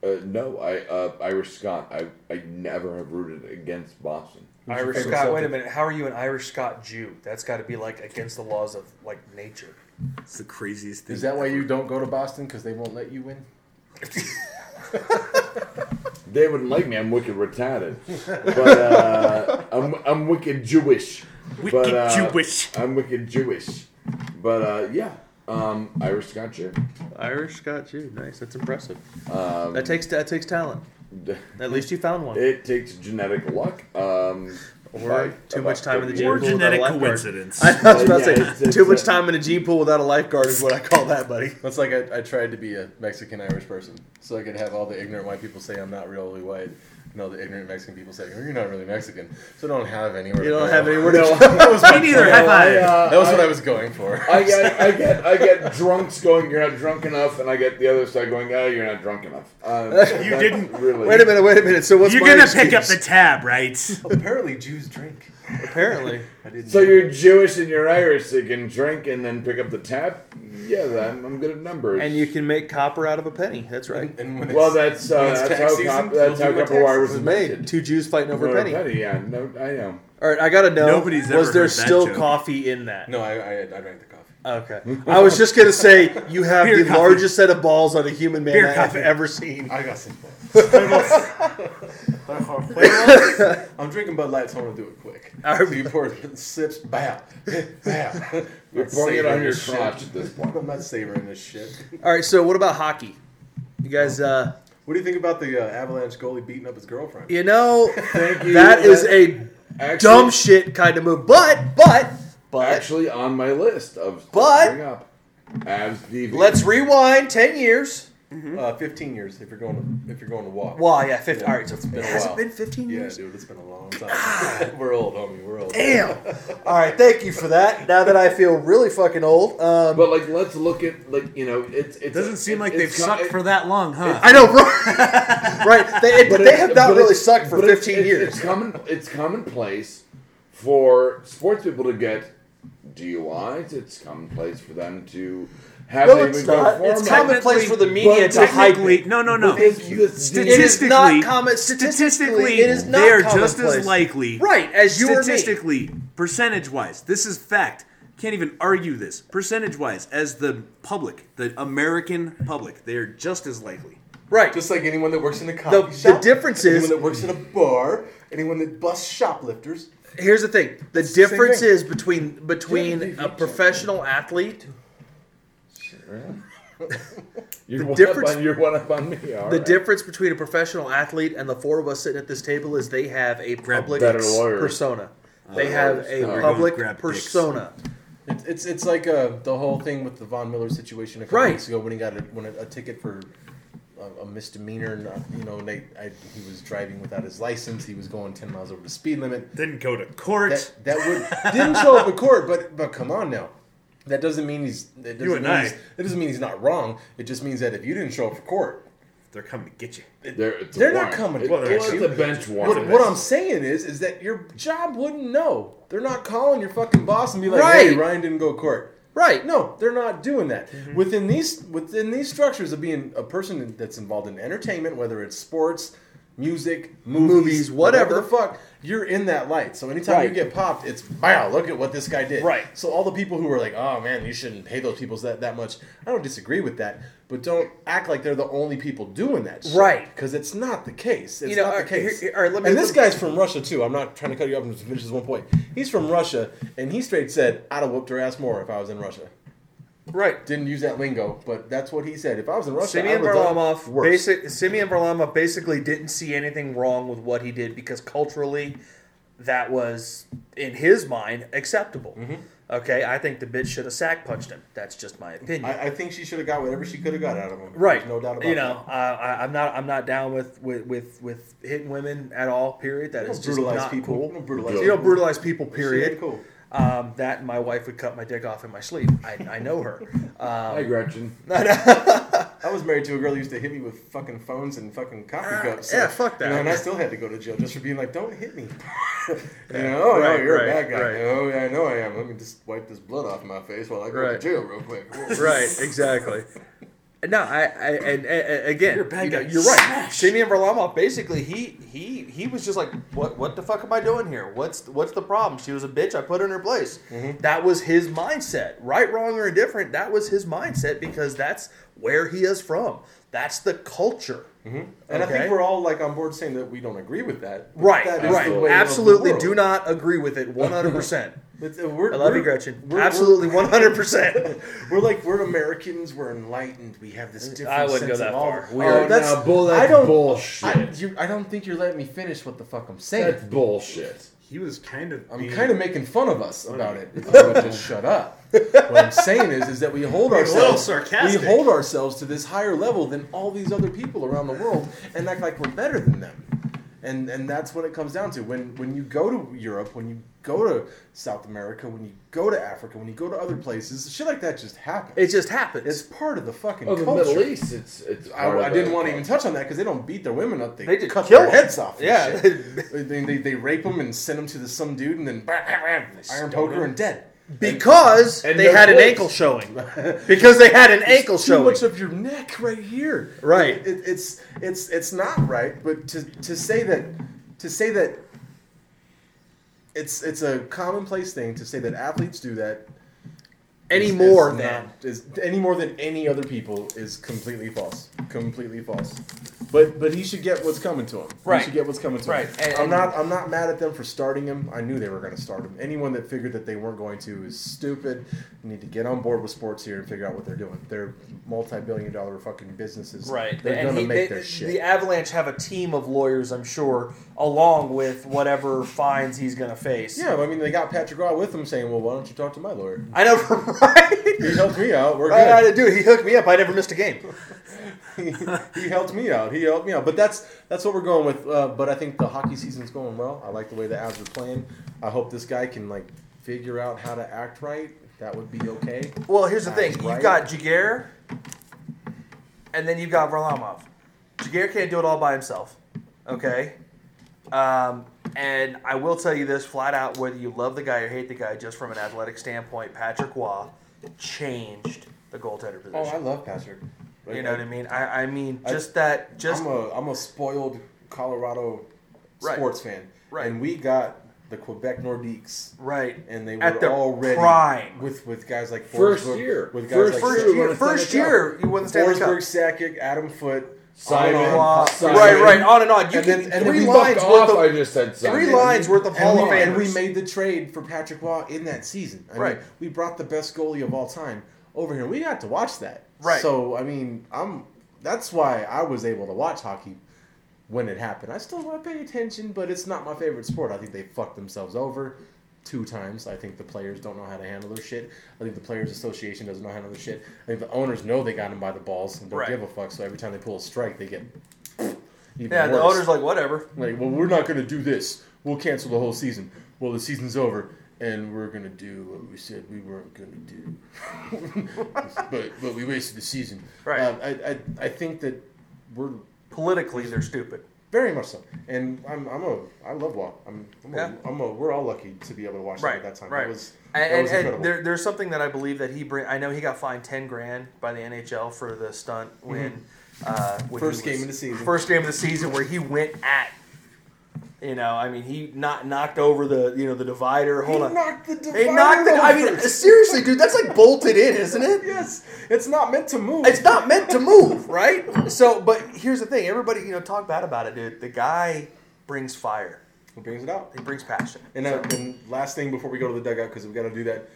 [SPEAKER 4] uh, no, I uh, Irish Scott. I I never have rooted against Boston.
[SPEAKER 2] your
[SPEAKER 9] Irish
[SPEAKER 2] favorite
[SPEAKER 9] Scott. Wait a
[SPEAKER 2] Celtic?
[SPEAKER 9] minute. How are you an Irish Scott Jew? That's got to be like against the laws of like nature.
[SPEAKER 5] It's the craziest thing.
[SPEAKER 2] Is that why you don't go to Boston because they won't let you win?
[SPEAKER 4] They wouldn't like me. I'm wicked retarded. But uh, I'm I'm wicked Jewish. Wicked
[SPEAKER 5] Jewish.
[SPEAKER 4] I'm wicked Jewish. But uh, yeah, um, Irish Scott Jew.
[SPEAKER 3] Irish Scott Jew, nice. That's impressive.
[SPEAKER 4] Um,
[SPEAKER 3] That takes that takes talent. At least you found one.
[SPEAKER 4] It takes genetic luck. Um,
[SPEAKER 3] Or too much time in the gym
[SPEAKER 5] Or
[SPEAKER 3] pool without a
[SPEAKER 5] genetic
[SPEAKER 3] lifeguard.
[SPEAKER 5] coincidence.
[SPEAKER 3] I was about
[SPEAKER 4] Yeah,
[SPEAKER 3] to
[SPEAKER 4] it's-
[SPEAKER 3] say
[SPEAKER 4] it's,
[SPEAKER 3] too much
[SPEAKER 4] uh,
[SPEAKER 3] time in a gene pool without a lifeguard is what I call that, buddy.
[SPEAKER 2] That's like I, I tried to be a Mexican Irish person, so I could have all the ignorant white people say I'm not really white, and all the ignorant Mexican people say oh, you're not really Mexican. So I don't have anywhere.
[SPEAKER 3] You
[SPEAKER 2] to
[SPEAKER 3] don't
[SPEAKER 2] go.
[SPEAKER 3] have anywhere to
[SPEAKER 2] No,
[SPEAKER 3] go.
[SPEAKER 2] that was my
[SPEAKER 5] Me neither.
[SPEAKER 2] plan.
[SPEAKER 5] High five.
[SPEAKER 4] uh,
[SPEAKER 2] That was what I was going for.
[SPEAKER 4] I get, I get, I get drunks going. You're not drunk enough, and I get the other side going. Oh, you're not drunk enough. Uh,
[SPEAKER 5] You
[SPEAKER 4] that's
[SPEAKER 5] didn't-
[SPEAKER 4] really.
[SPEAKER 3] Wait a minute, wait a minute. So what's
[SPEAKER 5] You're
[SPEAKER 3] my
[SPEAKER 5] gonna pick up the
[SPEAKER 3] excuse?
[SPEAKER 5] tab, right?
[SPEAKER 2] Apparently Jews drink.
[SPEAKER 3] apparently.
[SPEAKER 4] So you're Jewish and you're Irish. So you can drink and then pick up the tap. Yeah, I'm, I'm good at numbers.
[SPEAKER 3] And you can make copper out of a penny. That's right.
[SPEAKER 2] And when
[SPEAKER 4] Well,
[SPEAKER 2] it's-
[SPEAKER 4] that's uh,
[SPEAKER 2] when it's
[SPEAKER 4] that's
[SPEAKER 2] tax
[SPEAKER 4] how
[SPEAKER 2] season,
[SPEAKER 4] cop,
[SPEAKER 2] they'll
[SPEAKER 4] that's
[SPEAKER 2] do
[SPEAKER 4] how
[SPEAKER 2] my
[SPEAKER 4] Copperwire
[SPEAKER 2] taxes.
[SPEAKER 4] was
[SPEAKER 3] Made
[SPEAKER 4] invented.
[SPEAKER 3] two Jews fighting over a
[SPEAKER 4] Over a
[SPEAKER 3] penny.
[SPEAKER 4] penny, Yeah, no, I know.
[SPEAKER 3] All right, I gotta know.
[SPEAKER 5] Nobody's ever
[SPEAKER 3] was there
[SPEAKER 5] heard that
[SPEAKER 3] still
[SPEAKER 5] joke.
[SPEAKER 3] coffee in that?
[SPEAKER 2] No, I, I, I drank the coffee.
[SPEAKER 3] Okay. I was just gonna say you have
[SPEAKER 5] Beer
[SPEAKER 3] the
[SPEAKER 5] coffee.
[SPEAKER 3] largest set of balls on a human man
[SPEAKER 5] Beer
[SPEAKER 3] I have
[SPEAKER 5] coffee.
[SPEAKER 3] ever seen.
[SPEAKER 2] I got some. I'm drinking Bud Light, so I'm gonna do it quick. I you pour sips, bow, bow.
[SPEAKER 4] You're pouring it on your crotch at this point.
[SPEAKER 2] I'm not savoring this shit.
[SPEAKER 3] All right, so what about hockey? You guys, uh,
[SPEAKER 2] What do you think about the uh, Avalanche goalie beating up his girlfriend?
[SPEAKER 3] you know,
[SPEAKER 4] Thank you.
[SPEAKER 3] that is
[SPEAKER 4] That-
[SPEAKER 3] a
[SPEAKER 4] Actually-
[SPEAKER 3] dumb shit kind of move. But, but, but,
[SPEAKER 4] Actually, on my list of stuff
[SPEAKER 3] But-
[SPEAKER 4] to bring up, Avs DB.
[SPEAKER 3] let's rewind ten years.
[SPEAKER 2] Uh, 15 years if you're going to if you're going to walk.
[SPEAKER 3] Well, yeah, fifty. All right, so it's
[SPEAKER 2] been a
[SPEAKER 3] has
[SPEAKER 2] while.
[SPEAKER 3] it been fifteen
[SPEAKER 2] Yeah,
[SPEAKER 3] years?
[SPEAKER 2] dude, it's been a long time. we're old, homie. We're old.
[SPEAKER 3] Damn. All right, thank you for that. Now that I feel really fucking old. Um,
[SPEAKER 4] But like, let's look at like you know, it's it
[SPEAKER 5] It doesn't seem like they've
[SPEAKER 4] it's
[SPEAKER 5] sucked
[SPEAKER 4] it-
[SPEAKER 5] for that long, huh?
[SPEAKER 3] I know, right? right. They, it-
[SPEAKER 4] but
[SPEAKER 3] they
[SPEAKER 4] it's-
[SPEAKER 3] have not
[SPEAKER 4] but
[SPEAKER 3] really
[SPEAKER 4] it's-
[SPEAKER 3] sucked for
[SPEAKER 4] but it's-
[SPEAKER 3] 15
[SPEAKER 4] it's-
[SPEAKER 3] years.
[SPEAKER 4] It's common. It's commonplace for sports people to get DUIs. It's commonplace for them to have.
[SPEAKER 3] no,
[SPEAKER 4] a
[SPEAKER 3] it's
[SPEAKER 4] go
[SPEAKER 3] not.
[SPEAKER 4] forward.
[SPEAKER 3] It's commonplace for the media
[SPEAKER 4] But
[SPEAKER 3] to hype
[SPEAKER 5] Technically,
[SPEAKER 3] it.
[SPEAKER 5] no, no, no.
[SPEAKER 4] This- this-
[SPEAKER 3] It is not
[SPEAKER 5] Statistically-
[SPEAKER 3] common. Statistically,
[SPEAKER 5] Statistically,
[SPEAKER 3] it is not
[SPEAKER 5] they are just
[SPEAKER 3] commonplace.
[SPEAKER 5] as likely,
[SPEAKER 3] Right, as you or me.
[SPEAKER 5] statistically, percentage-wise. This is fact. Can't even argue this. Percentage-wise, as the public, the American public, they are just as likely.
[SPEAKER 3] Right.
[SPEAKER 2] Just like anyone that works in a coffee
[SPEAKER 3] the
[SPEAKER 2] shop,
[SPEAKER 3] difference is-
[SPEAKER 2] anyone that works in a bar, anyone that busts shoplifters.
[SPEAKER 3] Here's the thing. The
[SPEAKER 2] the same
[SPEAKER 3] difference
[SPEAKER 2] thing.
[SPEAKER 3] is between between a professional athlete.
[SPEAKER 4] You're one
[SPEAKER 3] difference-
[SPEAKER 4] Up on, you're one up on me. all
[SPEAKER 3] The
[SPEAKER 4] right.
[SPEAKER 3] difference between a professional athlete and the four of us sitting at this table is they have a public
[SPEAKER 4] better lawyers.
[SPEAKER 3] persona. Uh, They have
[SPEAKER 4] lawyers.
[SPEAKER 3] a
[SPEAKER 4] No, we're
[SPEAKER 5] going
[SPEAKER 3] public
[SPEAKER 5] grab dicks.
[SPEAKER 3] persona.
[SPEAKER 2] It's it's, it's like uh, the whole thing with the Von Miller situation a couple
[SPEAKER 3] Right.
[SPEAKER 2] weeks ago when he got a, when a, a ticket for a, a misdemeanor. And, uh, you know, and they, I, he was driving without his license. He was going 10 miles over the speed limit.
[SPEAKER 5] Didn't go to court.
[SPEAKER 2] That that would didn't show up in court, but but come on now. That doesn't mean he's that doesn't
[SPEAKER 5] You and
[SPEAKER 2] mean
[SPEAKER 5] I.
[SPEAKER 2] he's, that doesn't mean he's not wrong. It just means that if you didn't show up for court,
[SPEAKER 5] They're coming to get you.
[SPEAKER 4] They're, it's a
[SPEAKER 2] they're
[SPEAKER 4] warrant.
[SPEAKER 2] not coming
[SPEAKER 4] It
[SPEAKER 2] to
[SPEAKER 5] get
[SPEAKER 4] was
[SPEAKER 2] you.
[SPEAKER 4] the bench
[SPEAKER 2] what,
[SPEAKER 4] warrant.
[SPEAKER 2] what I'm saying is is that your job wouldn't know. They're not calling your fucking boss and be like, "Hey,
[SPEAKER 3] Right.
[SPEAKER 2] Ryan didn't go to court."
[SPEAKER 3] Right.
[SPEAKER 2] No, they're not doing that. Within these within these structures of being a person that's involved in entertainment, whether it's sports, music, movies,
[SPEAKER 3] Movies, whatever.
[SPEAKER 2] the fuck, you're in that light. So anytime you
[SPEAKER 3] Right.
[SPEAKER 2] get popped, it's wow, look at what this guy did.
[SPEAKER 3] Right.
[SPEAKER 2] So all the people who are like, oh man, you shouldn't hate those people that, that much. I don't disagree with that, but don't act like they're the only people doing that. Shit,
[SPEAKER 3] Right.
[SPEAKER 2] Because it's not the case. It's
[SPEAKER 3] know,
[SPEAKER 2] not
[SPEAKER 3] all
[SPEAKER 2] the
[SPEAKER 3] right, here-
[SPEAKER 2] case.
[SPEAKER 3] here- all right, let me-
[SPEAKER 2] and
[SPEAKER 3] let
[SPEAKER 2] this
[SPEAKER 3] me-
[SPEAKER 2] guy's from Russia too. I'm not trying to cut you off and finish this one point. He's from Russia, and he straight said, I'd have whooped her ass more if I was in Russia.
[SPEAKER 3] Right.
[SPEAKER 2] Didn't use that lingo, but that's what he said. If I was in Russia, I
[SPEAKER 3] Simeon
[SPEAKER 2] would have done
[SPEAKER 3] Varlamov
[SPEAKER 2] worse.
[SPEAKER 3] basic Simeon Varlamov basically didn't see anything wrong with what he did because culturally that was in his mind acceptable.
[SPEAKER 2] Mm-hmm.
[SPEAKER 3] Okay, I think the bitch should have sack punched him. That's just my opinion.
[SPEAKER 2] I, I think she should have got whatever she could have got out of him.
[SPEAKER 3] right,
[SPEAKER 2] There's no doubt about
[SPEAKER 3] You know, uh, I, I'm not I'm not down with with with, with hitting women at all. Period. That
[SPEAKER 2] that.
[SPEAKER 3] is
[SPEAKER 2] Don't
[SPEAKER 3] just
[SPEAKER 2] brutalize
[SPEAKER 3] not
[SPEAKER 2] people.
[SPEAKER 3] cool.
[SPEAKER 2] Don't brutalize
[SPEAKER 3] You
[SPEAKER 2] people.
[SPEAKER 3] don't brutalize people.
[SPEAKER 2] She ain't
[SPEAKER 3] Period.
[SPEAKER 2] Cool.
[SPEAKER 3] Um, that and my wife would cut my dick off in my sleep. I, I know her.
[SPEAKER 4] Hi, Gretchen.
[SPEAKER 2] I was married to a girl who used to hit me with fucking phones and fucking coffee cups.
[SPEAKER 3] Ah, yeah, fuck
[SPEAKER 2] you know,
[SPEAKER 3] that.
[SPEAKER 2] and I still had to go to jail just for being like, "Don't hit me." you know, oh no,
[SPEAKER 3] right,
[SPEAKER 2] you're a
[SPEAKER 3] right,
[SPEAKER 2] bad guy.
[SPEAKER 3] right.
[SPEAKER 2] Oh yeah, I know I am. Let me just wipe this blood off my face while I go
[SPEAKER 3] Right.
[SPEAKER 2] to jail real quick. Whoa.
[SPEAKER 3] right, exactly. No, I, I and, and, and again, you're,
[SPEAKER 9] bad
[SPEAKER 3] you
[SPEAKER 9] guy.
[SPEAKER 3] know, you're right. Simeon Varlamov basically he he he was just like, what what the fuck am I doing here? What's what's the problem? She was a bitch. I put her in her place.
[SPEAKER 2] Mm-hmm.
[SPEAKER 3] That was his mindset. Right, wrong, or indifferent. That was his mindset because that's where he is from. That's the culture.
[SPEAKER 2] And I
[SPEAKER 3] Okay.
[SPEAKER 2] think we're all like on board saying that we don't agree with that. but
[SPEAKER 3] Right,
[SPEAKER 2] that is
[SPEAKER 3] right.
[SPEAKER 2] the way of the
[SPEAKER 3] Absolutely, do
[SPEAKER 2] world.
[SPEAKER 3] not agree with it. One hundred percent.
[SPEAKER 2] It's- uh, we're-
[SPEAKER 3] I love
[SPEAKER 2] we're-
[SPEAKER 3] you, Gretchen.
[SPEAKER 2] we're- we're-
[SPEAKER 3] Absolutely, one hundred percent.
[SPEAKER 2] We're like we're Americans. We're enlightened. We have this different.
[SPEAKER 3] I wouldn't
[SPEAKER 2] sense
[SPEAKER 3] go that
[SPEAKER 2] of all-
[SPEAKER 3] far.
[SPEAKER 2] Oh,
[SPEAKER 3] We are-
[SPEAKER 2] that's
[SPEAKER 4] Now, bull, that's
[SPEAKER 2] I don't.
[SPEAKER 4] bullshit.
[SPEAKER 2] I, you, I don't think you're letting me finish what the fuck I'm saying.
[SPEAKER 4] that's bullshit.
[SPEAKER 5] He was kind of.
[SPEAKER 2] I'm
[SPEAKER 5] being-
[SPEAKER 2] kind of making fun of us about it. If I would just shut up. What I'm saying is, is that we hold
[SPEAKER 5] a little
[SPEAKER 2] ourselves,
[SPEAKER 5] sarcastic.
[SPEAKER 2] we hold ourselves to this higher level than all these other people around the world, and act like we're better than them. And and that's what it comes down to. When when you go to Europe, when you go to South America, when you go to Africa, when you go to other places, shit like that just happens.
[SPEAKER 3] It just happens.
[SPEAKER 2] it's part of the fucking
[SPEAKER 4] Oh, the
[SPEAKER 2] culture.
[SPEAKER 4] Middle East, it's it's.
[SPEAKER 2] I, I didn't want to even touch on that because they don't beat their women up. They,
[SPEAKER 3] They just
[SPEAKER 2] cut
[SPEAKER 3] kill
[SPEAKER 2] their
[SPEAKER 3] them.
[SPEAKER 2] heads off. and
[SPEAKER 3] Yeah.
[SPEAKER 2] shit. they, they, they rape them and send them to the, some dude and then iron poker and dead.
[SPEAKER 3] Because
[SPEAKER 4] And
[SPEAKER 3] they
[SPEAKER 4] no
[SPEAKER 3] had an
[SPEAKER 4] voice.
[SPEAKER 3] ankle showing. Because they had an ankle
[SPEAKER 2] Too
[SPEAKER 3] showing.
[SPEAKER 2] much of your neck right here.
[SPEAKER 3] Right.
[SPEAKER 2] It, it's it's it's not right. But to to say that to say that it's it's a commonplace thing to say that athletes do that
[SPEAKER 3] Any
[SPEAKER 2] is-
[SPEAKER 3] more
[SPEAKER 2] is
[SPEAKER 3] than.
[SPEAKER 2] not- is any more than any other people is completely false. Completely false. But but he should get what's coming to him.
[SPEAKER 3] Right.
[SPEAKER 2] He should get what's coming to
[SPEAKER 3] Right.
[SPEAKER 2] him.
[SPEAKER 3] And-
[SPEAKER 2] I'm
[SPEAKER 3] and-
[SPEAKER 2] not I'm not mad at them for starting him. I knew they were going to start him. Anyone that figured that they weren't going to is stupid. You need to get on board with sports here and figure out what they're doing. They're multi-billion dollar fucking businesses. They're
[SPEAKER 3] And
[SPEAKER 2] going to
[SPEAKER 3] he-
[SPEAKER 2] make
[SPEAKER 3] they-
[SPEAKER 2] their shit.
[SPEAKER 3] The Avalanche have a team of lawyers, I'm sure, along with whatever fines he's going to face.
[SPEAKER 2] yeah, I mean they got Patrick Raw with them saying, "Well, why don't you talk to my lawyer?
[SPEAKER 3] I never. Right?
[SPEAKER 2] He helped me out. We're
[SPEAKER 3] Right,
[SPEAKER 2] good."
[SPEAKER 3] I did do. He hooked me up. I never missed a game.
[SPEAKER 2] he, he helped me out. He helped me out. But that's that's what we're going with. Uh, but I think the hockey season's going well. I like the way the Avs are playing. I hope this guy can like figure out how to act right. That would be okay.
[SPEAKER 3] Well, here's the
[SPEAKER 2] That's
[SPEAKER 3] thing. You've
[SPEAKER 2] right.
[SPEAKER 3] got Jaguar, and then you've got Varlamov. Jaguar can't do it all by himself. Okay? Um, and I will tell you this flat out whether you love the guy or hate the guy, just from an athletic standpoint, Patrick Waugh changed the goaltender position.
[SPEAKER 2] Oh, I love Patrick.
[SPEAKER 3] you know what I mean? I, I mean,
[SPEAKER 2] I-
[SPEAKER 3] just that. Just
[SPEAKER 2] I'm a I'm a spoiled Colorado
[SPEAKER 3] Right.
[SPEAKER 2] sports fan.
[SPEAKER 3] Right.
[SPEAKER 2] And we got the Quebec Nordiques.
[SPEAKER 3] right.
[SPEAKER 2] And they were
[SPEAKER 3] At their
[SPEAKER 2] already
[SPEAKER 3] prime.
[SPEAKER 2] with with guys like
[SPEAKER 4] First
[SPEAKER 2] Forsberg,
[SPEAKER 4] year.
[SPEAKER 2] with
[SPEAKER 4] First
[SPEAKER 3] First
[SPEAKER 2] guys
[SPEAKER 4] Sure,
[SPEAKER 2] like
[SPEAKER 4] won
[SPEAKER 3] year,
[SPEAKER 4] a
[SPEAKER 3] first
[SPEAKER 4] Stanley
[SPEAKER 3] year, you won the Stanley
[SPEAKER 2] Forsberg,
[SPEAKER 3] Cup.
[SPEAKER 2] Sakic, Adam Foote,
[SPEAKER 4] Simon.
[SPEAKER 2] on and
[SPEAKER 3] Waugh.
[SPEAKER 2] on.
[SPEAKER 4] Simon.
[SPEAKER 3] Right, right, on and on. You
[SPEAKER 2] And
[SPEAKER 3] can
[SPEAKER 2] then- and then
[SPEAKER 3] three
[SPEAKER 2] we
[SPEAKER 4] Fuck
[SPEAKER 3] lines
[SPEAKER 4] off!
[SPEAKER 3] worth of
[SPEAKER 4] I just said something.
[SPEAKER 3] three lines worth of Hall
[SPEAKER 2] and
[SPEAKER 3] of
[SPEAKER 2] we, and
[SPEAKER 3] Famers.
[SPEAKER 2] we made the trade for Patrick Waugh in that season. I
[SPEAKER 3] Right.
[SPEAKER 2] Mean, we brought the best goalie of all time over here. We got to watch that.
[SPEAKER 3] Right.
[SPEAKER 2] So I mean, I'm. That's why I was able to watch hockey when it happened. I still want to pay attention, but it's not my favorite sport. I think they fucked themselves over two times. I think the players don't know how to handle their shit. I think the players' association doesn't know how to handle their shit. I think the owners know they got him by the balls and don't
[SPEAKER 3] Right.
[SPEAKER 2] give a fuck. So every time they pull a strike, they get even
[SPEAKER 3] Yeah, the
[SPEAKER 2] worse.
[SPEAKER 3] owner's like, whatever.
[SPEAKER 2] Like, well, we're not going to do this. We'll cancel the whole season. Well, the season's over, and we're going to do what we said we weren't going to do. but but we wasted the season.
[SPEAKER 3] Right.
[SPEAKER 2] Uh, I, I I think that we're
[SPEAKER 3] Politically, they're stupid.
[SPEAKER 2] very much so, and I'm I'm a I love WoW. I'm I'm,
[SPEAKER 3] Yeah.
[SPEAKER 2] a, I'm a we're all lucky to be able to watch
[SPEAKER 3] right
[SPEAKER 2] that at that time.
[SPEAKER 3] Right.
[SPEAKER 2] That was
[SPEAKER 3] and,
[SPEAKER 2] that was
[SPEAKER 3] and- and
[SPEAKER 2] incredible.
[SPEAKER 3] there, there's something that I believe that he bring. I know he got fined ten grand by the NHL for the stunt when, uh, when he
[SPEAKER 2] Mm-hmm. First game
[SPEAKER 3] was-
[SPEAKER 2] of the season.
[SPEAKER 3] First game of the season where he went at You know, I mean, he not knocked over the you know the divider. Hold on.
[SPEAKER 2] knocked the
[SPEAKER 3] He knocked the. I mean, seriously, dude, that's like bolted in, isn't it?
[SPEAKER 2] yes, it's not meant to move.
[SPEAKER 3] It's not meant to move, right? So, but here's the thing: everybody, you know, talk bad about it, dude. The guy brings fire.
[SPEAKER 2] It brings it out.
[SPEAKER 3] He brings passion.
[SPEAKER 2] And, uh, and last thing before we go to the dugout because we got to do that.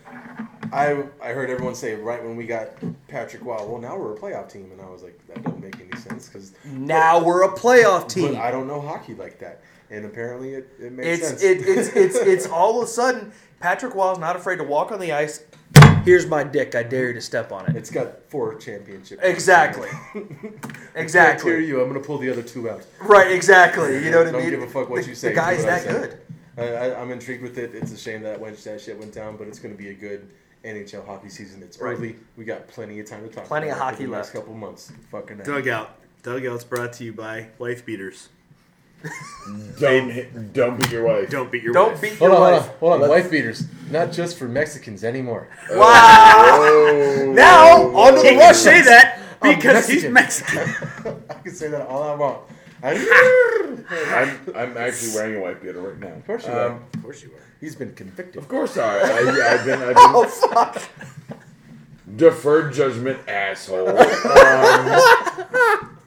[SPEAKER 2] I I heard everyone say right when we got Patrick Wild, well now we're a playoff team, and I was like that doesn't make any sense because
[SPEAKER 3] Now we're a playoff Mm. team.
[SPEAKER 2] but I don't know hockey like that, and apparently it it makes sense.
[SPEAKER 3] It's it, it's it's it's all of a sudden Patrick Wall's not afraid to walk on the ice. Here's my dick. I dare you to step on it.
[SPEAKER 2] it's got four championships.
[SPEAKER 3] Exactly.
[SPEAKER 2] I hear
[SPEAKER 3] Exactly.
[SPEAKER 2] you. I'm gonna pull the other two out.
[SPEAKER 3] Right. Exactly. You know what I
[SPEAKER 2] Don't
[SPEAKER 3] mean?
[SPEAKER 2] give a fuck what
[SPEAKER 3] The-
[SPEAKER 2] you say.
[SPEAKER 3] The
[SPEAKER 2] do
[SPEAKER 3] guy's
[SPEAKER 2] what I
[SPEAKER 3] that
[SPEAKER 2] say.
[SPEAKER 3] good.
[SPEAKER 2] I, I, I'm intrigued with it. It's a shame that went that shit went down, but it's going to be a good NHL hockey season. It's early. We got plenty of time to talk.
[SPEAKER 3] Plenty
[SPEAKER 2] about
[SPEAKER 3] of
[SPEAKER 2] it for
[SPEAKER 3] hockey
[SPEAKER 2] the Next
[SPEAKER 3] left.
[SPEAKER 2] couple months. Fucking. hell.
[SPEAKER 5] Dugout. Dugout's brought to you by wife beaters.
[SPEAKER 4] Don't hit, don't beat your wife.
[SPEAKER 5] Don't beat your
[SPEAKER 3] Don't
[SPEAKER 5] wife.
[SPEAKER 3] beat your
[SPEAKER 2] Hold on, hold on,
[SPEAKER 3] wife.
[SPEAKER 2] hold on. Wife beaters, not just for Mexicans anymore.
[SPEAKER 3] Wow.
[SPEAKER 4] Oh.
[SPEAKER 3] Now on to the Russians. Say that
[SPEAKER 5] because he's
[SPEAKER 2] Mexican.
[SPEAKER 5] Mexican.
[SPEAKER 2] I can say that all I want. I,
[SPEAKER 4] I'm, I'm actually wearing a wife beater right now. Of
[SPEAKER 2] course you
[SPEAKER 4] um,
[SPEAKER 5] of course you are.
[SPEAKER 2] he's been convicted.
[SPEAKER 4] Of course I, I I've been, I've been
[SPEAKER 3] Oh fuck.
[SPEAKER 4] deferred judgment asshole. Um,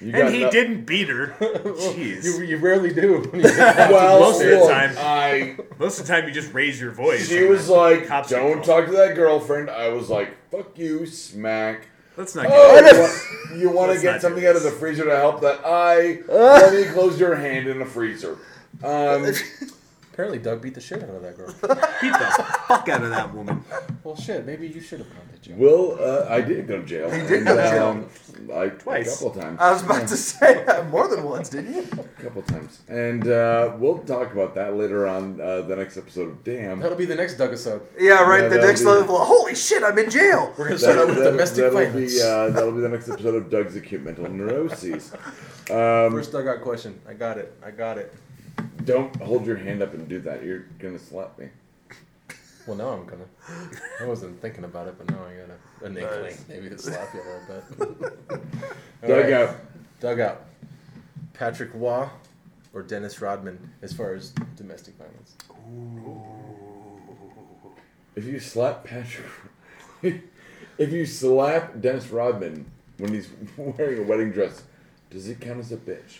[SPEAKER 4] you got
[SPEAKER 5] And he
[SPEAKER 4] no-
[SPEAKER 5] didn't beat her. Jeez.
[SPEAKER 2] You, you rarely do. When you
[SPEAKER 4] Well,
[SPEAKER 5] Most of the
[SPEAKER 4] look,
[SPEAKER 5] time.
[SPEAKER 4] I
[SPEAKER 5] Most of the time, you just raise your voice.
[SPEAKER 4] she was like,
[SPEAKER 5] Cops get
[SPEAKER 4] "Don't
[SPEAKER 5] called."
[SPEAKER 4] talk to that girlfriend." I was like, "Fuck you, smack."
[SPEAKER 5] Let's not.
[SPEAKER 4] Oh,
[SPEAKER 5] Get
[SPEAKER 4] you wa- you want to
[SPEAKER 5] Let's not
[SPEAKER 4] get
[SPEAKER 5] do
[SPEAKER 4] something out of the
[SPEAKER 5] this.
[SPEAKER 4] freezer to help that I let me close your hand in the freezer. Um,
[SPEAKER 2] Apparently, Doug beat the shit out of that girl.
[SPEAKER 5] beat the fuck out of that woman.
[SPEAKER 2] well, shit. Maybe you should have gone to jail.
[SPEAKER 4] Will uh, I did go to jail? He
[SPEAKER 3] did go to jail.
[SPEAKER 4] I,
[SPEAKER 5] Twice.
[SPEAKER 4] a couple times.
[SPEAKER 3] I was about to say uh, more than once, didn't you?
[SPEAKER 4] a couple times, and uh, we'll talk about that later on uh, the next episode of Damn.
[SPEAKER 2] That'll be the next Doug episode.
[SPEAKER 3] Yeah, right.
[SPEAKER 4] Yeah,
[SPEAKER 3] the
[SPEAKER 4] that'll
[SPEAKER 3] next
[SPEAKER 4] be-
[SPEAKER 3] level. Holy shit! I'm in jail.
[SPEAKER 2] We're gonna start out with
[SPEAKER 4] That'll-
[SPEAKER 2] domestic
[SPEAKER 4] that'll
[SPEAKER 2] violence.
[SPEAKER 4] be uh, that'll be the next episode of Doug's acute mental neuroses.
[SPEAKER 2] First dugout question. I got it. I got it.
[SPEAKER 4] Don't hold your hand up and do that. You're gonna slap me.
[SPEAKER 2] Well, now I'm gonna. I wasn't thinking about it, but now I gotta. An inkling, maybe to slap you a little bit. All right,
[SPEAKER 4] Dugout.
[SPEAKER 2] Dugout. Patrick Waugh or Dennis Rodman as far as domestic violence?
[SPEAKER 4] If you slap Patrick, if you slap Dennis Rodman when he's wearing a wedding dress, does it count as a bitch?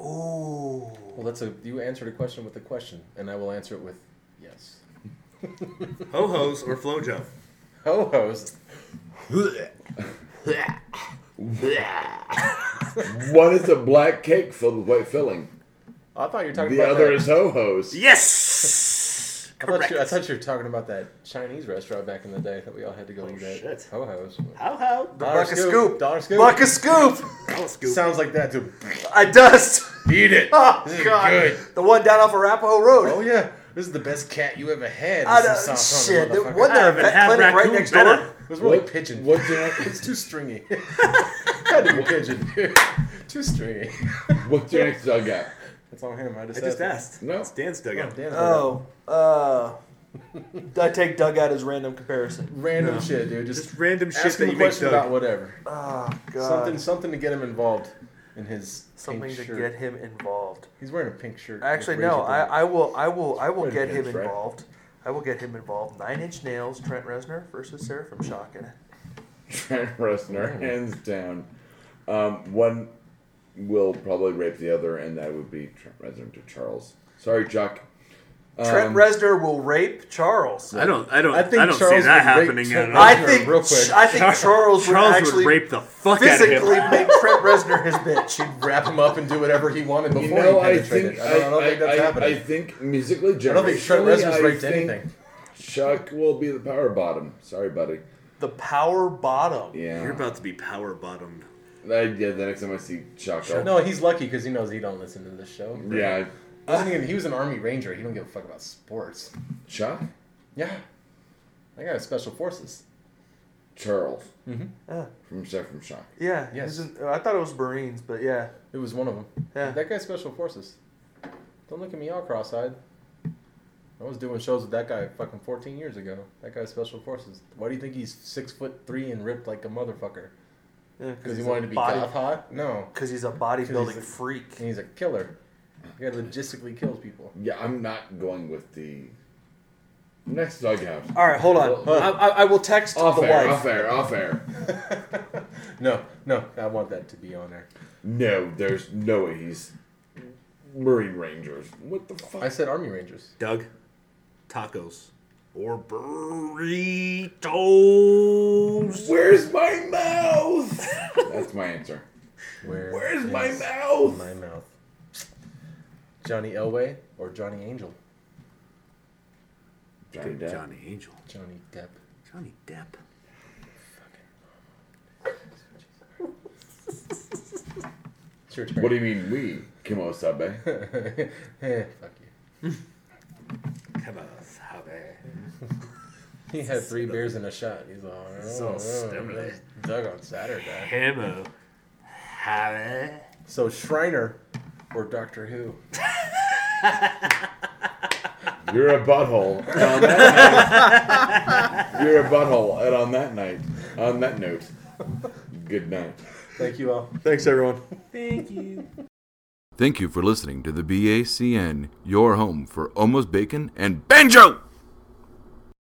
[SPEAKER 3] Ooh.
[SPEAKER 2] Well, that's a. You answered a question with a question, and I will answer it with yes.
[SPEAKER 5] Ho hos or flojo.
[SPEAKER 2] Ho hos.
[SPEAKER 4] One is a black cake filled with white filling.
[SPEAKER 2] I thought you were talking
[SPEAKER 4] The
[SPEAKER 2] about
[SPEAKER 4] other
[SPEAKER 5] uh,
[SPEAKER 2] that.
[SPEAKER 4] is ho hos.
[SPEAKER 5] Yes.
[SPEAKER 2] I thought,
[SPEAKER 5] Correct.
[SPEAKER 2] you, I thought you were talking about that Chinese restaurant back in the day that we all had to go eat at.
[SPEAKER 5] shit.
[SPEAKER 2] Ho hos.
[SPEAKER 5] How how?
[SPEAKER 2] Dollar
[SPEAKER 3] buck a scoop.
[SPEAKER 2] Dollar scoop.
[SPEAKER 3] Buck a scoop.
[SPEAKER 5] I'll scoop.
[SPEAKER 2] Sounds like that too.
[SPEAKER 3] I dust.
[SPEAKER 2] Eat it.
[SPEAKER 3] Oh god. The one down off Arapahoe Road.
[SPEAKER 2] Oh yeah, this is the best cat you ever had.
[SPEAKER 3] I
[SPEAKER 2] This is
[SPEAKER 3] don't-
[SPEAKER 2] sauce on
[SPEAKER 3] shit,
[SPEAKER 2] the motherfucker.
[SPEAKER 3] what
[SPEAKER 5] I
[SPEAKER 3] the-
[SPEAKER 5] haven't
[SPEAKER 3] Vet
[SPEAKER 5] had
[SPEAKER 3] clinic right
[SPEAKER 5] raccoon
[SPEAKER 3] next
[SPEAKER 5] better.
[SPEAKER 3] door?
[SPEAKER 2] It was more like
[SPEAKER 4] What-
[SPEAKER 2] pigeon.
[SPEAKER 4] what do I-
[SPEAKER 2] it's too stringy. Had to be pigeon. too stringy.
[SPEAKER 4] What's your next dugout?
[SPEAKER 2] That's on him. I just,
[SPEAKER 5] I just
[SPEAKER 2] asked.
[SPEAKER 5] asked.
[SPEAKER 4] No.
[SPEAKER 5] It's Dan's dugout.
[SPEAKER 2] Damn,
[SPEAKER 3] Oh, uh, I take dugout as random comparison.
[SPEAKER 2] random shit, dude. Just,
[SPEAKER 5] Just random
[SPEAKER 2] ask
[SPEAKER 5] shit
[SPEAKER 2] him
[SPEAKER 5] that
[SPEAKER 2] a
[SPEAKER 5] you make
[SPEAKER 2] question about
[SPEAKER 5] Doug.
[SPEAKER 2] whatever.
[SPEAKER 3] Oh god,
[SPEAKER 2] something, something to get him involved in his
[SPEAKER 3] something
[SPEAKER 2] pink
[SPEAKER 3] to
[SPEAKER 2] shirt.
[SPEAKER 3] get him involved.
[SPEAKER 2] He's wearing a pink shirt.
[SPEAKER 3] Actually,
[SPEAKER 2] Just raise
[SPEAKER 3] no,
[SPEAKER 2] your
[SPEAKER 3] I,
[SPEAKER 2] hand.
[SPEAKER 3] I will, I will, I will
[SPEAKER 4] Wait a
[SPEAKER 3] get him
[SPEAKER 4] minute, right?
[SPEAKER 3] involved. I will get him involved. Nine Inch Nails, Trent Reznor versus Seraphim Shocking.
[SPEAKER 4] Trent Reznor, hands down. Um, one will probably rape the other, and that would be Trent Reznor to Charles. Sorry, Chuck.
[SPEAKER 3] Trent Reznor will rape Charles.
[SPEAKER 5] I don't. I don't.
[SPEAKER 2] I
[SPEAKER 5] I,
[SPEAKER 2] think
[SPEAKER 5] don't see
[SPEAKER 2] Charles
[SPEAKER 5] that
[SPEAKER 2] would rape
[SPEAKER 5] happening
[SPEAKER 2] Trent
[SPEAKER 5] at all.
[SPEAKER 3] I
[SPEAKER 2] Reznor
[SPEAKER 3] think,
[SPEAKER 2] real quick.
[SPEAKER 3] I think Charles, would
[SPEAKER 5] Charles
[SPEAKER 3] actually
[SPEAKER 5] would rape the fuck out of
[SPEAKER 3] physically
[SPEAKER 5] him.
[SPEAKER 3] make Trent Reznor his bitch.
[SPEAKER 2] wrap him up and do whatever he wanted before
[SPEAKER 4] You know,
[SPEAKER 2] he
[SPEAKER 4] I
[SPEAKER 2] penetrated.
[SPEAKER 4] think
[SPEAKER 2] I don't, I don't think that's
[SPEAKER 4] I,
[SPEAKER 2] happening.
[SPEAKER 4] I think musically,
[SPEAKER 2] I don't think Trent
[SPEAKER 4] generationally,
[SPEAKER 2] Reznor's
[SPEAKER 4] I
[SPEAKER 2] raped
[SPEAKER 4] think
[SPEAKER 2] anything.
[SPEAKER 4] Chuck will be the power bottom. Sorry, buddy.
[SPEAKER 3] The power bottom.
[SPEAKER 4] Yeah.
[SPEAKER 5] You're about to be power bottomed.
[SPEAKER 4] I, yeah. The next time I see Chuck, I'll-
[SPEAKER 2] No, he's lucky because he knows he don't listen to this show.
[SPEAKER 4] Yeah,
[SPEAKER 2] He, wasn't even- he was an army ranger. He don't give a fuck about sports.
[SPEAKER 4] Chuck,
[SPEAKER 2] Yeah, I got special forces.
[SPEAKER 4] Charles
[SPEAKER 2] Mm-hmm.
[SPEAKER 5] Ah.
[SPEAKER 3] Yeah.
[SPEAKER 4] from Chef from Shock.
[SPEAKER 3] Yeah,
[SPEAKER 2] Yes.
[SPEAKER 3] isn't- I thought it was Marines, but yeah.
[SPEAKER 2] It was one of them.
[SPEAKER 3] Yeah.
[SPEAKER 2] That guy's special forces. Don't look at me all cross-eyed. I was doing shows with that guy fucking 14 years ago. That guy's special forces. Why do you think he's six foot three and ripped like a motherfucker?
[SPEAKER 3] Yeah,
[SPEAKER 2] Because he wanted to be
[SPEAKER 3] body,
[SPEAKER 2] goth hot? No.
[SPEAKER 3] Because he's a bodybuilding
[SPEAKER 2] a-
[SPEAKER 3] freak.
[SPEAKER 2] And he's a killer. He logistically kills people.
[SPEAKER 4] Yeah, I'm not going with the next dughouse.
[SPEAKER 9] All right, hold on. I, I, I will text
[SPEAKER 4] Off
[SPEAKER 9] the
[SPEAKER 4] air,
[SPEAKER 9] wife.
[SPEAKER 4] off air, off air.
[SPEAKER 2] No, no, I want that to be on there.
[SPEAKER 4] No, there's no way he's Marine Rangers. What the fuck?
[SPEAKER 2] I said Army Rangers.
[SPEAKER 5] Doug, tacos or burritos.
[SPEAKER 4] Where's my mouth? That's my answer.
[SPEAKER 2] Where
[SPEAKER 4] Where's my
[SPEAKER 2] is
[SPEAKER 4] mouth?
[SPEAKER 2] My mouth. Johnny Elway or Johnny Angel?
[SPEAKER 4] Johnny Depp.
[SPEAKER 5] Johnny Angel.
[SPEAKER 2] Johnny Depp.
[SPEAKER 5] Johnny Depp.
[SPEAKER 2] It's your turn.
[SPEAKER 4] What do you mean we, Kimo Sabe?
[SPEAKER 2] Eh, fuck you.
[SPEAKER 5] Come on, Sabe.
[SPEAKER 2] He had three beers and a shot. He's all, oh,
[SPEAKER 5] So stimulated.
[SPEAKER 2] Doug on Saturday.
[SPEAKER 5] Hamo. Have
[SPEAKER 2] So Shriner or Doctor Who?
[SPEAKER 4] You're a butthole. And on that night, you're a butthole. And on that night, on that note, good night.
[SPEAKER 2] Thank you all.
[SPEAKER 9] Thanks, everyone.
[SPEAKER 1] Thank you for listening to the BACN, your home for almost bacon and banjo!